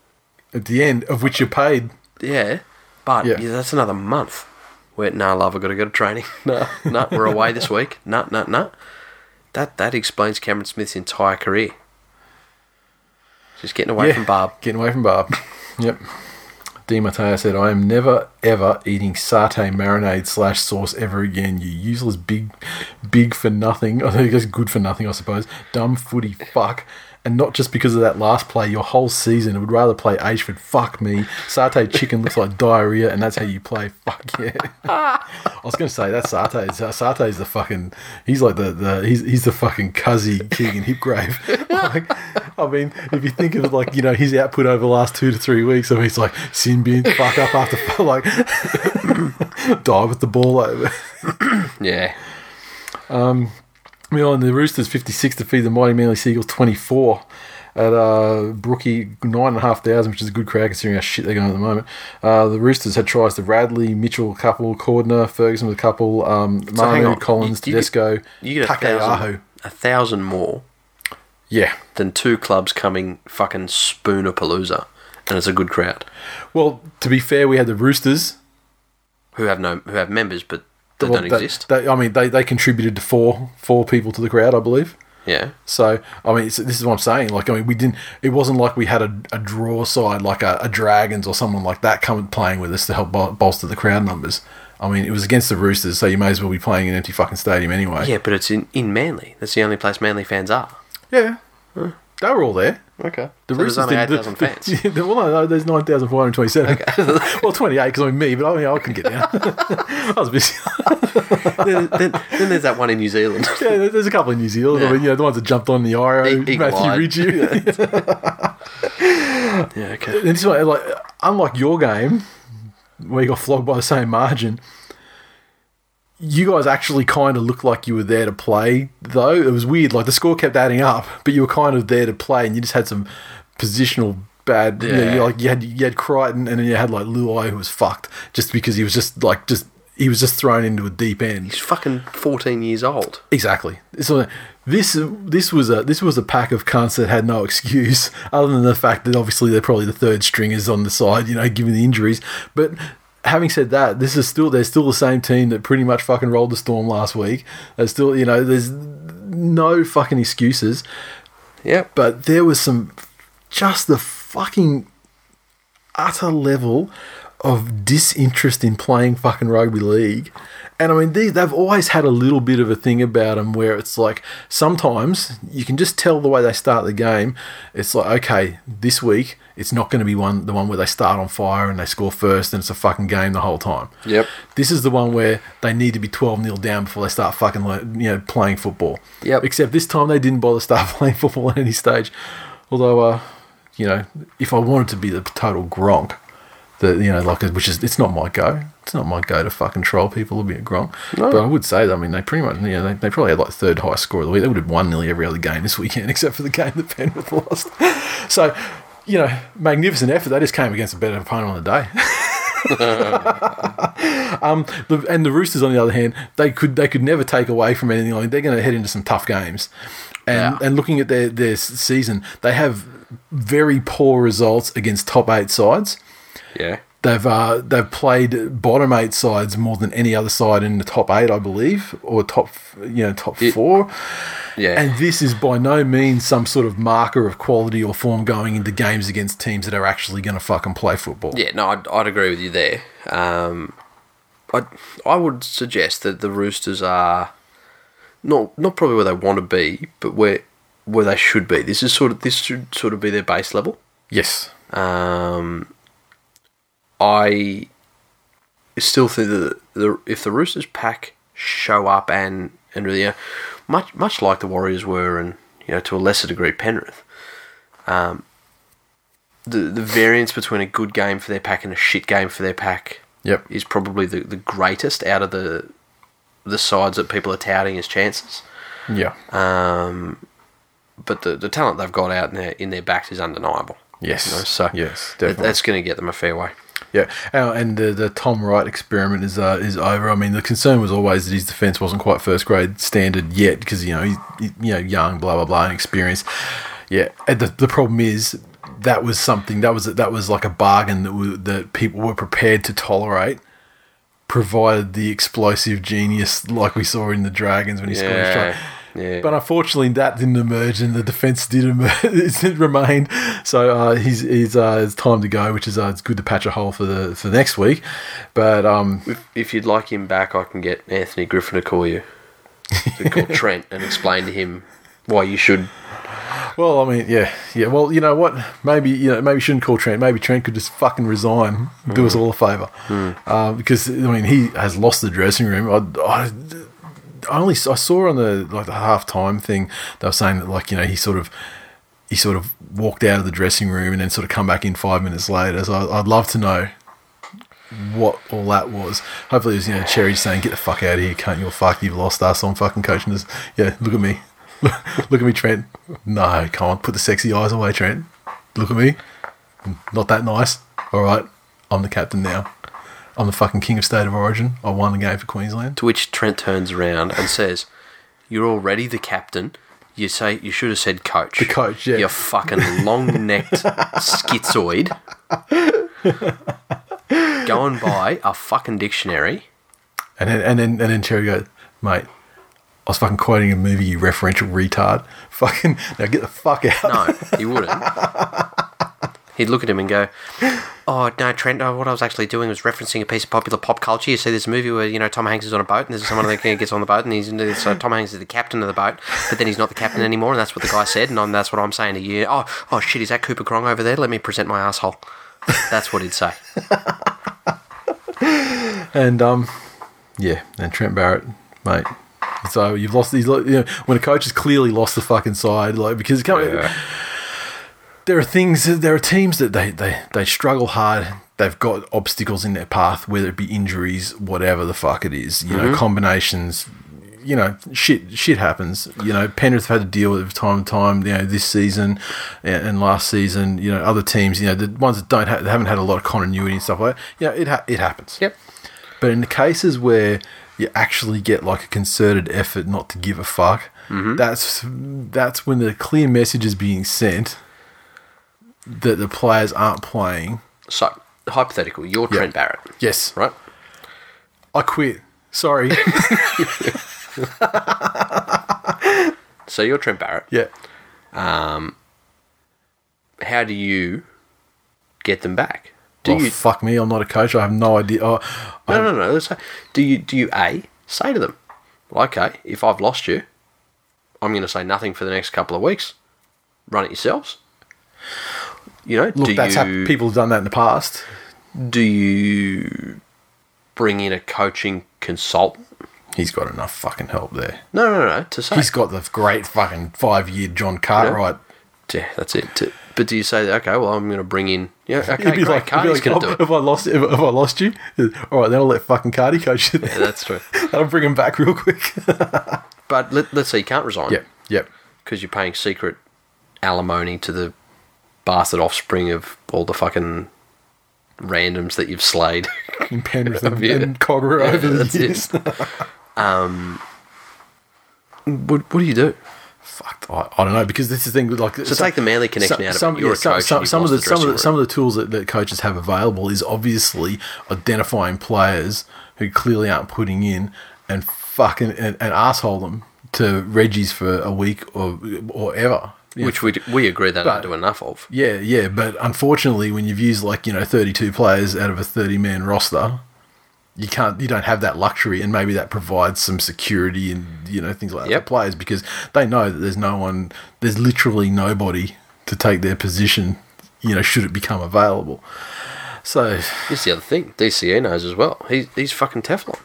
S1: At the end of which you're paid.
S2: Yeah, but
S1: Yeah.
S2: yeah, that's another month. Where no, love, I've got to go to training. No, no, we're away this week. No, no, no. That that explains Cameron Smith's entire career. Just getting away
S1: Yeah.
S2: from Barb.
S1: Getting away from Barb. yep. D. Matteo said, I am never, ever eating satay marinade slash sauce ever again, you useless big, big for nothing. I guess good for nothing, I suppose. Dumb footy fuck. And not just because of that last play, your whole season. I would rather play Ashford. Fuck me. Satay chicken looks like diarrhea, and that's how you play. Fuck yeah. I was going to say that's Satay. Sa- Satay's uh, the fucking. He's like the, the he's he's the fucking Cuzzy King in Hipgrave. like, I mean, if you think of like you know his output over the last two to three weeks, I mean, it's like sin bin, fuck up after fuck, like dive with the ball over.
S2: Yeah.
S1: Meanwhile, the Roosters 56 to feed the mighty Manly Seagulls 24 at uh, Brookie, 9,500, which is a good crowd considering how shit they're going at the moment. Uh, the Roosters had tries to Radley, Mitchell, a couple, Cordner, Ferguson with a couple, um,
S2: hang
S1: Manu,
S2: on.
S1: Collins,
S2: You- you get-
S1: Tedesco,
S2: You get a
S1: Takeaho.
S2: thousand, a thousand more
S1: Yeah.
S2: than two clubs coming fucking Spoonerpalooza, and it's a good crowd
S1: Well, to be fair, we had the Roosters.
S2: who have no who have members but they
S1: Well,
S2: don't exist.
S1: They, I mean, they, they contributed to four four people to the crowd, I believe.
S2: yeah.
S1: So I mean, it's, this is what I'm saying. Like I mean, we didn't. It wasn't like we had a, a draw side like a, a Dragons or someone like that coming playing with us to help bol- bolster the crowd numbers. I mean, it was against the Roosters, so you may as well be playing an empty fucking stadium anyway.
S2: Yeah, but it's in, in Manly. That's the only place Manly fans are.
S1: yeah. They were all there.
S2: Okay.
S1: The
S2: The so there's only
S1: didn't-
S2: eight thousand
S1: the-
S2: fans.
S1: the- well, no, no, there's 9,427. well, 28 because I'm me, but I mean, I can get down. I was busy.
S2: then, then, then there's that one in New Zealand.
S1: Yeah, there- there's a couple in New Zealand. I
S2: Yeah.
S1: mean, you know, the ones that jumped on the Iro,
S2: E- eagle
S1: Matthew
S2: eyed.
S1: Ritchie.
S2: yeah, okay.
S1: And this one, like, unlike your game, where you got flogged by the same margin, you guys actually kind of looked like you were there to play, though. It was weird. Like, the score kept adding up, but you were kind of there to play, and you just had some positional bad. Yeah. You, know,
S2: Yeah.
S1: you, like, you had, you had Crichton, and then you had, like, Luai, who was fucked just because he was just, like, just. He was just thrown into a deep end.
S2: He's fucking 14 years old.
S1: Exactly. So this this was a this was a pack of cunts that had no excuse other than the fact that obviously they're probably the third stringers on the side, you know, given the injuries. But having said that, this is still they're still the same team that pretty much fucking rolled the storm last week. They're still, you know, there's no fucking excuses.
S2: Yep.
S1: But there was some just the fucking utter level of disinterest in playing fucking rugby league. And I mean, these, they've always had a little bit of a thing about them where it's like sometimes you can just tell the way they start the game. It's like, okay, this week it's not going to be one the one where they start on fire and they score first and it's a fucking game the whole time.
S2: Yep.
S1: This is the one where they need to be 12 0 down before they start fucking le- you know playing football.
S2: Yep.
S1: Except this time they didn't bother start playing football at any stage. Although, uh, you know, if I wanted to be the total Gronk, the you know like which is it's not my go. It's not my go to fucking troll people a bit Gronk. But I would say that I mean they pretty much you know they, they probably had like third highest score of the week. They would have won nearly every other game this weekend except for the game that Penrith lost. So. You know, magnificent effort. They just came against a better opponent on the day. The, and the Roosters, on the other hand, they could they could never take away from anything. Like they're going to head into some tough games, and
S2: Yeah.
S1: and looking at their their s- season, they have very poor results against top eight sides
S2: Yeah.
S1: They've uh, they've played bottom eight sides more than any other side in the top eight, I believe, or top you know top
S2: It-
S1: four.
S2: Yeah.
S1: And this is by no means some sort of marker of quality or form going into games against teams that are actually going to fucking play football.
S2: Yeah, no, I'd, I'd agree with you there. Um, I I would suggest that the Roosters are not not probably where they want to be, but where where they should be. This is sort of this should sort of be their base level.
S1: Yes.
S2: Um, I still think that the, if the Roosters pack show up and and really uh, much much like the Warriors were, and you know to a lesser degree Penrith, um, the the variance between a good game for their pack and a shit game for their pack
S1: Yep.
S2: is probably the, the greatest out of the the sides that people are touting as chances.
S1: Yeah.
S2: Um, but the, the talent they've got out in their in their backs is undeniable.
S1: Yes.
S2: You know, so
S1: Yes,
S2: that-
S1: definitely.
S2: that's going to get them a fair way.
S1: Yeah, Oh, and the, the Tom Wright experiment is uh, is over. I mean, the concern was always that his defence wasn't quite first grade standard yet because you know he's he- you know young, blah blah blah, inexperienced. Yeah, and the, the problem is that was something that was that was like a bargain that we, that people were prepared to tolerate, provided the explosive genius like we saw in the Dragons when he scored his
S2: Yeah,
S1: try.
S2: yeah.
S1: But unfortunately, that didn't emerge, and the defence did emerge. it remained. So uh, he's, he's uh, it's time to go, which is uh, it's good to patch a hole for the for next week. But um,
S2: if, if you'd like him back, I can get Anthony Griffin to call you, to call Trent, and explain to him why you should.
S1: well, I mean, yeah, yeah. Well, you know what? Maybe you know maybe you shouldn't call Trent. Maybe Trent could just fucking resign, do us all a favour, Uh, because I mean he has lost the dressing room. I, I, I only I saw on the like the half time thing they were saying that like you know he sort of he sort of walked out of the dressing room and then sort of come back in five minutes later. So I, I'd love to know what all that was. Hopefully it was you know Cherry saying get the fuck out of here, can't you? Fuck, you've lost us. I'm fucking coaching this. Yeah, look at me, look at me, Trent. No, come on, put the sexy eyes away, Trent. Look at me, not that nice. All right, I'm the captain now. I'm the fucking king of state of origin. I won the game for Queensland.
S2: To which Trent turns around and says, "You're already the captain." You say you should have said coach. The
S1: coach, yeah.
S2: You fucking long necked schizoid. Go and buy a fucking dictionary.
S1: And then and then and then Cherry goes, mate, I was fucking quoting a movie, you referential retard. Fucking now get the fuck out.
S2: No, he wouldn't. He'd look at him and go, "Oh no, Trent. uh what I was actually doing was referencing a piece of popular pop culture. You see this movie where you know Tom Hanks is on a boat, and there's someone that gets on the boat, and he's so Tom Hanks is the captain of the boat, but then he's not the captain anymore, and that's what the guy said, and I'm, that's what I'm saying to you. Oh, oh shit, is that Cooper Crong over there? Let me present my asshole. That's what he'd say.
S1: And um Yeah, and Trent Barrett, mate. So you've lost these you know, when a coach has clearly lost the fucking side, like because it can't- there are things there are teams that they, they they struggle hard they've got obstacles in their path whether it be injuries whatever the fuck it is you know combinations you know shit shit happens you know penrith have had to deal with it time and time you know this season and and last season you know other teams you know the ones that don't ha- they haven't had a lot of continuity and stuff like that you know it, ha- it happens
S2: Yep.
S1: but in the cases where you actually get like a concerted effort not to give a fuck,
S2: Mm-hmm.
S1: that's that's when the clear message is being sent that the players aren't playing.
S2: So hypothetical, you're Trent Barrett,
S1: Yes,
S2: right?
S1: I quit. Sorry.
S2: So you're Trent Barrett.
S1: yeah.
S2: How do you get them back? Do
S1: well,
S2: you
S1: Oh, fuck me. I'm not a coach. I have no idea. Oh,
S2: No, no, no. Let's say, do you do you a say to them, well, okay, if I've lost you, I'm going to say nothing for the next couple of weeks. Run it yourselves. You know,
S1: look,
S2: do
S1: that's
S2: you
S1: how people have done that in the past.
S2: do you bring in a coaching consultant?
S1: He's got enough fucking help there.
S2: No, no, no. To say
S1: He's got the great fucking five year John Cartwright.
S2: yeah, that's it. To- but do you say, okay, well, I'm going to bring in yeah, okay,
S1: He'd be
S2: great,
S1: like, he'd be
S2: Cardi's
S1: like,
S2: going to
S1: "Oh,
S2: do it.
S1: if I lost, if, if I lost you, all right, then I'll let fucking Cardi coach you. then."
S2: Yeah, that's true.
S1: That'll bring him back real quick.
S2: But let, let's say you can't resign.
S1: Yep, yep.
S2: because you're paying secret alimony to the bastard offspring of all the fucking randoms that you've slayed.
S1: In Penrith and,
S2: Yeah.
S1: and Cogra over the
S2: That's
S1: years.
S2: it. um, what, what do you do?
S1: fucked. I, I don't know because this is the thing. Like,
S2: So take the manly connection out of it. You're a coach and you've
S1: some of
S2: lost
S1: the, some
S2: the
S1: of
S2: dressing
S1: the some of the tools that, that coaches have available is obviously identifying players who clearly aren't putting in and fucking and, and asshole them to Reggie's for a week or or ever. You know,
S2: which we, we agree they don't
S1: But-
S2: do enough of.
S1: yeah, yeah, but unfortunately, when you've used like you know thirty-two players out of a thirty-man roster, you can't, you don't have that luxury, and maybe that provides some security and you know things like that
S2: Yep.
S1: for players because they know that there's no one, there's literally nobody to take their position, you know, should it become available. So
S2: Here's the other thing DCE knows as well. He, he's fucking Teflon.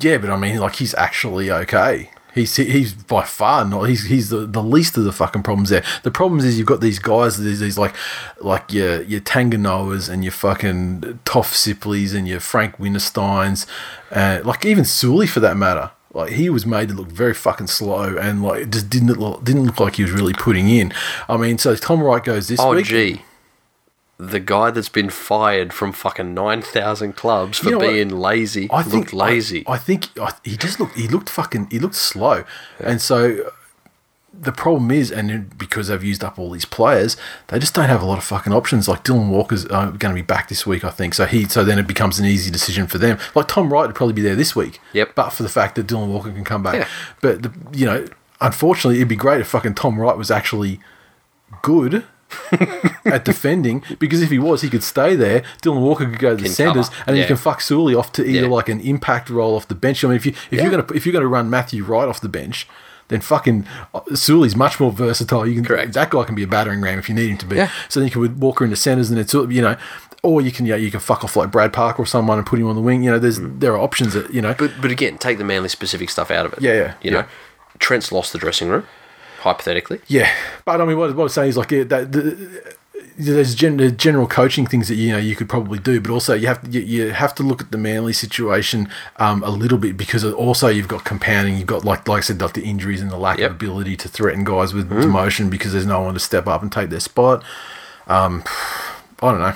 S1: yeah, but I mean, like he's actually okay. He's, he's by far not he's he's the, the least of the fucking problems there. The problems is you've got these guys these, these like like your your Tanganoas and your fucking Toff Sipleys and your Frank Wintersteins, uh, like even Sully for that matter. Like he was made to look very fucking slow and like just didn't look, didn't look like he was really putting in. I mean, so Tom Wright goes this
S2: Oh,
S1: week.
S2: gee. The guy that's been fired from fucking 9,000 clubs for
S1: You know what?
S2: being lazy
S1: I
S2: looked
S1: think
S2: lazy.
S1: I, I think I, he just looked. He looked fucking. He looked slow, and so uh, the problem is, and then because they've used up all these players, they just don't have a lot of fucking options. Like Dylan Walker's uh, going to be back this week, I think. So he, so then it becomes an easy decision for them. Like Tom Wright would probably be there this week.
S2: Yep.
S1: But for the fact that Dylan Walker can come back,
S2: Yeah.
S1: but the, you know, unfortunately, it'd be great if fucking Tom Wright was actually good. at defending because if he was, he could stay there. Dylan Walker could go to the
S2: Can
S1: centres,
S2: cover,
S1: and then
S2: yeah.
S1: you can fuck Sully off to either
S2: Yeah.
S1: like an impact role off the bench. I mean, if you if you're gonna if you're gonna run Matthew Wright off the bench, then fucking uh, Sully's much more versatile. You can
S2: Correct.
S1: that guy can be a battering ram if you need him to be.
S2: Yeah.
S1: So then you can with Walker into centres, and it's sort of, you know. Or you can you, know, you can fuck off like Brad Parker or someone and put him on the wing. You know, there's
S2: Mm.
S1: there are options that you know.
S2: But but again, take the manly specific stuff out of it.
S1: Yeah, yeah,
S2: You
S1: yeah.
S2: know, Trent's lost the dressing row, hypothetically.
S1: Yeah, but I mean, what, what I'm saying is like yeah, that. The, there's gen- the general coaching things that you know you could probably do, but also you have to, you, you have to look at the Manly situation um, a little bit because also you've got compounding, you've got like like I said, like the injuries and the lack
S2: Yep.
S1: of ability to threaten guys with demotion because there's no one to step up and take their spot. Um, I don't know.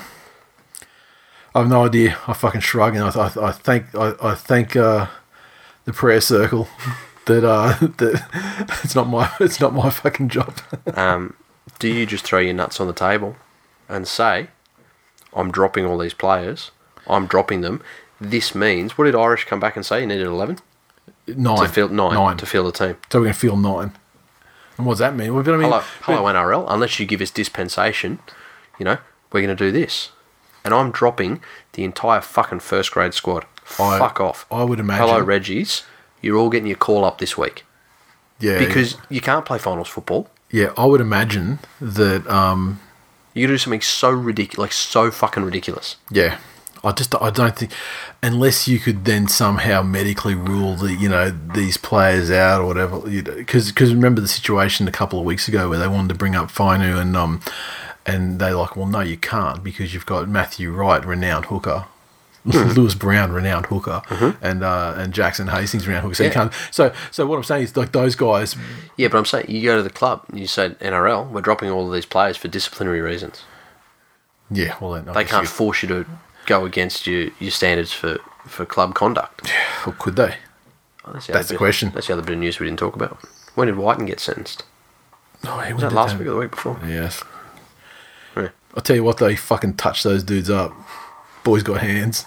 S1: I have no idea. I fucking shrug and I, I, I thank I, I thank uh, the prayer circle that uh, that it's not my it's not my fucking job.
S2: Um, do you just throw your nuts on the table and say, I'm dropping all these players, I'm dropping them. This means, what did Irish come back and say? You needed 11?
S1: nine.
S2: To field nine,
S1: Nine.
S2: to field the team.
S1: so we're going to field nine. And what does that mean? Well, but I mean,
S2: Hello,
S1: but-
S2: hello NRL, unless you give us dispensation, you know, we're going to do this. And I'm dropping the entire fucking first grade squad.
S1: I-
S2: Fuck off.
S1: I would imagine-
S2: Hello, Reggie's. You're all getting your call up this week
S1: yeah,
S2: because you can't play finals football.
S1: yeah, I would imagine that. Um,
S2: You do something so ridiculous, like so fucking ridiculous.
S1: yeah, I just I don't think unless you could then somehow medically rule the you know these players out or whatever. Because because remember the situation a couple of weeks ago where they wanted to bring up Finu and um and they like well no you can't because you've got Matthew Wright renowned hooker.
S2: Hmm.
S1: Lewis Brown, renowned hooker, and uh, and Jackson Hastings, renowned hooker. So you
S2: Mm-hmm. Yeah.
S1: can't. So so what I'm saying is like those guys
S2: Yeah, but I'm saying you go to the club and you say NRL, we're dropping all of these players for disciplinary reasons.
S1: Yeah, well, then, I
S2: They
S1: guess
S2: can't
S1: you-
S2: force you to go against your, your standards for, for club conduct.
S1: or could they?
S2: Oh,
S1: That's
S2: other
S1: the
S2: bit-
S1: question.
S2: That's the other bit of news we didn't talk about. When did Whiten get sentenced?
S1: No, he
S2: Was that last week or the week before?
S1: Yes.
S2: Yeah.
S1: I'll tell you what, though, he fucking touched those dudes up. Boys got hands.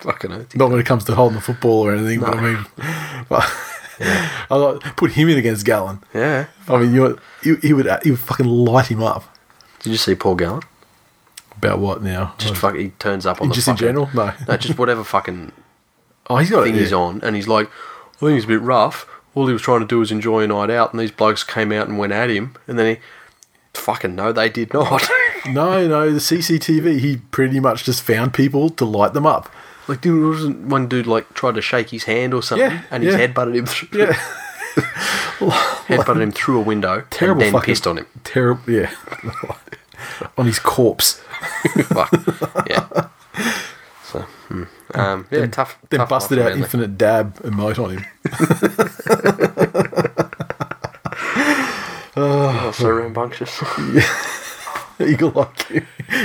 S2: Fucking oath.
S1: Not when it comes to holding the football or anything, but I mean, but- I thought, put him in against Gallon.
S2: Yeah.
S1: I mean, you know, he, he would he would fucking light him up.
S2: Did you see Paul Gallen?
S1: About what now?
S2: Just
S1: Like,
S2: fuck. He turns up on the
S1: Oh. just in
S2: fucking-
S1: general, no.
S2: No, just whatever fucking
S1: Oh, he's got
S2: thing
S1: yeah.
S2: he's on, and he's like, I think he's a bit rough. All he was trying to do was enjoy a night out, and these blokes came out and went at him, and then he, fucking no, they did not.
S1: No, no, the CCTV. He pretty much just found people to light them up.
S2: like, dude, wasn't one dude like tried to shake his hand or something,
S1: Yeah,
S2: and his
S1: yeah.
S2: head butted him. Th-
S1: Yeah.
S2: head butted him through a window,
S1: Terrible
S2: and then
S1: fucking-
S2: pissed on him.
S1: Terrible. Yeah. on his corpse.
S2: Fuck. Yeah. So, hmm. um, yeah, tough.
S1: Then
S2: tough
S1: busted
S2: life for
S1: out
S2: Manly.
S1: infinite dab emote on him.
S2: Oh, so rambunctious.
S1: Eagle like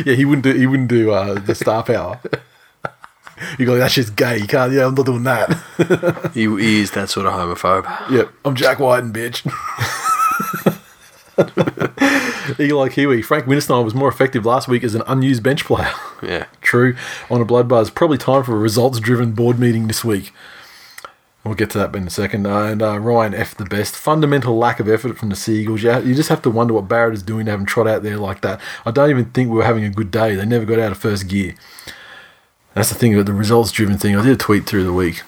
S1: Yeah, he wouldn't do he wouldn't do uh, the star power. You go, that's just gay. You can't. Yeah, I'm not doing that.
S2: he is that sort of homophobe.
S1: yep, I'm Jack White and bitch. Eagle Eye Kiwi. Frank Winterstein was more effective last week as an unused bench player.
S2: Yeah.
S1: True. On a blood bar, it's probably time for a results driven board meeting this week. We'll get to that in a second. Uh, and uh, Ryan F. the best. Fundamental lack of effort from the Seagulls. You, ha- you just have to wonder what Barrett is doing to have him trot out there like that. I don't even think we were having a good day. They never got out of first gear. That's the thing about the results driven thing. I did a tweet through the week.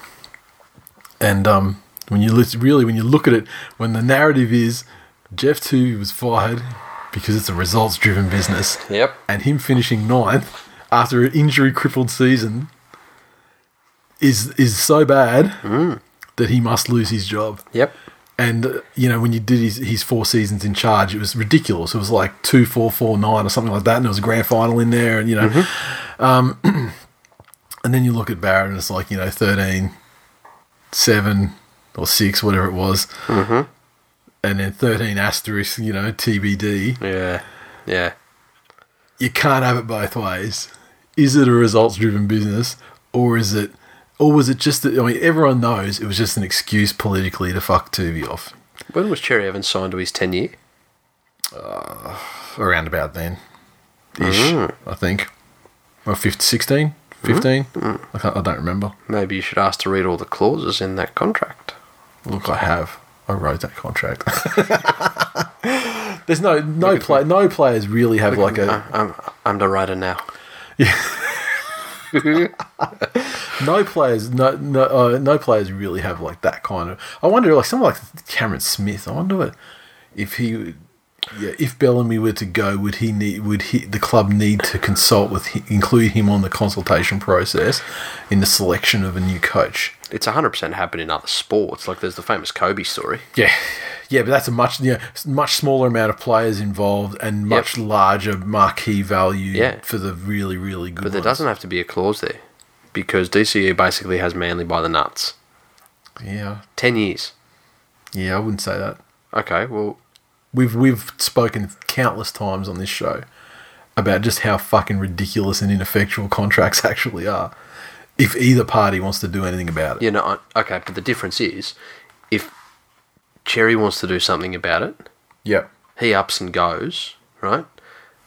S1: And um, when you lis- really when you look at it, when the narrative is Jeff Two was fired because it's a results driven business.
S2: Yep.
S1: And him finishing ninth after an injury crippled season is is so bad that he must lose his job.
S2: Yep.
S1: And uh, you know when you did his, his four seasons in charge, it was ridiculous. It was like two four four nine or something like that, and there was a grand final in there, and you know, um, and then you look at Barrett, and it's like you know thirteen, seven or six, whatever it was, mm-hmm. and then thirteen asterisk, you know, TBD.
S2: Yeah. Yeah.
S1: You can't have it both ways. Is it a results driven business, or is it, or was it just that? I mean, everyone knows it was just an excuse politically to fuck Tuvi off.
S2: When was Cherry Evans signed to his 10 year?
S1: around about then ish, I think. Or 15, 16, 15? I, can't, I don't remember.
S2: Maybe you should ask to read all the clauses in that contract.
S1: Look, I have. I wrote that contract. There's no no play no players really have like a
S2: I'm, I'm the writer now.
S1: no players no no uh, no players really have like that kind of. I wonder like someone like Cameron Smith. I wonder what, if he yeah if Bellamy were to go, would he need would he the club need to consult with hi- include him on the consultation process in the selection of a new coach?
S2: It's 100% happened in other sports. Like there's the famous Kobe story.
S1: Yeah, yeah, but that's a much yeah, s- much smaller amount of players involved and much larger marquee value
S2: Yeah.
S1: for the really really good.
S2: But there
S1: ones.
S2: doesn't have to be a clause there because DCE basically has Manly by the nuts.
S1: Yeah,
S2: 10 years.
S1: yeah, I wouldn't say that.
S2: Okay, well,
S1: We've we've spoken countless times on this show about just how fucking ridiculous and ineffectual contracts actually are. If either party wants to do anything about it,
S2: you know, I- okay, but the difference is if Cherry wants to do something about it,
S1: yeah,
S2: he ups and goes, right?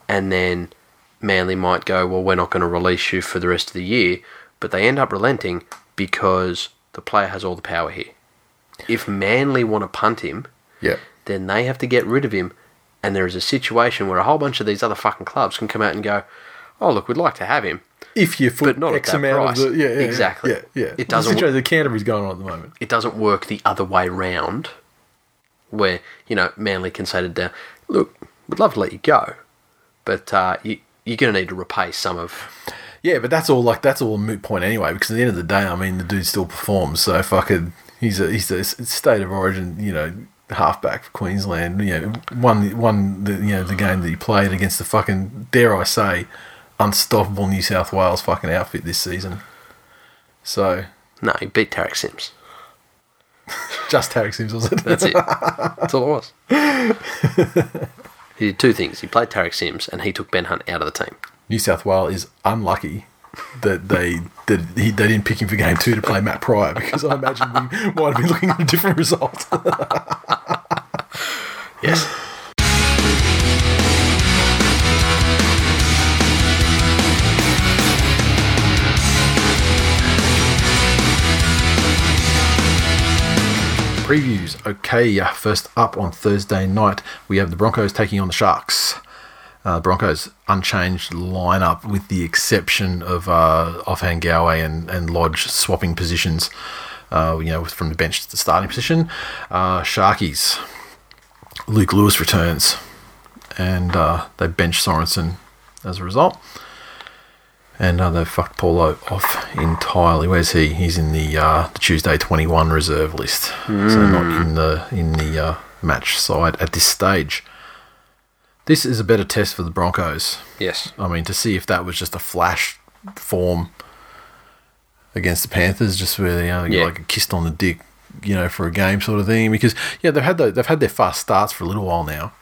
S2: And then Manly might go, well, we're not going to release you for the rest of the year. But they end up relenting because the player has all the power here. If Manly want to punt him,
S1: yeah,
S2: then they have to get rid of him. And there is a situation where a whole bunch of these other fucking clubs can come out and go, oh, look, we'd like to have him.
S1: if you put
S2: But not at
S1: X
S2: that
S1: amount
S2: price.
S1: of the yeah, yeah
S2: Exactly.
S1: yeah, yeah.
S2: It doesn't
S1: The situation that Canterbury's going on at the moment.
S2: It doesn't work the other way round where, you know, Manly can say to Down, look, we'd love to let you go, but uh, you, you're going to need to repay some of
S1: Yeah, but that's all like that's all a moot point anyway. Because at the end of the day, I mean, the dude still performs. So fucking, he's a he's a s- state of origin, you know, halfback for Queensland. You know, won won the you know the game that he played against the fucking dare I say, unstoppable New South Wales fucking outfit this season. So
S2: No, he beat Tarek Sims.
S1: just Tarek Sims was it?
S2: That's it. That's all it was. he did two things. He played Tarek Sims and he took Ben Hunt out of the team.
S1: New South Wales is unlucky that they that he, they didn't pick him for game two to play Matt Pryor because I imagine we might have been looking at a different result.
S2: Yes.
S1: previews. Okay, uh, first up on Thursday night, we have the Broncos taking on the Sharks. Uh, Broncos unchanged lineup with the exception of uh, offhand Gowe and, and Lodge swapping positions, uh, you know, from the bench to the starting position. Uh, Sharkies, Luke Lewis returns, and uh, they bench Sorensen as a result. And uh, they fucked Paulo off entirely. Where's he? He's in the, uh, the Tuesday 21 reserve list. So not in the in the uh, match side at this stage. This is a better test for the Broncos.
S2: Yes.
S1: I mean, to see if that was just a flash form against the Panthers, just where they uh,
S2: Yeah.
S1: like kissed on the dick, you know, for a game sort of thing. Because yeah, they've had the, they've had their fast starts for a little while now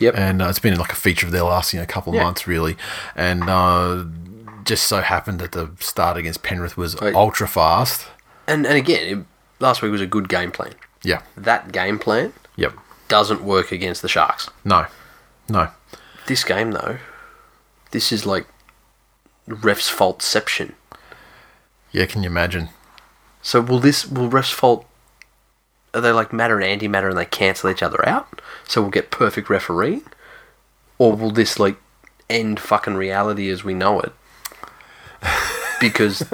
S2: Yep.
S1: and uh, it's been like a feature of their last you know couple of
S2: Yeah.
S1: months really, and uh, just so happened that the start against Penrith was
S2: Right.
S1: ultra fast.
S2: and and again, it, last week was a good game plan.
S1: Yeah.
S2: That game plan
S1: Yep.
S2: doesn't work against the Sharks.
S4: No, no.
S2: This game, though, this is like ref's faultception.
S1: Yeah, can you imagine?
S2: So will this will refs fault? Are they like matter and antimatter, and they cancel each other out? So we'll get perfect refereeing, or will this like end fucking reality as we know it? Because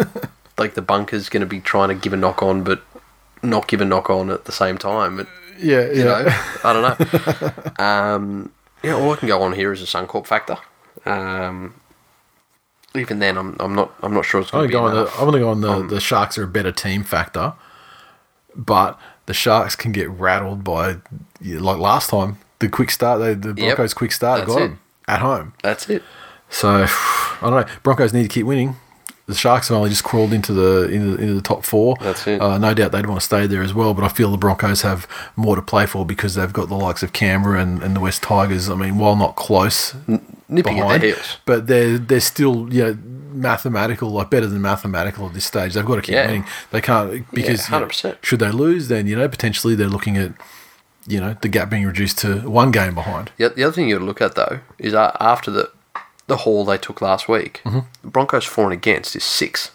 S2: like the bunker's going to be trying to give a knock on, but not give a knock on at the same time. It,
S1: Yeah,
S2: you know, I don't know. Um, yeah, all I can go on here is a Suncorp factor. Um, even then, I'm, I'm not I'm not sure it's
S1: I'm
S2: going to
S1: gonna go
S2: be
S1: on the
S2: enough.
S1: I'm gonna go on the,
S2: Um.
S1: the sharks are a better team factor, but the sharks can get rattled by yeah, like last time the quick start they, the
S2: Yep.
S1: Broncos quick start
S2: That's
S1: got
S2: it.
S1: them at home.
S2: That's it.
S1: So I don't know. Broncos need to keep winning. The Sharks have only just crawled into the into, the- into the top four.
S2: That's it.
S1: Uh, no doubt they'd want to stay there as well, but I feel the Broncos have more to play for because they've got the likes of Canberra and, and the West Tigers. I mean, while not close
S2: Nipping at
S1: behind,
S2: their heels.
S1: but they're they're still you know, mathematical, like better than mathematical at this stage. They've got to keep
S2: Yeah.
S1: winning. They can't uh, because you know,
S2: 100%.
S1: should they lose, then you know potentially they're looking at you know the gap being reduced to one game behind.
S2: The, the other thing you got to look at though is a- after the the haul they took last week, the Broncos for and against is six.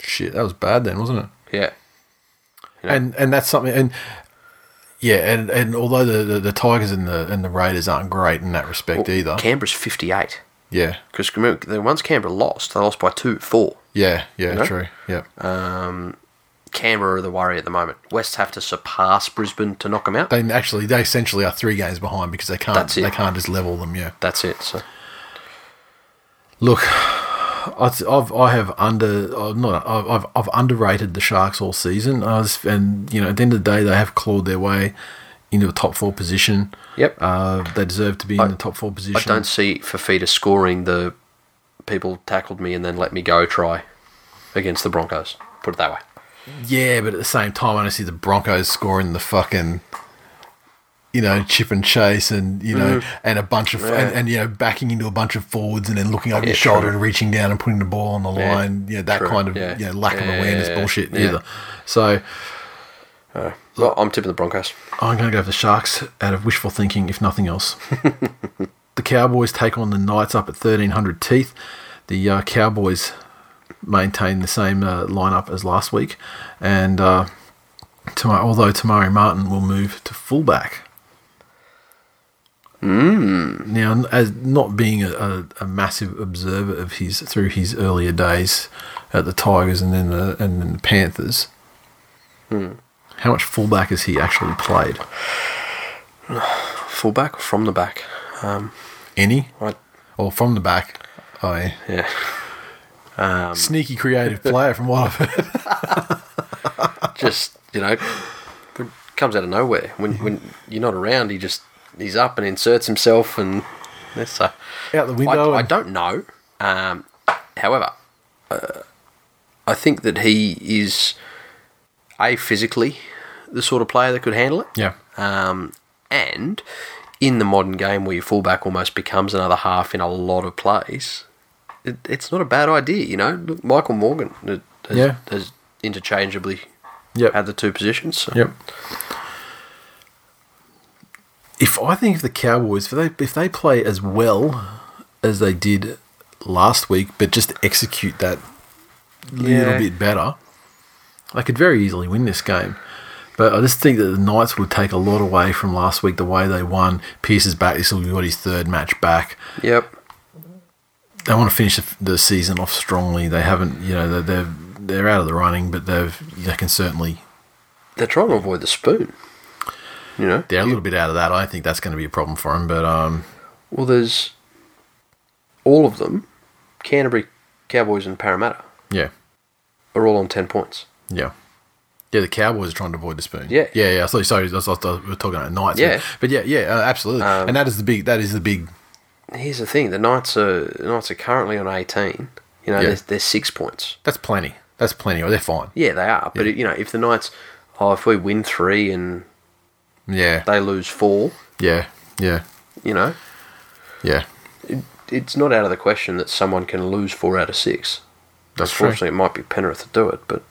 S1: Shit, that was bad then, wasn't it?
S2: Yeah, Yeah.
S1: and and that's something and yeah and and although the, the, the tigers and the and the raiders aren't great in that respect either
S2: Canberra's fifty eight.
S1: yeah
S2: Because remember, the- once Canberra lost, they lost by two, four.
S1: yeah yeah
S2: know?
S1: true yeah
S2: Um, Canberra are the worry at the moment. West have to surpass Brisbane to knock them out.
S1: they actually they essentially are three games behind because they can't
S2: That's it.
S1: they can't just level them yeah
S2: That's it. So
S1: look I- I've I have under i not I've I've- I've underrated the Sharks all season. I was, and you know at the end of the day they have clawed their way into a top four position.
S2: Yep.
S1: uh, they deserve to be in the top four position.
S2: I don't see Fafita scoring the people tackled me and then let me go try against the Broncos. Put it that way.
S1: Yeah, but at the same time, I don't see the Broncos scoring the fucking, you know, chip and chase, and you know,
S2: Mm-hmm.
S1: and a bunch of and, and you know, backing into a bunch of forwards, and then looking over
S2: Yeah,
S1: your shoulder
S2: true.
S1: and reaching down and putting the ball on the
S2: Yeah,
S1: line. Yeah, that
S2: true,
S1: kind of
S2: yeah.
S1: you know, lack of
S2: Yeah,
S1: awareness
S2: yeah,
S1: bullshit
S2: yeah.
S1: either. So
S2: Well, I'm tipping the Broncos.
S1: I'm going to go for the Sharks out of wishful thinking, if nothing else. the Cowboys take on the Knights up at 1300 teeth. The uh, Cowboys maintain the same uh, lineup as last week, and uh, Tamar- although Tamari Martin will move to fullback. Mm. Now, as not being a, a, a massive observer of his through his earlier days at the Tigers and then the and then the Panthers, how much fullback has he actually played?
S2: Fullback or from the back? Um,
S1: Any?
S2: I,
S1: or from the back. I
S2: yeah. Um,
S1: sneaky creative player from what I've heard.
S2: just you know when- comes out of nowhere when when you're not around he just he's up and inserts himself and that's so
S1: out the
S2: I,
S1: window.
S2: I
S1: and-
S2: don't know um however uh, i think that he is a physically the sort of player that could handle it
S1: yeah,
S2: um and in the modern game where your fullback almost becomes another half in a lot of plays it, it's not a bad idea you know Look, michael morgan has,
S1: Yeah.
S2: has interchangeably
S1: yep,
S2: had the two positions so.
S1: yep. If I think if the Cowboys, if they if they play as well as they did last week, but just execute that little
S2: Yeah.
S1: bit better, they could very easily win this game. But I just think that the Knights would take a lot away from last week. The way they won, Pierce is back. This will be what his third match back.
S2: Yep.
S1: they want to finish the, the season off strongly. They haven't, you know, they're they're, they're out of the running, but they've they can certainly
S2: They're trying to avoid the spoon. You know?
S1: they're a little bit out of that. I don't think that's going to be a problem for them. But um,
S2: Well, there's all of them Canterbury, Cowboys, and Parramatta
S1: yeah,
S2: are all on 10 points.
S1: yeah, yeah. The Cowboys are trying to avoid the spoon.
S2: Yeah.
S1: yeah, yeah. I thought sorry, I was, I thought we were talking about Knights.
S2: Yeah.
S1: but yeah, yeah, uh, absolutely.
S2: Um,
S1: and that is the big. That is the big.
S2: Here's the thing the Knights are, the Knights are currently on 18. You know,
S1: Yeah.
S2: they're, they're six points.
S1: That's plenty. That's plenty. Or they're fine.
S2: Yeah, they are. But, you know, if the Knights, oh, if we win three and
S1: Yeah,
S2: they lose four,
S1: yeah, yeah,
S2: you know,
S1: yeah.
S2: it, it's not out of the question that someone can lose four out of six.
S1: That's true.
S2: Unfortunately, it might be Penrith to do it, but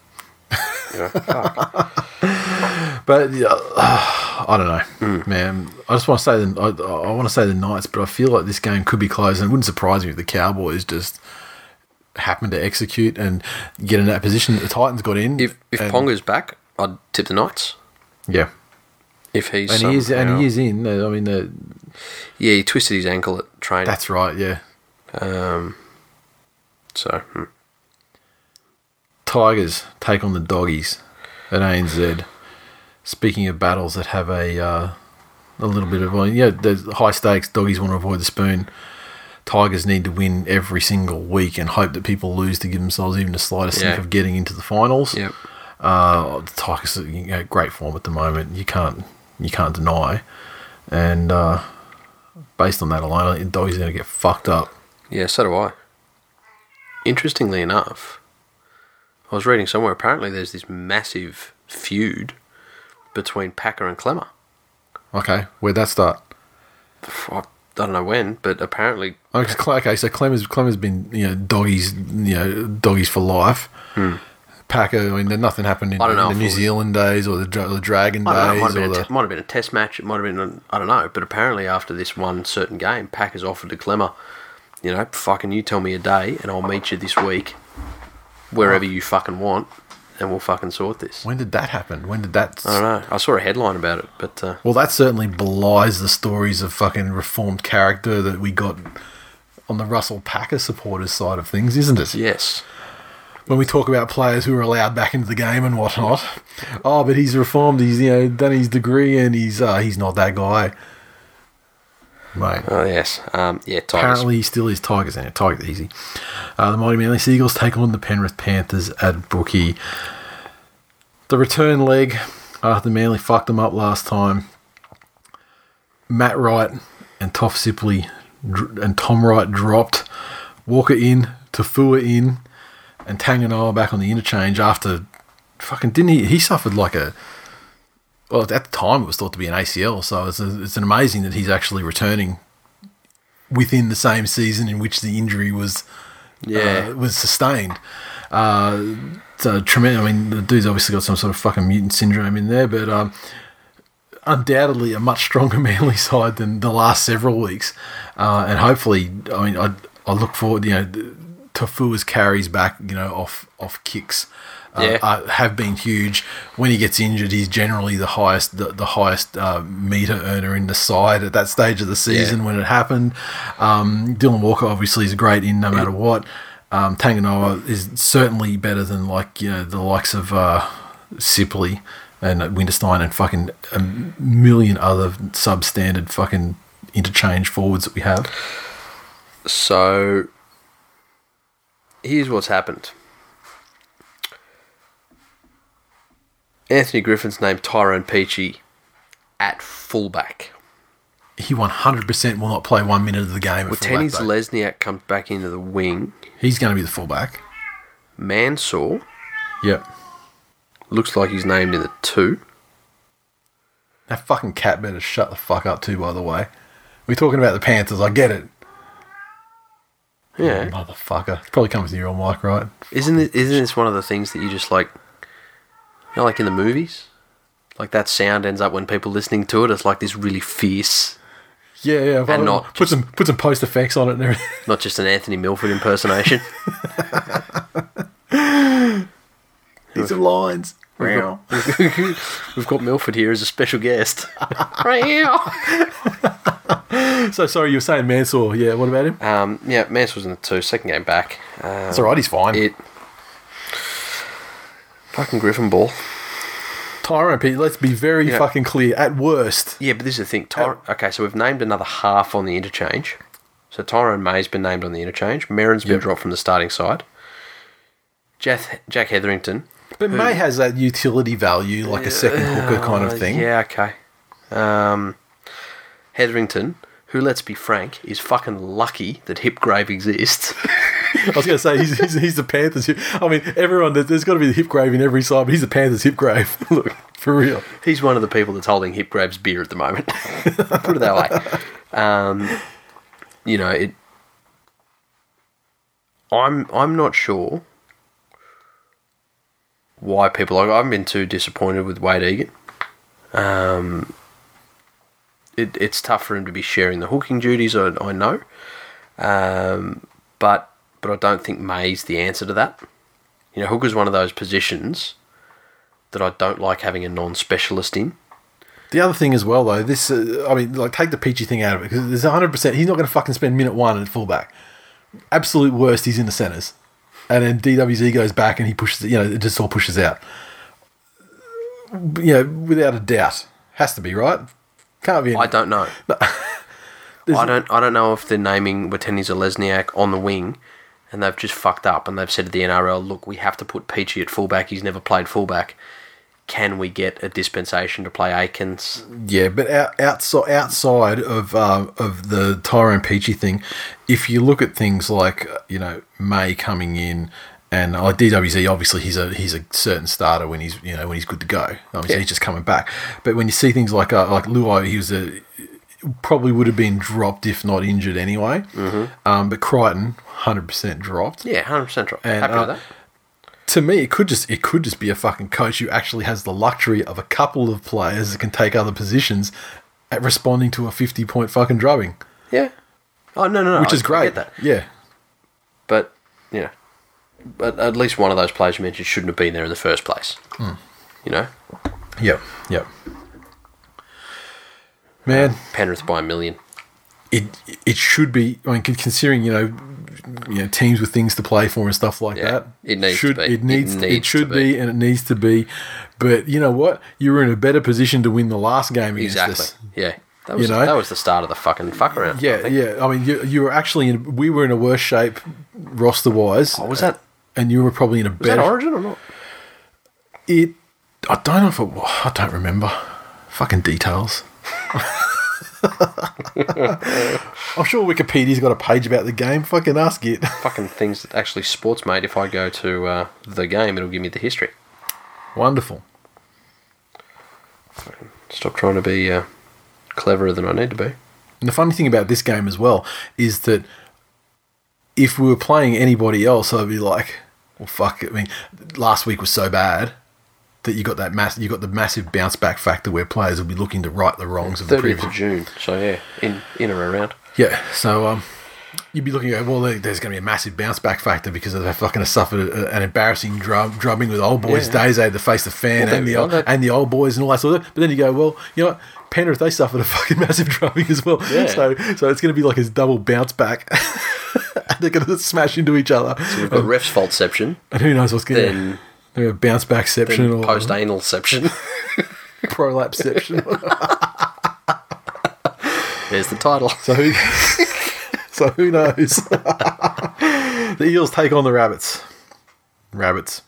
S2: You know, fuck.
S1: But yeah, I don't know, man. I just want to say the I, I want to say the Knights, but I feel like this game could be close, and it wouldn't surprise me if the Cowboys just happened to execute and get in that position that the Titans got in.
S2: If if
S1: and,
S2: Ponga's back, I'd tip the Knights.
S1: yeah,
S2: If he's
S1: and he is and
S2: somehow-
S1: he is in. I mean, uh,
S2: yeah, he twisted his ankle at training.
S1: that's right. Yeah,
S2: um, so hmm.
S1: Tigers take on the Doggies at ANZ. Speaking of battles that have a uh, a little bit of well, yeah, there's high stakes. Doggies want to avoid the spoon. Tigers need to win every single week and hope that people lose to give themselves even the slightest sniff
S2: Yeah.
S1: of getting into the finals.
S2: yep.
S1: Uh, the Tigers are in you know, great form at the moment. You can't you can't deny. And uh, based on that alone, I think the Doggies are going to get fucked up.
S2: Yeah, so do I. Interestingly enough, I was reading somewhere apparently there's this massive feud between Packer and Clemmer.
S1: Okay, where'd that start?
S2: I don't know when, but apparently,
S1: Oh, 'cause Cle- Okay, so Clem has Clem has been you know doggies you know doggies for life. Packer, I mean, there- nothing happened in,
S2: Hmm. I don't know
S1: in
S2: if
S1: the New
S2: it was-
S1: Zealand days or the, dra- the Dragon
S2: I don't know, it might have,
S1: days or
S2: been a
S1: the.
S2: te- might have been a test match, it might have been, an, I don't know, but apparently after this one certain game, Packer's offered to Clemmer, you know, fucking you tell me a day and I'll meet you this week, wherever you fucking want, and we'll fucking sort this.
S1: when did that happen? When did that?
S2: I don't know. I saw a headline about it, but uh,
S1: Well, that certainly belies the stories of fucking reformed character that we got on the Russell Packer supporters side of things, isn't it?
S2: yes.
S1: When we talk about players who are allowed back into the game and whatnot, oh, but he's reformed. He's you know done his degree and he's uh, he's not that guy, mate.
S2: Oh, yes. Um, yeah, Tigers.
S1: Apparently, he still is Tigers and Tiger easy. Uh, the Mighty Manly Seagulls take on the Penrith Panthers at Brookie. The return leg after Manly fucked them up last time. Matt Wright and Toff Sipley dr- and Tom Wright dropped. Walker in, Tafua in, and Tanganoa back on the interchange after fucking didn't he? He suffered like a well at the time it was thought to be an ACL, so it's, it's an amazing that he's actually returning within the same season in which the injury was
S2: Yeah.
S1: uh, was sustained. Uh, so tremendous. I mean, the dude's obviously got some sort of fucking mutant syndrome in there, but um, undoubtedly a much stronger Manly side than the last several weeks. Uh, and hopefully, I mean, I I look forward. You know, Tafua's carries back. You know, off off kicks. Uh,
S2: Yeah.
S1: are- have been huge. When he gets injured, he's generally the highest the, the highest uh, meter earner in the side at that stage of the season when it happened. Um, Dylan Walker obviously is great in no matter what. Um, Tanganoa is certainly better than like you know the likes of uh, Sipley and Winterstein and fucking a million other substandard fucking interchange forwards that we have.
S2: So here's what's happened. Anthony Griffin's named Tyrone Peachy at fullback.
S1: He 100% will not play one minute of the game. At fullback,
S2: Tenny's
S1: though.
S2: Lesniak comes back into the wing.
S1: He's going to be the fullback.
S2: Mansour
S1: Yep.
S2: looks like he's named in the two.
S1: That fucking cat better shut the fuck up too, by the way. We're talking about the Panthers, I get it. Mm.
S2: Yeah.
S1: Motherfucker. It's probably coming through your mic, right?
S2: Isn't it, isn't this one of the things that you just like you know like in the movies? Like that sound ends up when people listening to it, it's like this really fierce
S1: Yeah, yeah. well,
S2: not
S1: put some put some post effects on it and everything.
S2: not just an Anthony Milford impersonation.
S1: These are lines.
S2: Meow. We've got Milford here as a special guest.
S1: so sorry, you were saying Mansour. Yeah, what about him?
S2: um, yeah, Mansell's in the two, second game back. Uh,
S1: That's alright, he's fine.
S2: it fucking Griffin ball.
S1: Tyrone Pete, let's be very
S2: Yeah.
S1: fucking clear. At worst,
S2: Yeah, but this is the
S1: Uh,
S2: thing. Tyr- okay, so we've named another half on the interchange. So Tyrone May's been named on the interchange. Merrin's been
S1: Yep.
S2: dropped from the starting side. Jack, Jack Hetherington.
S1: but May has that utility value, like a second hooker kind
S2: Uh,
S1: of thing.
S2: Yeah, okay. Um, Hetherington, who, let's be frank, is fucking lucky that Hipgrave exists.
S1: I was going to say he's, he's, he's the Panthers. hip- I mean, everyone there's, there's got to be the hip grave in every side, but he's the Panthers hip grave. Look, for real.
S2: He's one of the people that's holding Hipgrave's beer at the moment. Put it that way. Um, you know, it. I'm I'm not sure why people like. I haven't been too disappointed with Wade Egan. Um, it, it's tough for him to be sharing the hooking duties. I, I know, um, but but I don't think May's the answer to that. You know, hooker's one of those positions that I don't like having a non-specialist in.
S1: The other thing as well, though, this, uh, I mean, like, take the peachy thing out of it because there's 100%, he's not going to fucking spend minute one at fullback. Absolute worst, he's in the centres. And then DWZ goes back and he pushes, you know, it just all pushes out. You know, without a doubt. Has to be, right? Can't be. any-
S2: I don't know. I don't. I don't know if they're naming Wateni Lesniak on the wing, and they've just fucked up, and they've said to the NRL, "Look, we have to put Peachy at fullback. He's never played fullback. Can we get a dispensation to play Aikens?"
S1: Yeah, but out, outside outside of um, of the Tyrone Peachy thing, if you look at things like uh, you know May coming in and like DWZ, obviously he's a he's a certain starter when he's you know when he's good to go. I mean, so
S2: Yeah.
S1: he's just coming back. But when you see things like uh, like Luai, he was a probably would have been dropped if not injured anyway. Um, but Crichton, hundred percent dropped.
S2: Yeah, hundred percent right.
S1: And,
S2: Happy
S1: uh,
S2: with that.
S1: To me, it could just it could just be a fucking coach who actually has the luxury of a couple of players that can take other positions at responding to a fifty point fucking drubbing,
S2: Yeah. Oh no, no, no.
S1: which
S2: I-
S1: is
S2: I
S1: great.
S2: get that.
S1: Yeah,
S2: But you know, but at least one of those players you mentioned shouldn't have been there in the first place.
S1: Hmm.
S2: You know,
S1: yep, yep. Man,
S2: Penrith by a million.
S1: it it should be. I mean, con- considering you know, you know, teams with things to play for and stuff like
S2: Yeah,
S1: that.
S2: it needs to
S1: should,
S2: be.
S1: It needs.
S2: It
S1: It,
S2: needs
S1: should
S2: to be.
S1: be. and it needs to be. But you know what? You were in a better position to win the last game against
S2: Exactly.
S1: us.
S2: Yeah. That was,
S1: know?
S2: that was the start of the fucking fuck around.
S1: Yeah, yeah. I mean, you, you were actually in. We were in a worse shape, roster wise.
S2: Oh, was that-
S1: And you were probably in a
S2: Is that
S1: better.
S2: Origin or not?
S1: It. I don't know if it. wa- I don't remember. Fucking details. I'm sure Wikipedia's got a page about the game. Fucking ask it.
S2: fucking things that actually sports mate if i go to uh, the game it'll give me the history
S1: Wonderful.
S2: stop trying to be uh, cleverer than i need to be
S1: And the funny thing about this game as well is that if we were playing anybody else, I'd be like, "Well, fuck." it." I mean, last week was so bad that you got that mass, you got the massive bounce back factor where players will be looking to right the wrongs of the
S2: 30th of
S1: previous.
S2: june so yeah in in or around
S1: Yeah, so um, you'd be looking at well, there- there's going to be a massive bounce back factor because they're fucking going to suffer a- an embarrassing drub, drubbing with old boys.
S2: Yeah.
S1: Days they had to face the fan
S2: Well,
S1: and
S2: they-
S1: the old,
S2: well, they-
S1: and the old boys and all that sort of. But then you go, well, you know, what? Penrith they suffered a fucking massive drubbing as well.
S2: Yeah.
S1: So so it's going to be like his double bounce back. and they're going to smash into each other.
S2: we've got ref's faultception
S1: and who knows what's going
S2: Then-
S1: to bounce backception or
S2: post analception
S1: prolapseception.
S2: there's the title
S1: so who, so who knows? the Eels take on the Rabbits. Rabbits.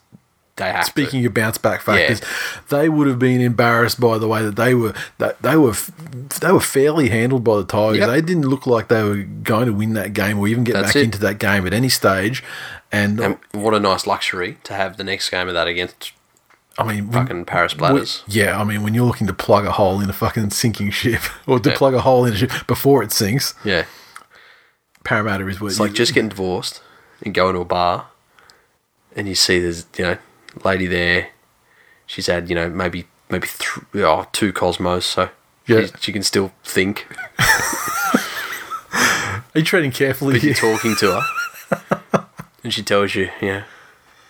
S2: they have
S1: Speaking of bounce back factors, they would have been embarrassed by the way that they were that they were f- they were fairly handled by the Tigers.
S2: Yep.
S1: They didn't look like they were going to win that game or even get
S2: That's
S1: back
S2: it.
S1: into that game at any stage. And,
S2: to. and Um, what a nice luxury to have the next game of that against
S1: I mean, when-
S2: fucking paris bladders
S1: yeah, I mean, when you're looking to plug a hole in a fucking sinking ship or to
S2: Yeah.
S1: plug a hole in a ship before it sinks,
S2: yeah
S1: Parramatta is where
S2: it's like just getting divorced and going to a bar and you see there's you know lady there she's had you know maybe maybe th- oh, two cosmos so
S1: Yeah.
S2: she, she can still think
S1: Are you treading carefully?
S2: but you're
S1: Here?
S2: talking to her and she tells you you know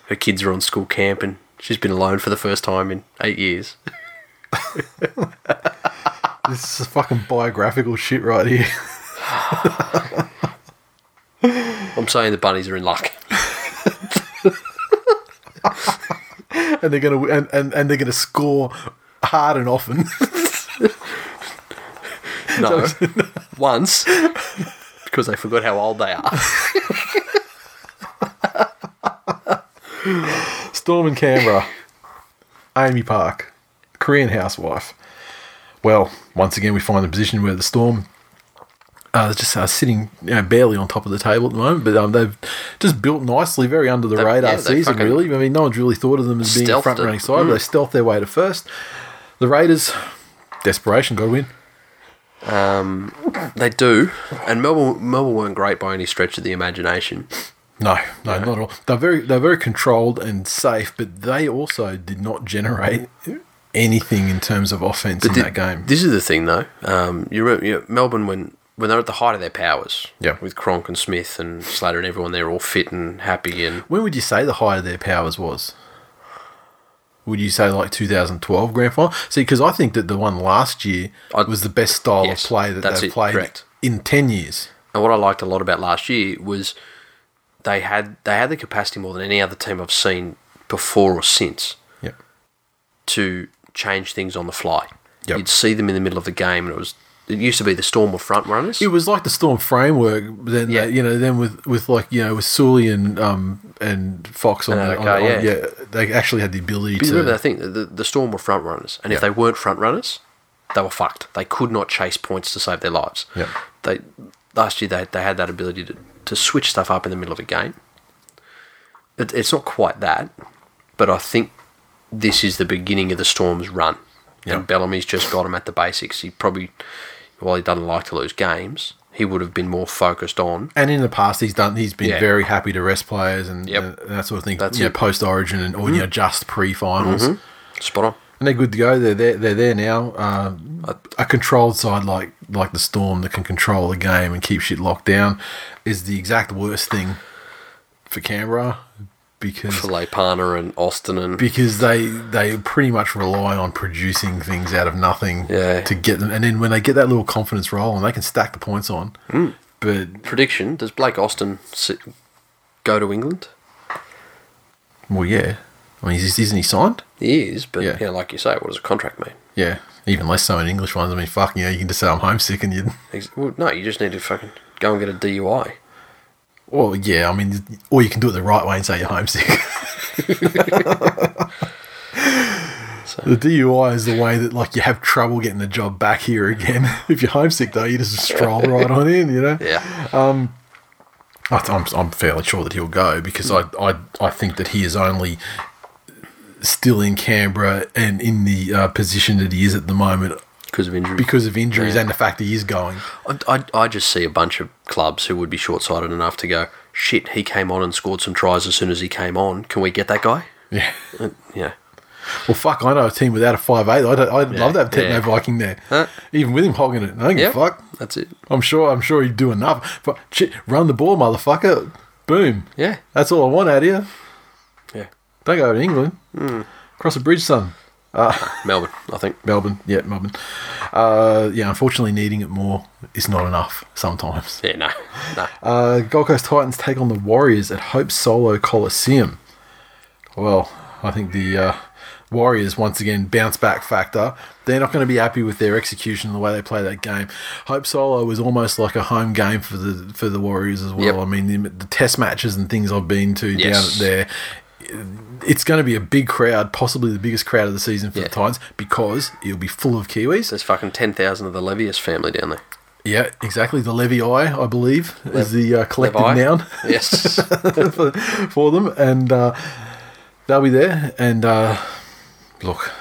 S2: her kids are on school camp and she's been alone for the first time in eight years
S1: this is fucking biographical shit right here.
S2: i'm saying the bunnies are in luck
S1: and they're gonna and, and, and they're gonna score hard and often.
S2: no once because they forgot how old they are
S1: Storm in Canberra. Amy Park, Korean housewife. Well, once again, we find the position where the Storm uh, is just uh, sitting you know, barely on top of the table at the moment, but um, they've just built nicely, very under the
S2: They-
S1: radar
S2: yeah, they
S1: season,
S2: fucking-
S1: really. I mean, no one's really thought of them as being a
S2: Stealthed
S1: front
S2: it. Mm.
S1: running side, but they stealth their way to first. The Raiders, desperation, got to win.
S2: Um, they do, and Melbourne, Melbourne weren't great by any stretch of the imagination,
S1: No, no, not at all. They're very they're very controlled and safe, but they also did not generate anything in terms of offense in
S2: Thi-
S1: that game.
S2: This is the thing, though. Um, you remember you Melbourne when when they're at the height of their powers.
S1: Yeah.
S2: With Cronk and Smith and Slater and everyone, they're all fit and happy and
S1: when would you say the height of their powers was? Would you say like 2012 grand final? See, because I think that the one last year
S2: I-
S1: was the best style
S2: yes,
S1: of play that
S2: that's
S1: they've
S2: it,
S1: played
S2: correct.
S1: in 10 years.
S2: And what I liked a lot about last year was they had they had the capacity more than any other team I've seen before or since
S1: Yeah,
S2: to change things on the fly.
S1: Yep.
S2: You'd see them in the middle of the game, and it was it used to be the Storm were front runners.
S1: it was like the Storm framework. Then
S2: Yeah.
S1: they- you know, then with, with like you know with Sully and um and Fox on,
S2: And
S1: the, on,
S2: Adokar,
S1: on-
S2: yeah.
S1: they actually had the ability
S2: But you
S1: to
S2: remember that thing the, the, the Storm were front runners, and if they weren't front runners, they were fucked. They could not chase points to save their lives.
S1: Yep.
S2: They last year they, they had that ability to, to switch stuff up in the middle of a game. It, it's not quite that, but I think this is the beginning of the Storm's run. And
S1: Yep.
S2: Bellamy's just got him at the basics. He probably, while he doesn't like to lose games, he would have been more focused on
S1: And in the past, he's done. He's been
S2: Yeah.
S1: very happy to rest players and,
S2: Yep.
S1: and that sort of thing.
S2: That's
S1: you know,
S2: it. Mm-hmm.
S1: post Origin and or you know just pre finals,
S2: spot on.
S1: and they're good to go. They're there. They're there now. Uh, a controlled side like like the Storm that can control the game and keep shit locked down is the exact worst thing for Canberra
S2: For
S1: because
S2: Leipana and Austin and
S1: because they they pretty much rely on producing things out of nothing
S2: Yeah.
S1: to get them. And then when they get that little confidence roll and they can stack the points on,
S2: Mm.
S1: but
S2: prediction: Does Blake Austin sit, go to England?
S1: well, yeah. I mean, is- isn't he signed?
S2: He is, but yeah.
S1: Yeah.
S2: like you say, what does a contract mean?
S1: Yeah, even less so in English ones. I mean, fuck, you know, you can just say I'm homesick and you.
S2: Ex- Well, no, you just need to fucking go and get a DUI.
S1: Well, yeah, I mean, or you can do it the right way and say you're homesick. The DUI is the way that like you have trouble getting the job back here again. if you're homesick though, you just stroll right on in, you know.
S2: Yeah,
S1: I th- I'm, I'm fairly sure that he'll go because I, I I think that he is only still in Canberra and in the uh, position that he is at the moment
S2: because of injury.
S1: because of injuries
S2: Yeah.
S1: and the fact he is going.
S2: I, I, I just see a bunch of clubs who would be short-sighted enough to go, shit, he came on and scored some tries as soon as he came on. Can we get that guy?
S1: Yeah.
S2: Uh, yeah,
S1: Well, fuck, I know a team without a 5'8". I don't, I'd love to have Techno
S2: yeah.
S1: Viking there.
S2: Huh?
S1: Even with him hogging it. I don't
S2: yeah.
S1: give a fuck.
S2: that's it.
S1: I'm sure I'm sure he'd do enough. But shit, run the ball, motherfucker. Boom.
S2: Yeah,
S1: That's all I want out of you.
S2: yeah.
S1: Don't go to England. Cross a bridge, son.
S2: Melbourne, I think.
S1: Melbourne. Yeah, Melbourne. Uh, yeah, unfortunately, needing it more is not enough sometimes.
S2: Yeah, no, no.
S1: Uh, Gold Coast Titans take on the Warriors at Hope Solo Coliseum. Well, I think the uh, Warriors once again bounce back factor. They're not going to be happy with their execution and the way they play that game. Hope Solo was almost like a home game for the for the Warriors as well.
S2: Yep.
S1: I mean, the, the test matches and things I've been to
S2: Yes.
S1: down there. It's going to be a big crowd, possibly the biggest crowd of the season for
S2: Yeah.
S1: the Titans, because it'll be full of Kiwis.
S2: There's fucking ten thousand of the Levius family down there.
S1: Yeah, exactly. The Levy Eye, I believe, is the uh, collective
S2: Levi?
S1: noun.
S2: Yes.
S1: for, for them, and uh, they'll be there. And uh, look,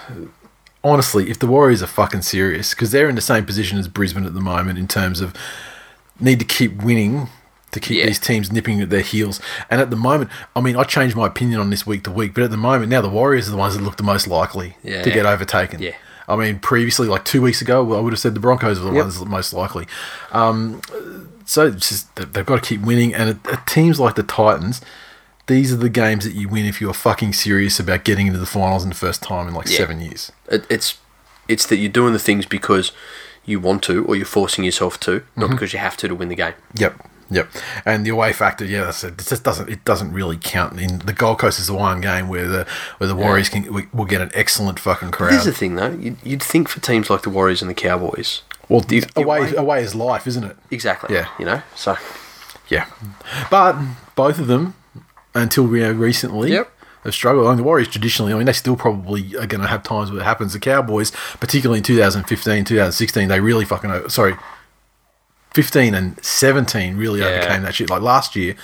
S1: honestly, if the Warriors are fucking serious, because they're in the same position as Brisbane at the moment in terms of need to keep winning to keep
S2: Yeah.
S1: these teams nipping at their heels. And at the moment, I mean, I changed my opinion on this week to week, but at the moment now the Warriors are the ones that look the most likely
S2: Yeah.
S1: to get overtaken.
S2: Yeah.
S1: I mean, previously, like two weeks ago, I would have said the Broncos were the ones most likely. Um, So it's just that they've got to keep winning. And at, at teams like the Titans, these are the games that you win if you're fucking serious about getting into the finals in the first time in like
S2: Yeah.
S1: seven years.
S2: It, it's it's that you're doing the things because you want to or you're forcing yourself to,
S1: Mm-hmm.
S2: not because you have to to win the game.
S1: Yep. Yep. And the away factor, yeah, that's it. It just doesn't it doesn't really count. In the Gold Coast is the one game where the where the Warriors can we, will get an excellent fucking
S2: Here's the
S1: crowd.
S2: thing, though. You'd, you'd think for teams like the Warriors and the Cowboys,
S1: Well,
S2: the- the
S1: away
S2: away-
S1: away is life, isn't it?
S2: exactly.
S1: Yeah.
S2: You know, so
S1: Yeah. But both of them, until you know, recently,
S2: Yep.
S1: have struggled. I mean, the Warriors traditionally, I mean, they still probably are going to have times where it happens. The Cowboys, particularly in 2015, 2016, they really fucking, o- sorry, 15 and 17 really
S2: Yeah.
S1: overcame that shit. Like last year,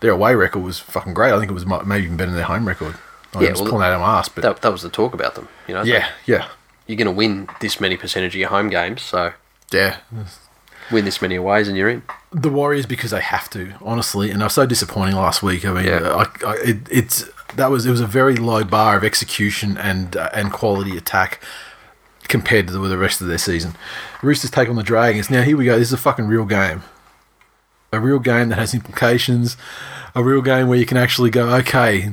S1: their away record was fucking great. I think it was mu- maybe even better than their home record. I mean,
S2: Yeah,
S1: it was
S2: well,
S1: pulling out of my ass, but
S2: that, that was the talk about them. You know,
S1: yeah, yeah,
S2: you're going to win this many percentage of your home games, so
S1: yeah.
S2: Win this many aways and you're in.
S1: the Warriors because they have to, honestly. And I was so disappointing last week. I mean,
S2: Yeah.
S1: I, I, it, it's that was it was a very low bar of execution and uh, and quality attack compared to the, with the rest of their season. Roosters take on the Dragons. Now here we go. This is a fucking real game. A real game that has implications. A real game where you can actually go, okay,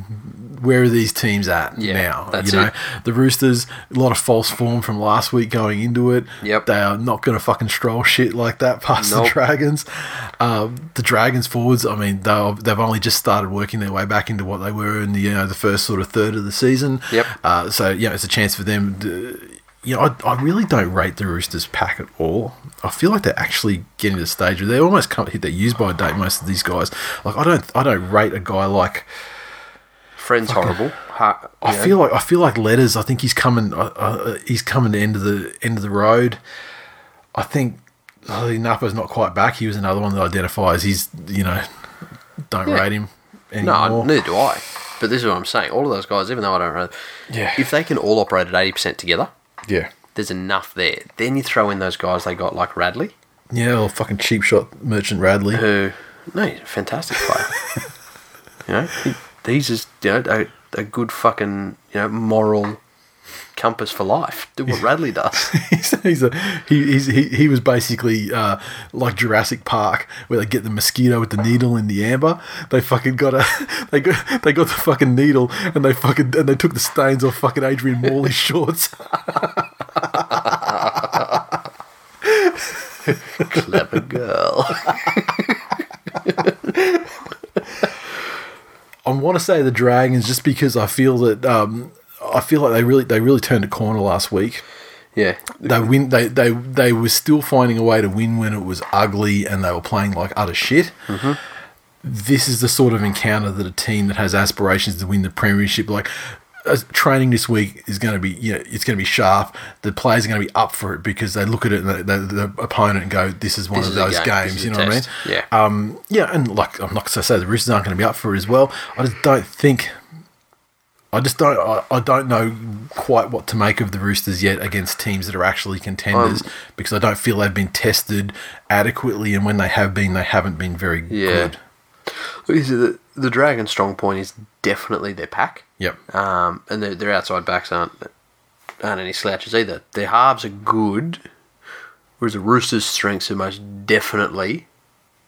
S1: where are these teams at
S2: Yeah,
S1: now?
S2: that's
S1: you know,
S2: it.
S1: the Roosters, a lot of false form from last week going into it.
S2: Yep.
S1: They are not going to fucking stroll shit like that past the
S2: Nope.
S1: Dragons. Um, the Dragons forwards, I mean, they'll- they've only just started working their way back into what they were in the, you know, the first sort of third of the season.
S2: Yep.
S1: Uh, so, you know, it's a chance for them to. You know, I, I really don't rate the Roosters pack at all. I feel like they're actually getting to the stage where they almost can't hit their use by date. Most of these guys, like I don't, I don't rate a guy like
S2: Friends horrible. Ha-
S1: I
S2: you know,
S1: feel like I feel like letters. I think he's coming. Uh, uh, he's coming to end of the end of the road. I think I think Napa's not quite back. He was another one that identifies. He's you know don't
S2: Yeah.
S1: rate him
S2: No,
S1: anymore.
S2: I- neither do I. But this is what I'm saying. All of those guys, even though I don't know,
S1: Yeah.
S2: if they can all operate at 80% together,
S1: yeah,
S2: there's enough there. Then you throw in those guys they got like Radley,
S1: yeah. Or fucking cheap shot merchant Radley.
S2: who, no, he's a fantastic player. you know, he, he's just, you know, a, a good fucking, you know, moral compass for life. Do what Radley does.
S1: he's, he's a, he, he's, he, he was basically uh, like Jurassic Park, where they get the mosquito with the needle in the amber. They fucking got a they got they got the fucking needle and they fucking and they took the stains off fucking Adrian Morley's shorts.
S2: Clever girl.
S1: I want to say the Dragons just because I feel that um, I feel like they really they really turned a corner last week.
S2: yeah.
S1: They win. They they they were still finding a way to win when it was ugly, and they were playing like utter shit.
S2: Mm-hmm.
S1: This is the sort of encounter that a team that has aspirations to win the premiership, like uh, training this week, is going to be. You know, it's going to be sharp. The players are going to be up for it because they look at it and they, they, the opponent and go, "This is one
S2: This
S1: of
S2: is a
S1: those
S2: game. This
S1: games."
S2: is
S1: You
S2: a
S1: know what I mean?
S2: test. Yeah.
S1: Um, yeah, and like I'm not going to say the Roosters aren't going to be up for it as well. I just don't think. I just don't. I, I don't know quite what to make of the Roosters yet against teams that are actually contenders because I don't feel they've been tested adequately, and when they have been, they haven't been very
S2: Yeah.
S1: good.
S2: You see, The, the Dragon strong point is definitely their pack.
S1: Yep.
S2: Um, and their, their outside backs aren't aren't any slouches either. Their halves are good, whereas the Roosters' strengths are most definitely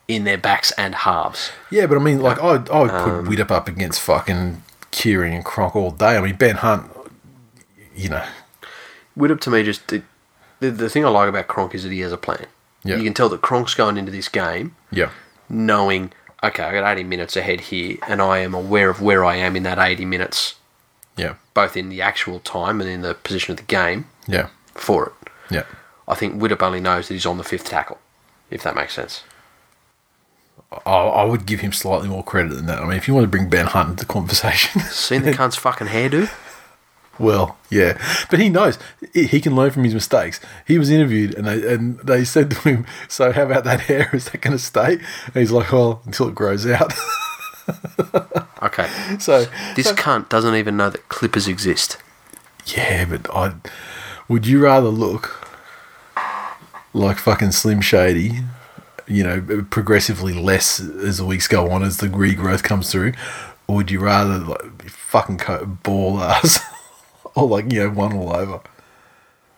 S2: in their backs and halves.
S1: Yeah, but I mean, like, I would, I would put Widup up against fucking Keering and Cronk all day. I mean, Ben Hunt, you know,
S2: Widdup to me just the, the the thing I like about Cronk is that he has a plan.
S1: Yeah.
S2: You can tell that Cronk's going into this game
S1: yeah,
S2: knowing, okay, I got 80 minutes ahead here, and I am aware of where I am in that 80 minutes,
S1: yeah,
S2: both in the actual time and in the position of the game
S1: yeah,
S2: for it.
S1: yeah.
S2: I think Widdup only knows that he's on the fifth tackle, if that makes sense.
S1: I, I would give him slightly more credit than that. I mean, if you want to bring Ben Hunt into the conversation,
S2: Seen the cunt's fucking hairdo?
S1: Well, yeah, but he knows he he can learn from his mistakes. He was interviewed, and they and they said to him, "So, how about that hair? Is that going to stay?" And he's like, "Well, until it grows out."
S2: Okay.
S1: so,
S2: This cunt doesn't even know that clippers exist.
S1: yeah, but I would you rather look like fucking Slim Shady, you know, progressively less as the weeks go on as the regrowth comes through, or would you rather like, be fucking co- ball ass or like you know one all over?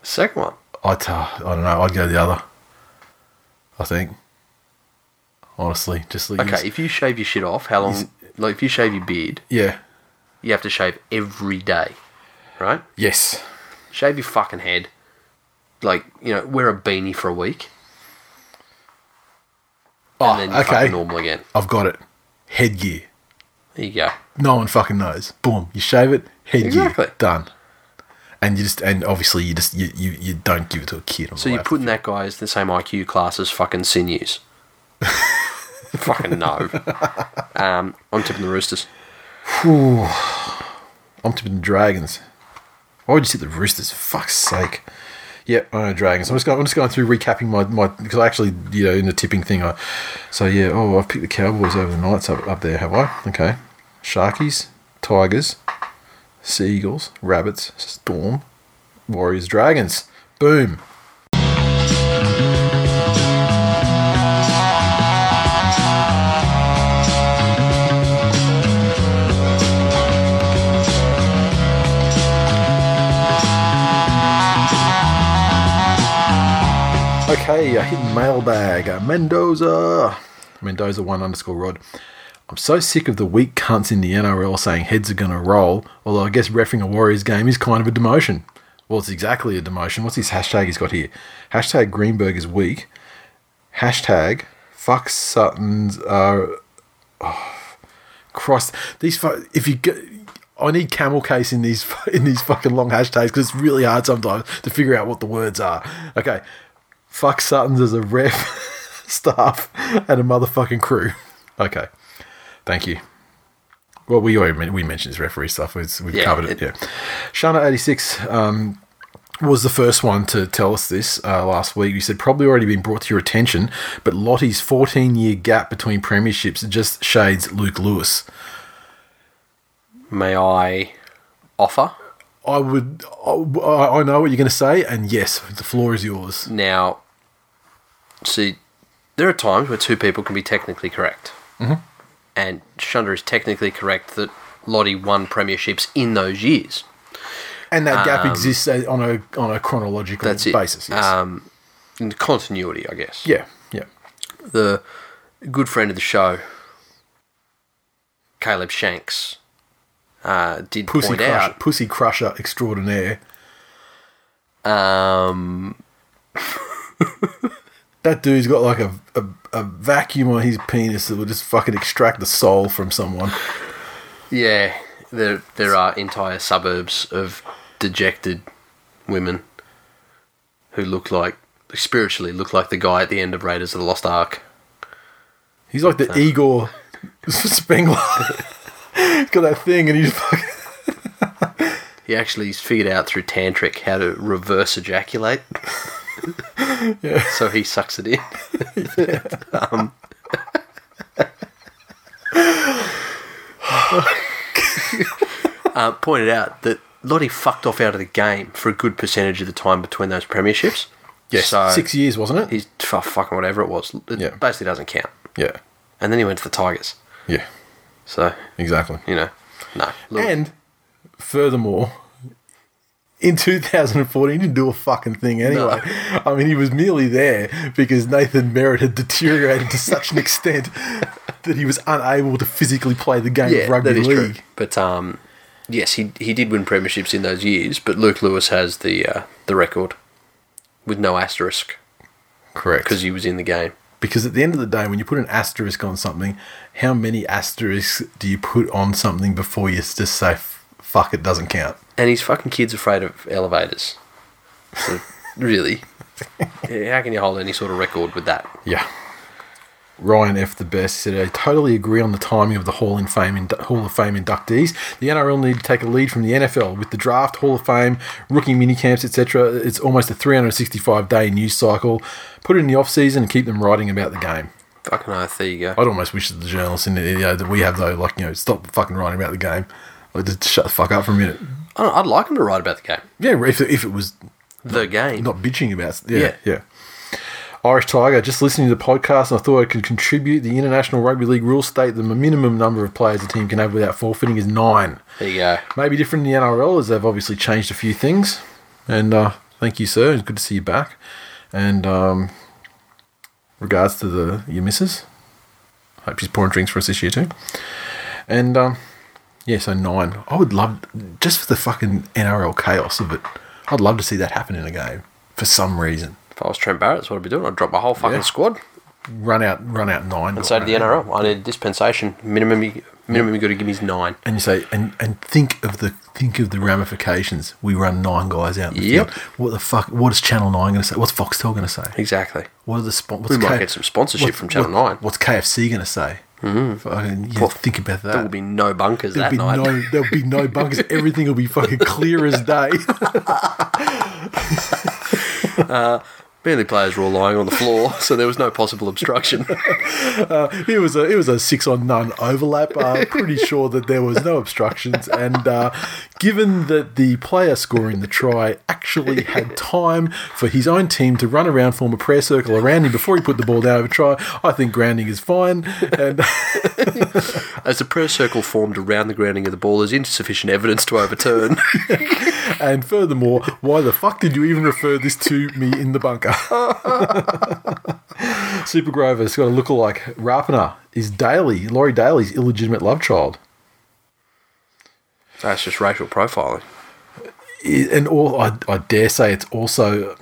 S2: Second one.
S1: I t- I don't know. I'd go the other. I think. Honestly, just like
S2: Okay, if you shave your shit off, how long? Like, if you shave your beard,
S1: yeah,
S2: you have to shave every day, right?
S1: yes,
S2: Shave your fucking head. Like, you know, wear a beanie for a week.
S1: Oh,
S2: And then you're
S1: okay.
S2: fucking normal again.
S1: I've got it. Headgear.
S2: There you go.
S1: No one fucking knows. Boom. You shave it. Headgear.
S2: Exactly.
S1: Done. And you just and obviously you just you you, you don't give it to a kid. on
S2: So
S1: the
S2: you're
S1: way.
S2: putting that guy as the same IQ class as fucking sinews. fucking no. Um, I'm tipping the roosters.
S1: I'm tipping the dragons. Why would you sit the roosters? For fuck's sake. Yep, I know dragons. I'm just going. I'm just going through recapping my my because I actually you know in the tipping thing I, so yeah. Oh, I've picked the Cowboys over the Knights up up there. Have I? Okay. Sharkies, Tigers, Seagulls, Rabbits, Storm, Warriors, Dragons. Boom. Okay, a hidden mailbag. uh, Mendoza. Mendoza one underscore Rod. I'm so sick of the weak cunts in the NRL saying heads are gonna roll. Although I guess refing a Warriors game is kind of a demotion. Well, it's exactly a demotion. What's his hashtag he's got here? Hashtag Greenberg is weak. Hashtag fuck Sutton's uh, are cross these. fu- If you get, I need camel case in these fu- in these fucking long hashtags because it's really hard sometimes to figure out what the words are. Okay, fuck Suttons as a ref, staff, and a motherfucking crew. Okay, thank you. Well, we already men- we mentioned this referee stuff. It's, we've
S2: Yeah,
S1: covered it.
S2: it-
S1: Yeah, Shana eighty six. Um, was the first one to tell us this uh, last week. You said probably already been brought to your attention, but Lottie's 14 year gap between premierships just shades Luke Lewis.
S2: May I offer?
S1: I would, I, I know what you're going to say, and yes, the floor is yours.
S2: Now, see, there are times where two people can be technically correct.
S1: Mm-hmm.
S2: And Shunda is technically correct that Lottie won premierships in those years.
S1: And that gap exists uh, on a on a chronological
S2: Um, That's it.
S1: basis. Yes.
S2: Um, in continuity, I guess.
S1: yeah, yeah.
S2: The good friend of the show, Caleb Shanks, uh, did
S1: Pussy
S2: point
S1: crusher,
S2: out
S1: pussy crusher extraordinaire.
S2: um,
S1: That dude's got like a, a, a vacuum on his penis that will just fucking extract the soul from someone.
S2: Yeah, there there are entire suburbs of dejected women who look like spiritually look like the guy at the end of Raiders of the Lost Ark.
S1: He's like the Igor Spengler. He's got that thing, and he's fucking.
S2: He actually has figured out through tantric how to reverse ejaculate.
S1: Yeah.
S2: So he sucks it in. um, uh, pointed out that Lottie fucked off out of the game for a good percentage of the time between those premierships. So
S1: six years, wasn't it?
S2: he's f- fucking whatever it was. It
S1: Yeah.
S2: basically doesn't count.
S1: yeah,
S2: And then he went to the Tigers.
S1: yeah,
S2: So
S1: exactly.
S2: you know, no. Look,
S1: And furthermore, in 2014, he didn't do a fucking thing anyway. I mean, he was merely there because Nathan Merritt had deteriorated to such an extent that he was unable to physically play the game
S2: yeah,
S1: of rugby
S2: that is
S1: league.
S2: true. But um, yes, he he did win premierships in those years. But Luke Lewis has the uh, the record with no asterisk
S1: Correct.
S2: because he was in the game.
S1: Because at the end of the day, when you put an asterisk on something, how many asterisks do you put on something before you just say, "F- fuck, it doesn't count?
S2: And his fucking kid's afraid of elevators. So, really, Yeah, how can you hold any sort of record with that?
S1: Yeah. Ryan F. the best said, I totally agree on the timing of the Hall, in fame indu- Hall of Fame inductees. The NRL need to take a lead from the NFL with the draft, Hall of Fame, rookie minicamps, etc. It's almost a 365 day news cycle. Put it in the off season and keep them writing about the game.
S2: Fucking oath, there you go.
S1: I'd almost wish that the journalists in the, you know, that we have, though, like, you know, stop fucking writing about the game. Like, just shut the fuck up for a minute.
S2: I don't, I'd like him to write about the game.
S1: Yeah, if, if it was
S2: The game.
S1: not bitching about. Yeah,
S2: Yeah.
S1: yeah. Irish Tiger, just listening to the podcast, and I thought I could contribute. The International Rugby League rules state that the minimum number of players a team can have without forfeiting is nine.
S2: There you go.
S1: Maybe different in the NRL, as they've obviously changed a few things. And uh, thank you, sir. It's good to see you back. And um, regards to the your missus. Hope she's pouring drinks for us this year too. And um, yeah, so nine. I would love just for the fucking NRL chaos of it. I'd love to see that happen in a game for some reason.
S2: If I was Trent Barrett, that's what I'd be doing. I'd drop my whole fucking
S1: Yeah.
S2: squad.
S1: Run out, run out nine.
S2: So did the NRL. I need dispensation. Minimum, you- minimum you got to give me is nine.
S1: and you say and and think of the think of the ramifications. We run nine guys out. in the
S2: Yep.
S1: field. What the fuck? What is Channel Nine going to say? What's Foxtel going to say?
S2: Exactly.
S1: What are the spon- what's
S2: We might
S1: K-
S2: get some sponsorship
S1: what's-
S2: from Channel Mm-hmm.
S1: what-
S2: 9.
S1: What's KFC going to say? Fucking, yeah,
S2: Well,
S1: think about that.
S2: There will be no bunkers
S1: There'll
S2: that
S1: Uh, be
S2: night.
S1: no there'll be no bunkers. Everything will be fucking clear as day.
S2: Barely players were all lying on the floor, so there was no possible obstruction.
S1: it was a it was a six on none overlap. Uh, pretty sure that there was no obstructions, and uh, given that the player scoring the try actually had time for his own team to run around, form a prayer circle around him before he put the ball down over try, I think grounding is fine. And
S2: As the prayer circle formed around the grounding of the ball, there's insufficient evidence to overturn.
S1: and furthermore, why the fuck did you even refer this to me in the bunker? Super Grover's got a lookalike. Rapiner is Daly, Laurie Daly's illegitimate love child.
S2: That's just racial profiling.
S1: I- and all I, I dare say it's also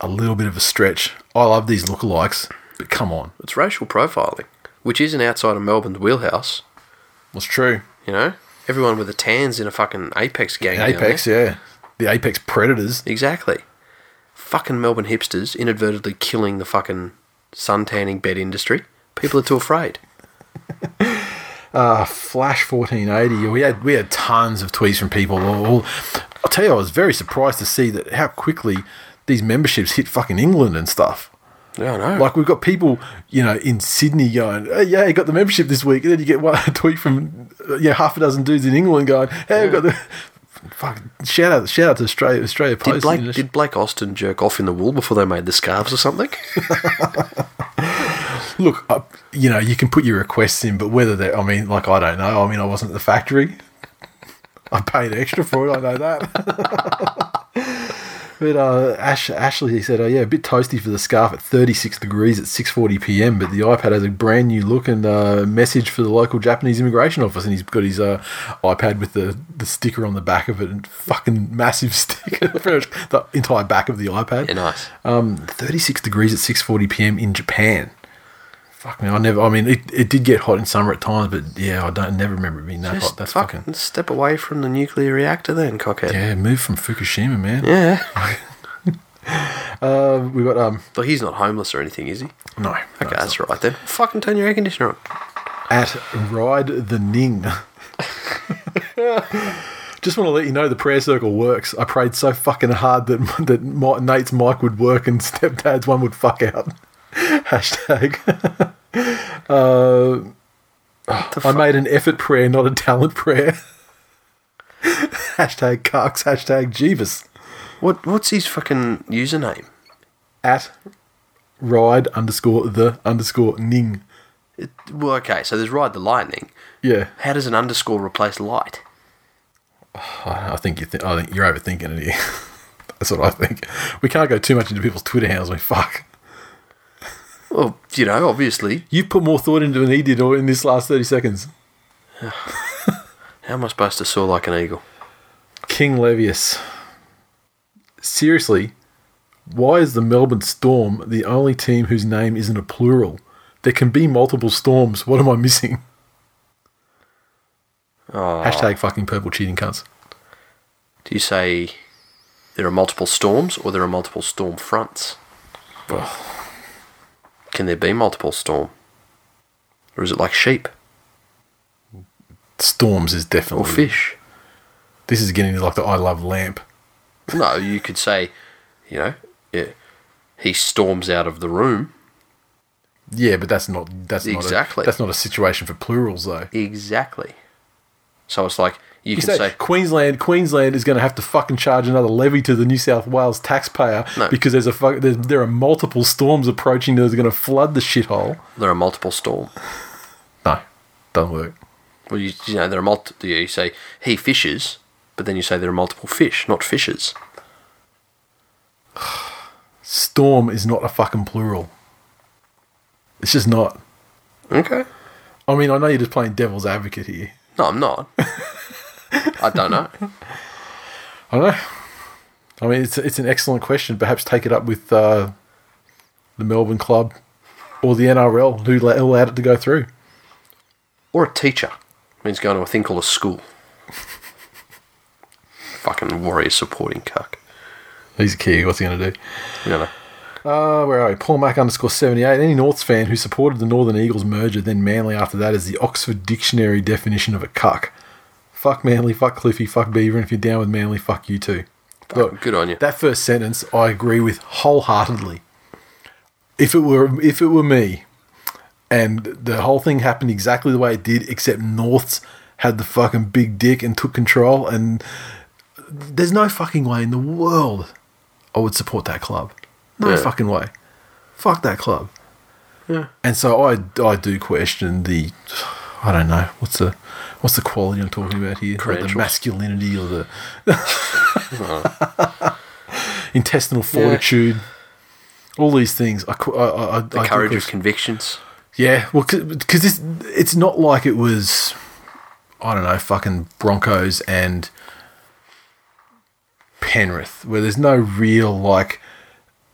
S1: a little bit of a stretch. I love these lookalikes, but come on,
S2: It's racial profiling, which isn't outside of Melbourne's wheelhouse.
S1: it's true.
S2: You know, everyone with the tans in a fucking Apex gang. down
S1: Apex,
S2: there.
S1: yeah, the Apex Predators.
S2: Exactly. Fucking Melbourne hipsters inadvertently killing the fucking suntanning bed industry. People are too afraid.
S1: Uh, Flash fourteen eighty. We had we had tons of tweets from people. All, all- I'll tell you, I was very surprised to see that how quickly these memberships hit fucking England and stuff.
S2: Yeah, I know.
S1: Like we've got people, you know, in Sydney going, "Hey, yeah, you got the membership this week," and then you get one tweet from, uh, yeah, half a dozen dudes in England going, "Hey, we got the." Fuck! Shout out! Shout out to Australia, Australia Post.
S2: did Blake
S1: and-
S2: did Blake Austin jerk off in the wool before they made the scarves or something?
S1: Look, uh, you know, you can put your requests in, but whether they, I mean, like, I don't know. I mean, I wasn't at the factory. I paid extra for it. I know that. but uh, Ash, Ashley, he said, oh, yeah, a bit toasty for the scarf at 36 degrees at 6.40 p.m., but the iPad has a brand new look and uh, message for the local Japanese immigration office, and he's got his uh, iPad with the, the sticker on the back of it and fucking massive sticker, pretty much the entire back of the iPad.
S2: yeah, nice.
S1: Um, 36 degrees at 6:40 p.m. in Japan. Fuck me, I never. I mean, it, it did get hot in summer at times, but yeah, I don't never remember it being that
S2: Just
S1: hot. That's
S2: fucking,
S1: fucking,
S2: step away from the nuclear reactor, then cockhead.
S1: yeah. Move from Fukushima, man.
S2: yeah.
S1: Uh, we got um
S2: But he's not homeless or anything, is he?
S1: no. no,
S2: Okay,
S1: it's
S2: that's right then. Fucking turn your air conditioner on.
S1: not. at ride the Ning. Just want to let you know the prayer circle works. I prayed so fucking hard that that my, Nate's mic would work and stepdad's one would fuck out. Hashtag. uh,
S2: The
S1: I
S2: fu-
S1: made an effort prayer, not a talent prayer. hashtag Cox, hashtag Jeebus.
S2: what what's his fucking username?
S1: At ride underscore the underscore ning.
S2: It, well, okay, so there's ride the lightning.
S1: Yeah,
S2: How does an underscore replace light?
S1: I, I think you think I think you're overthinking it here. That's what I think. We can't go too much into people's Twitter handles. We fuck.
S2: Well, you know, obviously.
S1: You put more thought into it than he did or in this last thirty seconds.
S2: How am I supposed to soar like an eagle?
S1: King Levius. Seriously, why is the Melbourne Storm the only team whose name isn't a plural? There can be multiple storms. What am I missing?
S2: Ah.
S1: Hashtag fucking purple cheating cunts.
S2: Do you say there are multiple storms or there are multiple storm fronts? Can there be multiple storm? Or is it like sheep
S1: Storms is
S2: or
S1: definitely.
S2: fish?
S1: This is getting into like the I love lamp.
S2: No, you could say, you know, yeah, he storms out of the room.
S1: Yeah, but that's not that's not
S2: Exactly.
S1: a, that's not a situation for plurals though.
S2: Exactly. So it's like you
S1: You
S2: can
S1: say,
S2: say,
S1: Queensland, Queensland is going to have to fucking charge another levy to the New South Wales taxpayer
S2: No.
S1: because there's a fuck, there's, there are multiple storms approaching that are going to flood the shithole.
S2: there are multiple storm.
S1: No, doesn't work.
S2: Well, you, you know, there are multiple. You say he fishes, but then you say there are multiple fish, not fishes.
S1: Storm is not a fucking plural. It's just not.
S2: Okay.
S1: I mean, I know you're just playing devil's advocate here.
S2: No, I'm not. I don't know.
S1: I don't know. I mean, it's it's an excellent question. Perhaps take it up with uh, the Melbourne club or the NRL, who la- allowed it to go through.
S2: Or a teacher means going to a thing called a school. Fucking warrior supporting cuck.
S1: He's a key. What's he going to do?
S2: You know.
S1: Uh, where are we? Paul Mack underscore 78. Any Norths fan who supported the Northern Eagles merger, then Manly after that, is the Oxford Dictionary definition of a cuck. Fuck Manly, fuck Cliffy, fuck Beaver, and if you're down with Manly, fuck you too. Look,
S2: good on you.
S1: That first sentence I agree with wholeheartedly. If it were if it were me, and the whole thing happened exactly the way it did, except Norths had the fucking big dick and took control, and there's no fucking way in the world I would support that club. No
S2: Yeah.
S1: fucking way. Fuck that club.
S2: Yeah.
S1: And so I, I do question the, I don't know what's the, what's the quality I'm talking about here? Like the
S2: Credentials.
S1: masculinity or the intestinal fortitude, all these things. I, qu- I, I, I- I
S2: The
S1: do
S2: courage of
S1: question-
S2: convictions.
S1: yeah, well, because this it's not like it was, I don't know, fucking Broncos and Penrith, where there's no real like.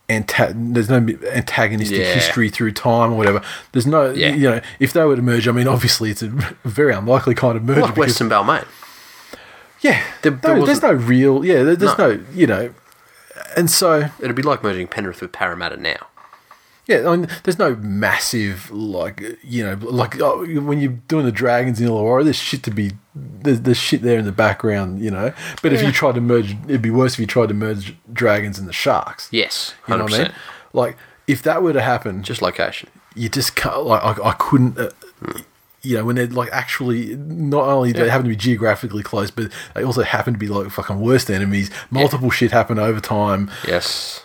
S1: Anta- there's no antagonistic
S2: Yeah.
S1: history through time or whatever. There's no,
S2: Yeah.
S1: you know, if they were to merge, I mean, obviously it's a very unlikely kind of merger.
S2: Like
S1: because-
S2: Western Balmain.
S1: yeah,
S2: There-
S1: no,
S2: there
S1: there's no real, yeah, there- there's
S2: No.
S1: no, you know, and so
S2: It'd be like merging Penrith with Parramatta now.
S1: Yeah, I mean, there's no massive like you know like oh, when you're doing the dragons in Illawarra, there's shit to be there's, there's shit there in the background, you know. But if you tried to merge, it'd be worse if you tried to merge dragons and the sharks.
S2: Yes,
S1: you know
S2: hundred
S1: what I mean.
S2: percent.
S1: Like if that were to happen,
S2: Just location.
S1: you just can't like I, I couldn't. Uh, You know, when they're like actually not only they happen to be geographically close, but they also happen to be like fucking worst enemies. Multiple shit happen over time.
S2: Yes.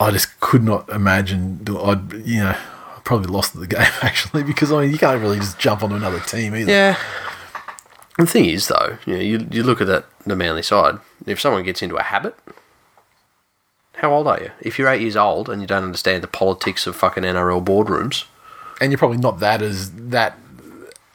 S1: I just could not imagine. that I'd you know I probably lost the game actually because I mean you can't really just jump onto another team either.
S2: Yeah. The thing is, though, you, know, you you look at that the manly side. If someone gets into a habit, how old are you? If you're eight years old and you don't understand the politics of fucking NRL boardrooms,
S1: And you're probably not that as that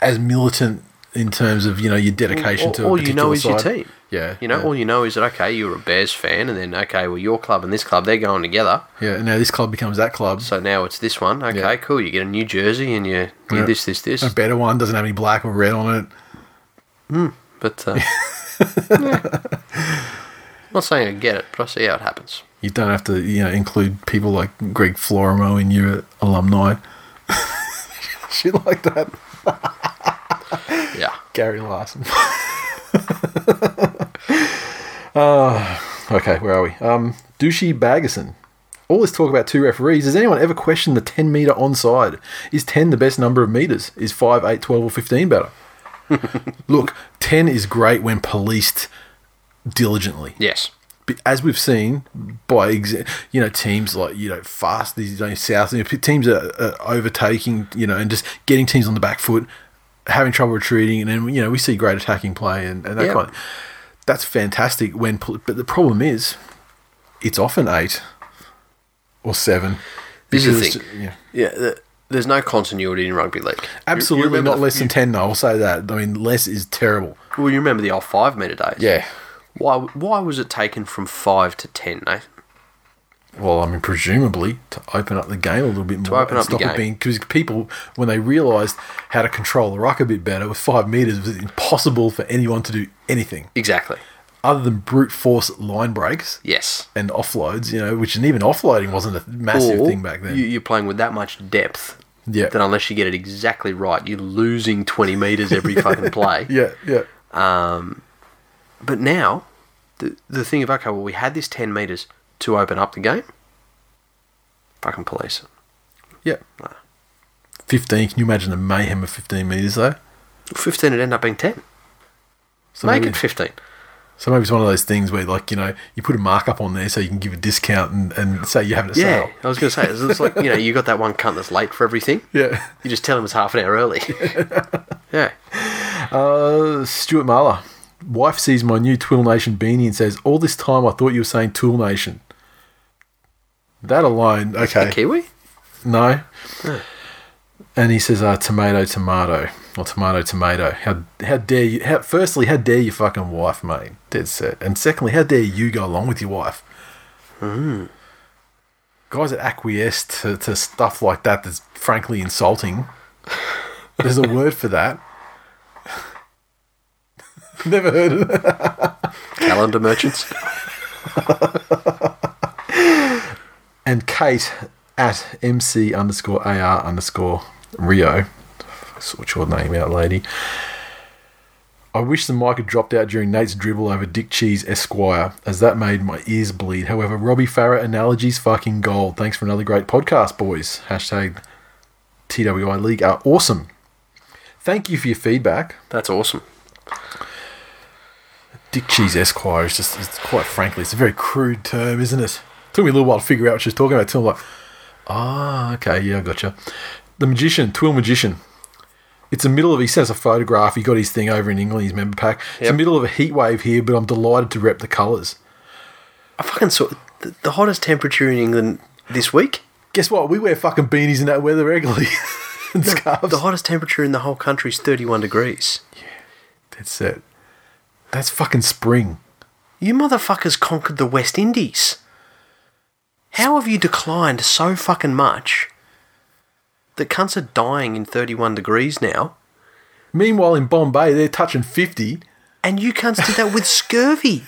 S1: as militant in terms of you know your dedication
S2: all,
S1: to a
S2: all you know is
S1: particular
S2: your
S1: side.
S2: team.
S1: Yeah,
S2: You know,
S1: yeah.
S2: all you know is that okay, you're a Bears fan, and then okay, well, your club and this club they're going together.
S1: Yeah, and now this club becomes that club.
S2: So now it's this one. Okay,
S1: Yeah.
S2: cool. You get a new jersey and you, you
S1: Yeah.
S2: this, this, this.
S1: a better one doesn't have any black or red on it.
S2: But uh, yeah. I'm not saying I get it, but I see how it happens.
S1: You don't have to you know include people like Greg Florimo in your alumni. Shit like that.
S2: Yeah.
S1: Gary Larson. uh, okay, where are we? Um, Douchey Bagerson. All this talk about two referees. Does anyone ever question the 10 metre onside? Is 10 the best number of metres? Is 5, 8, 12, or 15 better? Look, 10 is great when policed diligently.
S2: Yes.
S1: But as we've seen by exa- you know teams like you know fast these days south you know, teams are, are overtaking you know and just getting teams on the back foot having trouble retreating and then you know we see great attacking play and, and that
S2: Yeah.
S1: kind of, that's fantastic when pol- but the problem is it's often eight or seven
S2: This is the
S1: Because-
S2: thing.
S1: yeah.
S2: Yeah. th there's no continuity in rugby league. You- you
S1: absolutely
S2: remember
S1: not
S2: the-
S1: less than 10 though i'll say that i mean less is terrible
S2: Well, you remember the old five metre days.
S1: yeah
S2: Why? Why was it taken from five to ten, eh? Nathan?
S1: Well, I mean, presumably to open up the game a little bit more. To
S2: open up the game.
S1: Because people, when they realised how to control the ruck a bit better, with five metres, it was impossible for anyone to do anything
S2: Exactly.
S1: other than brute force line breaks
S2: Yes.
S1: and offloads, you know, which and even offloading wasn't a massive
S2: Or
S1: thing back then.
S2: You, you're playing with that much depth.
S1: Yeah.
S2: That unless you get it exactly right, you're losing 20 metres every fucking play.
S1: yeah, yeah.
S2: Um, But now, the, the thing of, okay, well, we had this 10 metres to open up the game. Fucking police it.
S1: Yeah. 15, can you imagine the mayhem of 15 metres, though?
S2: 15 would end up being 10.
S1: So
S2: Make
S1: maybe-
S2: it 15.
S1: So maybe it's one of those things where, like, you know, you put a markup on there so you can give a discount and, and say you're having a
S2: Yeah,
S1: sale.
S2: I was going to say, it's it's like, you know, you got that one cunt that's late for everything.
S1: Yeah.
S2: You just tell him it's half an hour early. yeah.
S1: Uh, Stuart Marler. Wife sees my new Twill Nation beanie and says, All this time I thought you were saying Tool Nation. That alone, okay.
S2: Kiwi?
S1: No. And he says, uh, tomato, tomato, or tomato, tomato. How how dare you? How, firstly, how dare you fucking wife, mate? Dead set. And secondly, how dare you go along with your wife? Guys that acquiesce to, to stuff like that that's frankly insulting. There's a word for that. Never heard of that.
S2: Calendar merchants?
S1: And Kate at MC underscore AR underscore Rio. Sort your name out, lady. I wish the mic had dropped out during Nate's dribble over Dick Cheese Esquire, as that made my ears bleed. However, Robbie Farah analogies fucking gold. Thanks for another great podcast, boys. Hashtag TWI League are awesome. Thank you for your feedback.
S2: That's awesome.
S1: Dick Cheese Esquire is just, it's quite frankly, it's a very crude term, isn't it? Took me a little while to figure out what she was talking about. Till I'm like, ah, okay, yeah, I gotcha. The magician, Twill Magician. It's the middle of. He sent us a photograph. He got his thing over in England, his member pack. It's the
S2: Yep.
S1: middle of a heat wave here, but I'm delighted to rep the colours.
S2: I fucking saw the, the hottest temperature in England this week.
S1: Guess what? We wear fucking beanies in that weather regularly and scarves.
S2: The hottest temperature in the whole country is 31 degrees.
S1: That's it. That's fucking spring.
S2: You motherfuckers conquered the West Indies. How have you declined so fucking much that cunts are dying in 31 degrees now?
S1: Meanwhile, in Bombay, they're touching 50.
S2: And you cunts did that with scurvy.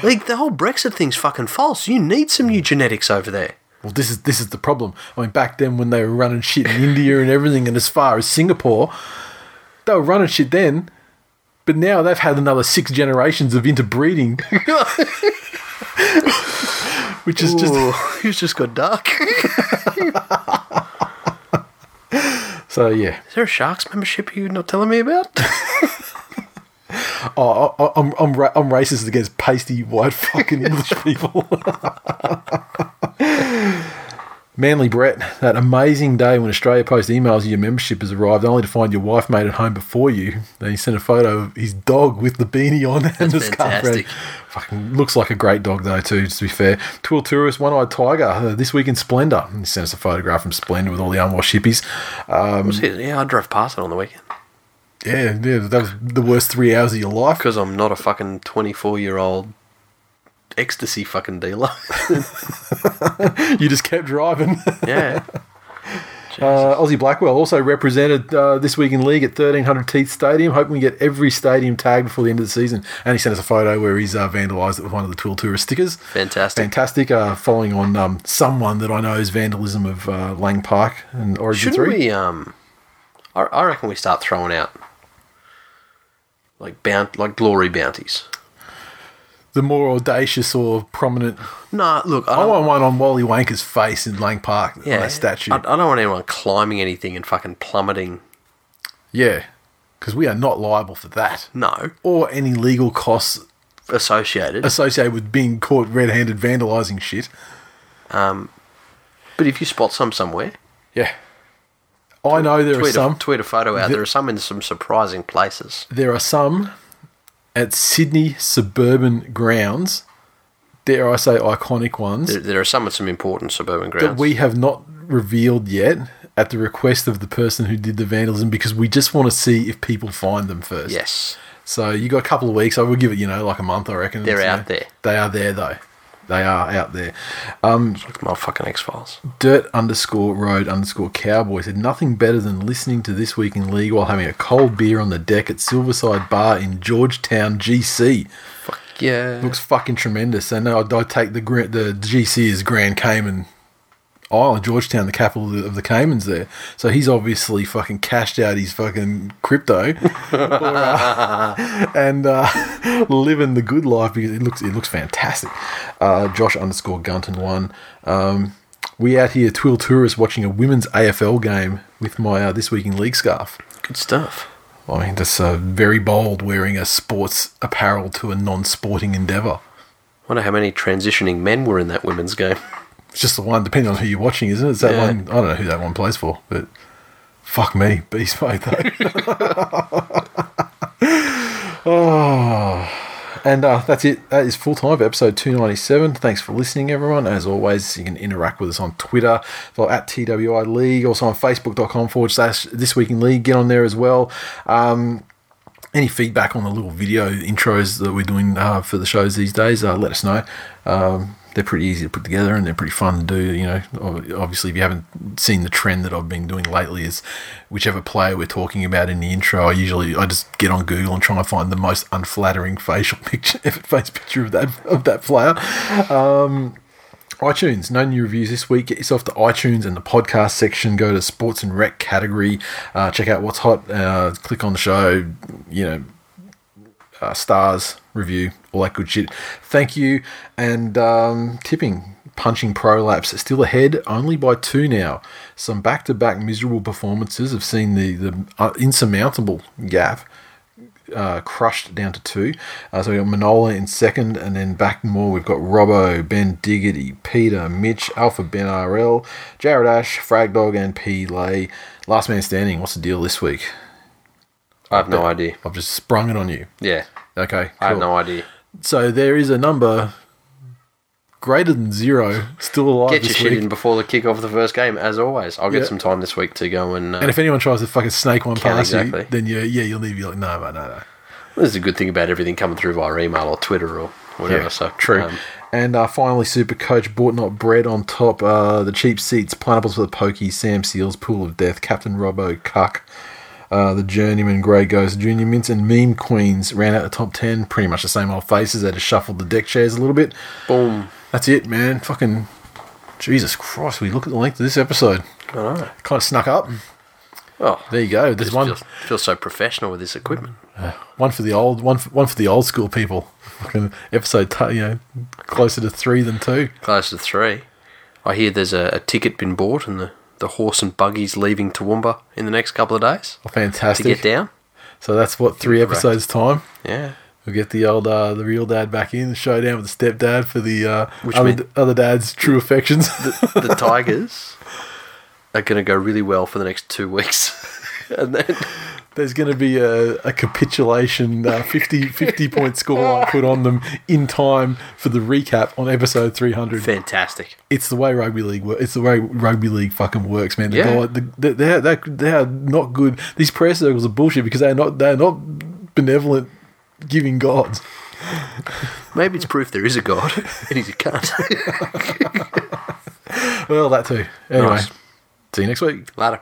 S2: Like, the whole Brexit thing's fucking false. You need some new genetics over there.
S1: Well, this is this is the problem. I mean, back then when they were running shit in India and everything, and as far as Singapore, they were running shit then. But now they've had another six generations of interbreeding, which is just
S2: Ooh, it's just got dark. is
S1: so. Yeah,
S2: there a Sharks membership you're not telling me about?
S1: oh, I, I- I'm I'm ra- I'm racist against pasty white fucking English people. Manly Brett, that amazing day when Australia Post emails you your membership has arrived, only to find your wife made it home before you. Then he sent a photo of his dog with the beanie on and the scarf. around.
S2: fantastic.
S1: Fucking looks like a great dog though, too. Just to be fair, Twill Tourist, One Eyed Tiger, uh, this week in Splendor. He sent us a photograph from Splendor with all the unwashed hippies. Um,
S2: yeah, I drove past it on the weekend.
S1: yeah, yeah, that was the worst three hours of your life.
S2: because I'm not a fucking 24 year old ecstasy fucking dealer.
S1: You just kept driving.
S2: yeah.
S1: Uh, Aussie Blackwell also represented uh, this week in league at 1300 Teeth Stadium, hoping we get every stadium tagged before the end of the season. And he sent us a photo where he's uh, vandalised it with one of the Twill Tourist stickers.
S2: Fantastic.
S1: Fantastic. Uh, following on um, someone that I know's vandalism of uh, Lang Park and Origin
S2: Shouldn't
S1: 3.
S2: we? Um, I, I reckon we start throwing out like bount like glory bounties.
S1: The more audacious or prominent.
S2: Nah, look, I
S1: I
S2: don't.
S1: want one on Wally Wanker's face in Lang Park, on that statue.
S2: I, I don't want anyone climbing anything and fucking plummeting.
S1: yeah, because we are not liable for that
S2: No,
S1: or any legal costs
S2: associated.
S1: associated with being caught red handed vandalising shit.
S2: But if you spot some somewhere,
S1: Yeah. I know there are
S2: tweet a,
S1: some.
S2: tweet a photo out. there are some in some surprising places.
S1: There are some at Sydney suburban grounds, dare I say iconic ones,
S2: There, there are some at some important suburban
S1: that
S2: grounds.
S1: we have not revealed yet at the request of the person who did the vandalism because we just want to see if people find them first.
S2: yes,
S1: So you got a couple of weeks. I would give it, you know, like a month, I reckon.
S2: They're
S1: So
S2: out there.
S1: They are there, though. They are out there.
S2: it's my fucking X Files.
S1: dirt underscore road underscore cowboy said nothing better than listening to this week in league while having a cold beer on the deck at Silverside Bar in Georgetown, GC.
S2: Yeah,
S1: Looks fucking tremendous. And I, I take the Gra- the GC is Grand Cayman Island, Georgetown, the capital of the, of the Caymans there. So he's obviously fucking cashed out his fucking crypto or, uh, and uh, living the good life because it looks it looks fantastic. Uh, Josh underscore Gunton one. Um, we out here, Twill Tourist, watching a women's AFL game with my uh, This Week in League scarf.
S2: good stuff.
S1: I mean, that's uh, very bold wearing a sports apparel to a non sporting endeavour.
S2: Wonder how many transitioning men were in that women's game.
S1: It's just the one, depending on who you're watching, isn't it? It's that
S2: Yeah.
S1: one. I don't know who that one plays for, but fuck me, beast mode though. oh, and uh, that's it. That is full time for episode 297. Thanks for listening, everyone. As always, you can interact with us on Twitter, well, at TWI League, also on Facebook.com forward slash This Week in League. Get on there as well. Um, any feedback on the little video intros that we're doing uh, for the shows these days, uh, let us know. Um, they're pretty easy to put together and they're pretty fun to do. You know, Ob- obviously, if you haven't seen the trend that I've been doing lately, is whichever player we're talking about in the intro, I usually I just get on Google and try and find the most unflattering facial picture, face picture of that of that player iTunes, no new reviews this week. Get yourself to iTunes and the podcast section. Go to sports and rec category. Uh, check out what's hot. Uh, click on the show. You know, uh, stars, review, all that good shit. Thank you. And um, tipping, punching prolapse, still ahead only by two now. Some back to back miserable performances have seen the, the uh, insurmountable gap uh, crushed down to two. Uh, so we've got Manola in second, and then back more, we've got Robbo, Ben Diggity, Peter, Mitch, Alpha Ben RL, Jared Ash, Frag Dog, and P Lay. Last man standing, what's the deal this week?
S2: I have no idea.
S1: I've just sprung it on you.
S2: Yeah,
S1: Okay.
S2: I have
S1: cool.
S2: no idea.
S1: So there is a number greater than zero still alive
S2: Get your
S1: this
S2: shit
S1: week.
S2: in before the kick off of the first game, as always. I'll get
S1: Yeah.
S2: some time this week to go and. Uh,
S1: And if anyone tries to fucking snake one
S2: Can't
S1: past
S2: exactly.
S1: you, then you yeah you'll leave you like no mate, no no.
S2: this is a good thing about everything coming through via email or Twitter or whatever. so
S1: true.
S2: um,
S1: and uh, finally, Super Coach Bortnot Bread on top. Uh, the cheap seats, pineapples for the pokey, Sam Seals, Pool of Death, Captain Robbo, Cuck, uh, the Journeyman, Grey Ghost, Junior Mints, and Meme Queens ran out the top ten. Pretty much the same old faces. They just shuffled the deck chairs a little bit.
S2: boom.
S1: That's it, man. Fucking Jesus Christ! We look at the length of this episode.
S2: All right.
S1: Kind of snuck up.
S2: Oh,
S1: There you go. There's
S2: just
S1: one,
S2: feels, feels so professional with this equipment.
S1: one for the old, one for, one for the old school people. Fucking episode, t- you know, closer to three than two.
S2: Close to three. I hear there's a, a ticket been bought and the, the horse and buggy's leaving Toowoomba in the next couple of days to
S1: Fantastic.
S2: get down.
S1: So that's what three
S2: Correct.
S1: episodes time.
S2: Yeah.
S1: We'll get the old, uh, the real dad back in, showdown with the stepdad for the uh,
S2: Which
S1: other,
S2: mean-
S1: other dad's true affections.
S2: The Tigers are going to go really well for the next two weeks. and then
S1: There's going to be a, a capitulation, uh, 50, 50 point scoreline put on them in time for the recap on episode 300.
S2: fantastic.
S1: it's the way rugby league works. It's the way rugby league fucking works, man. The
S2: Yeah.
S1: guy- the- the- they're, they're, they're not good. These prayer circles are bullshit because they're not they're not benevolent giving gods.
S2: Maybe it's proof there is a God and he's a cunt.
S1: Well, that too. Anyway,
S2: Nice.
S1: see you next week.
S2: Later.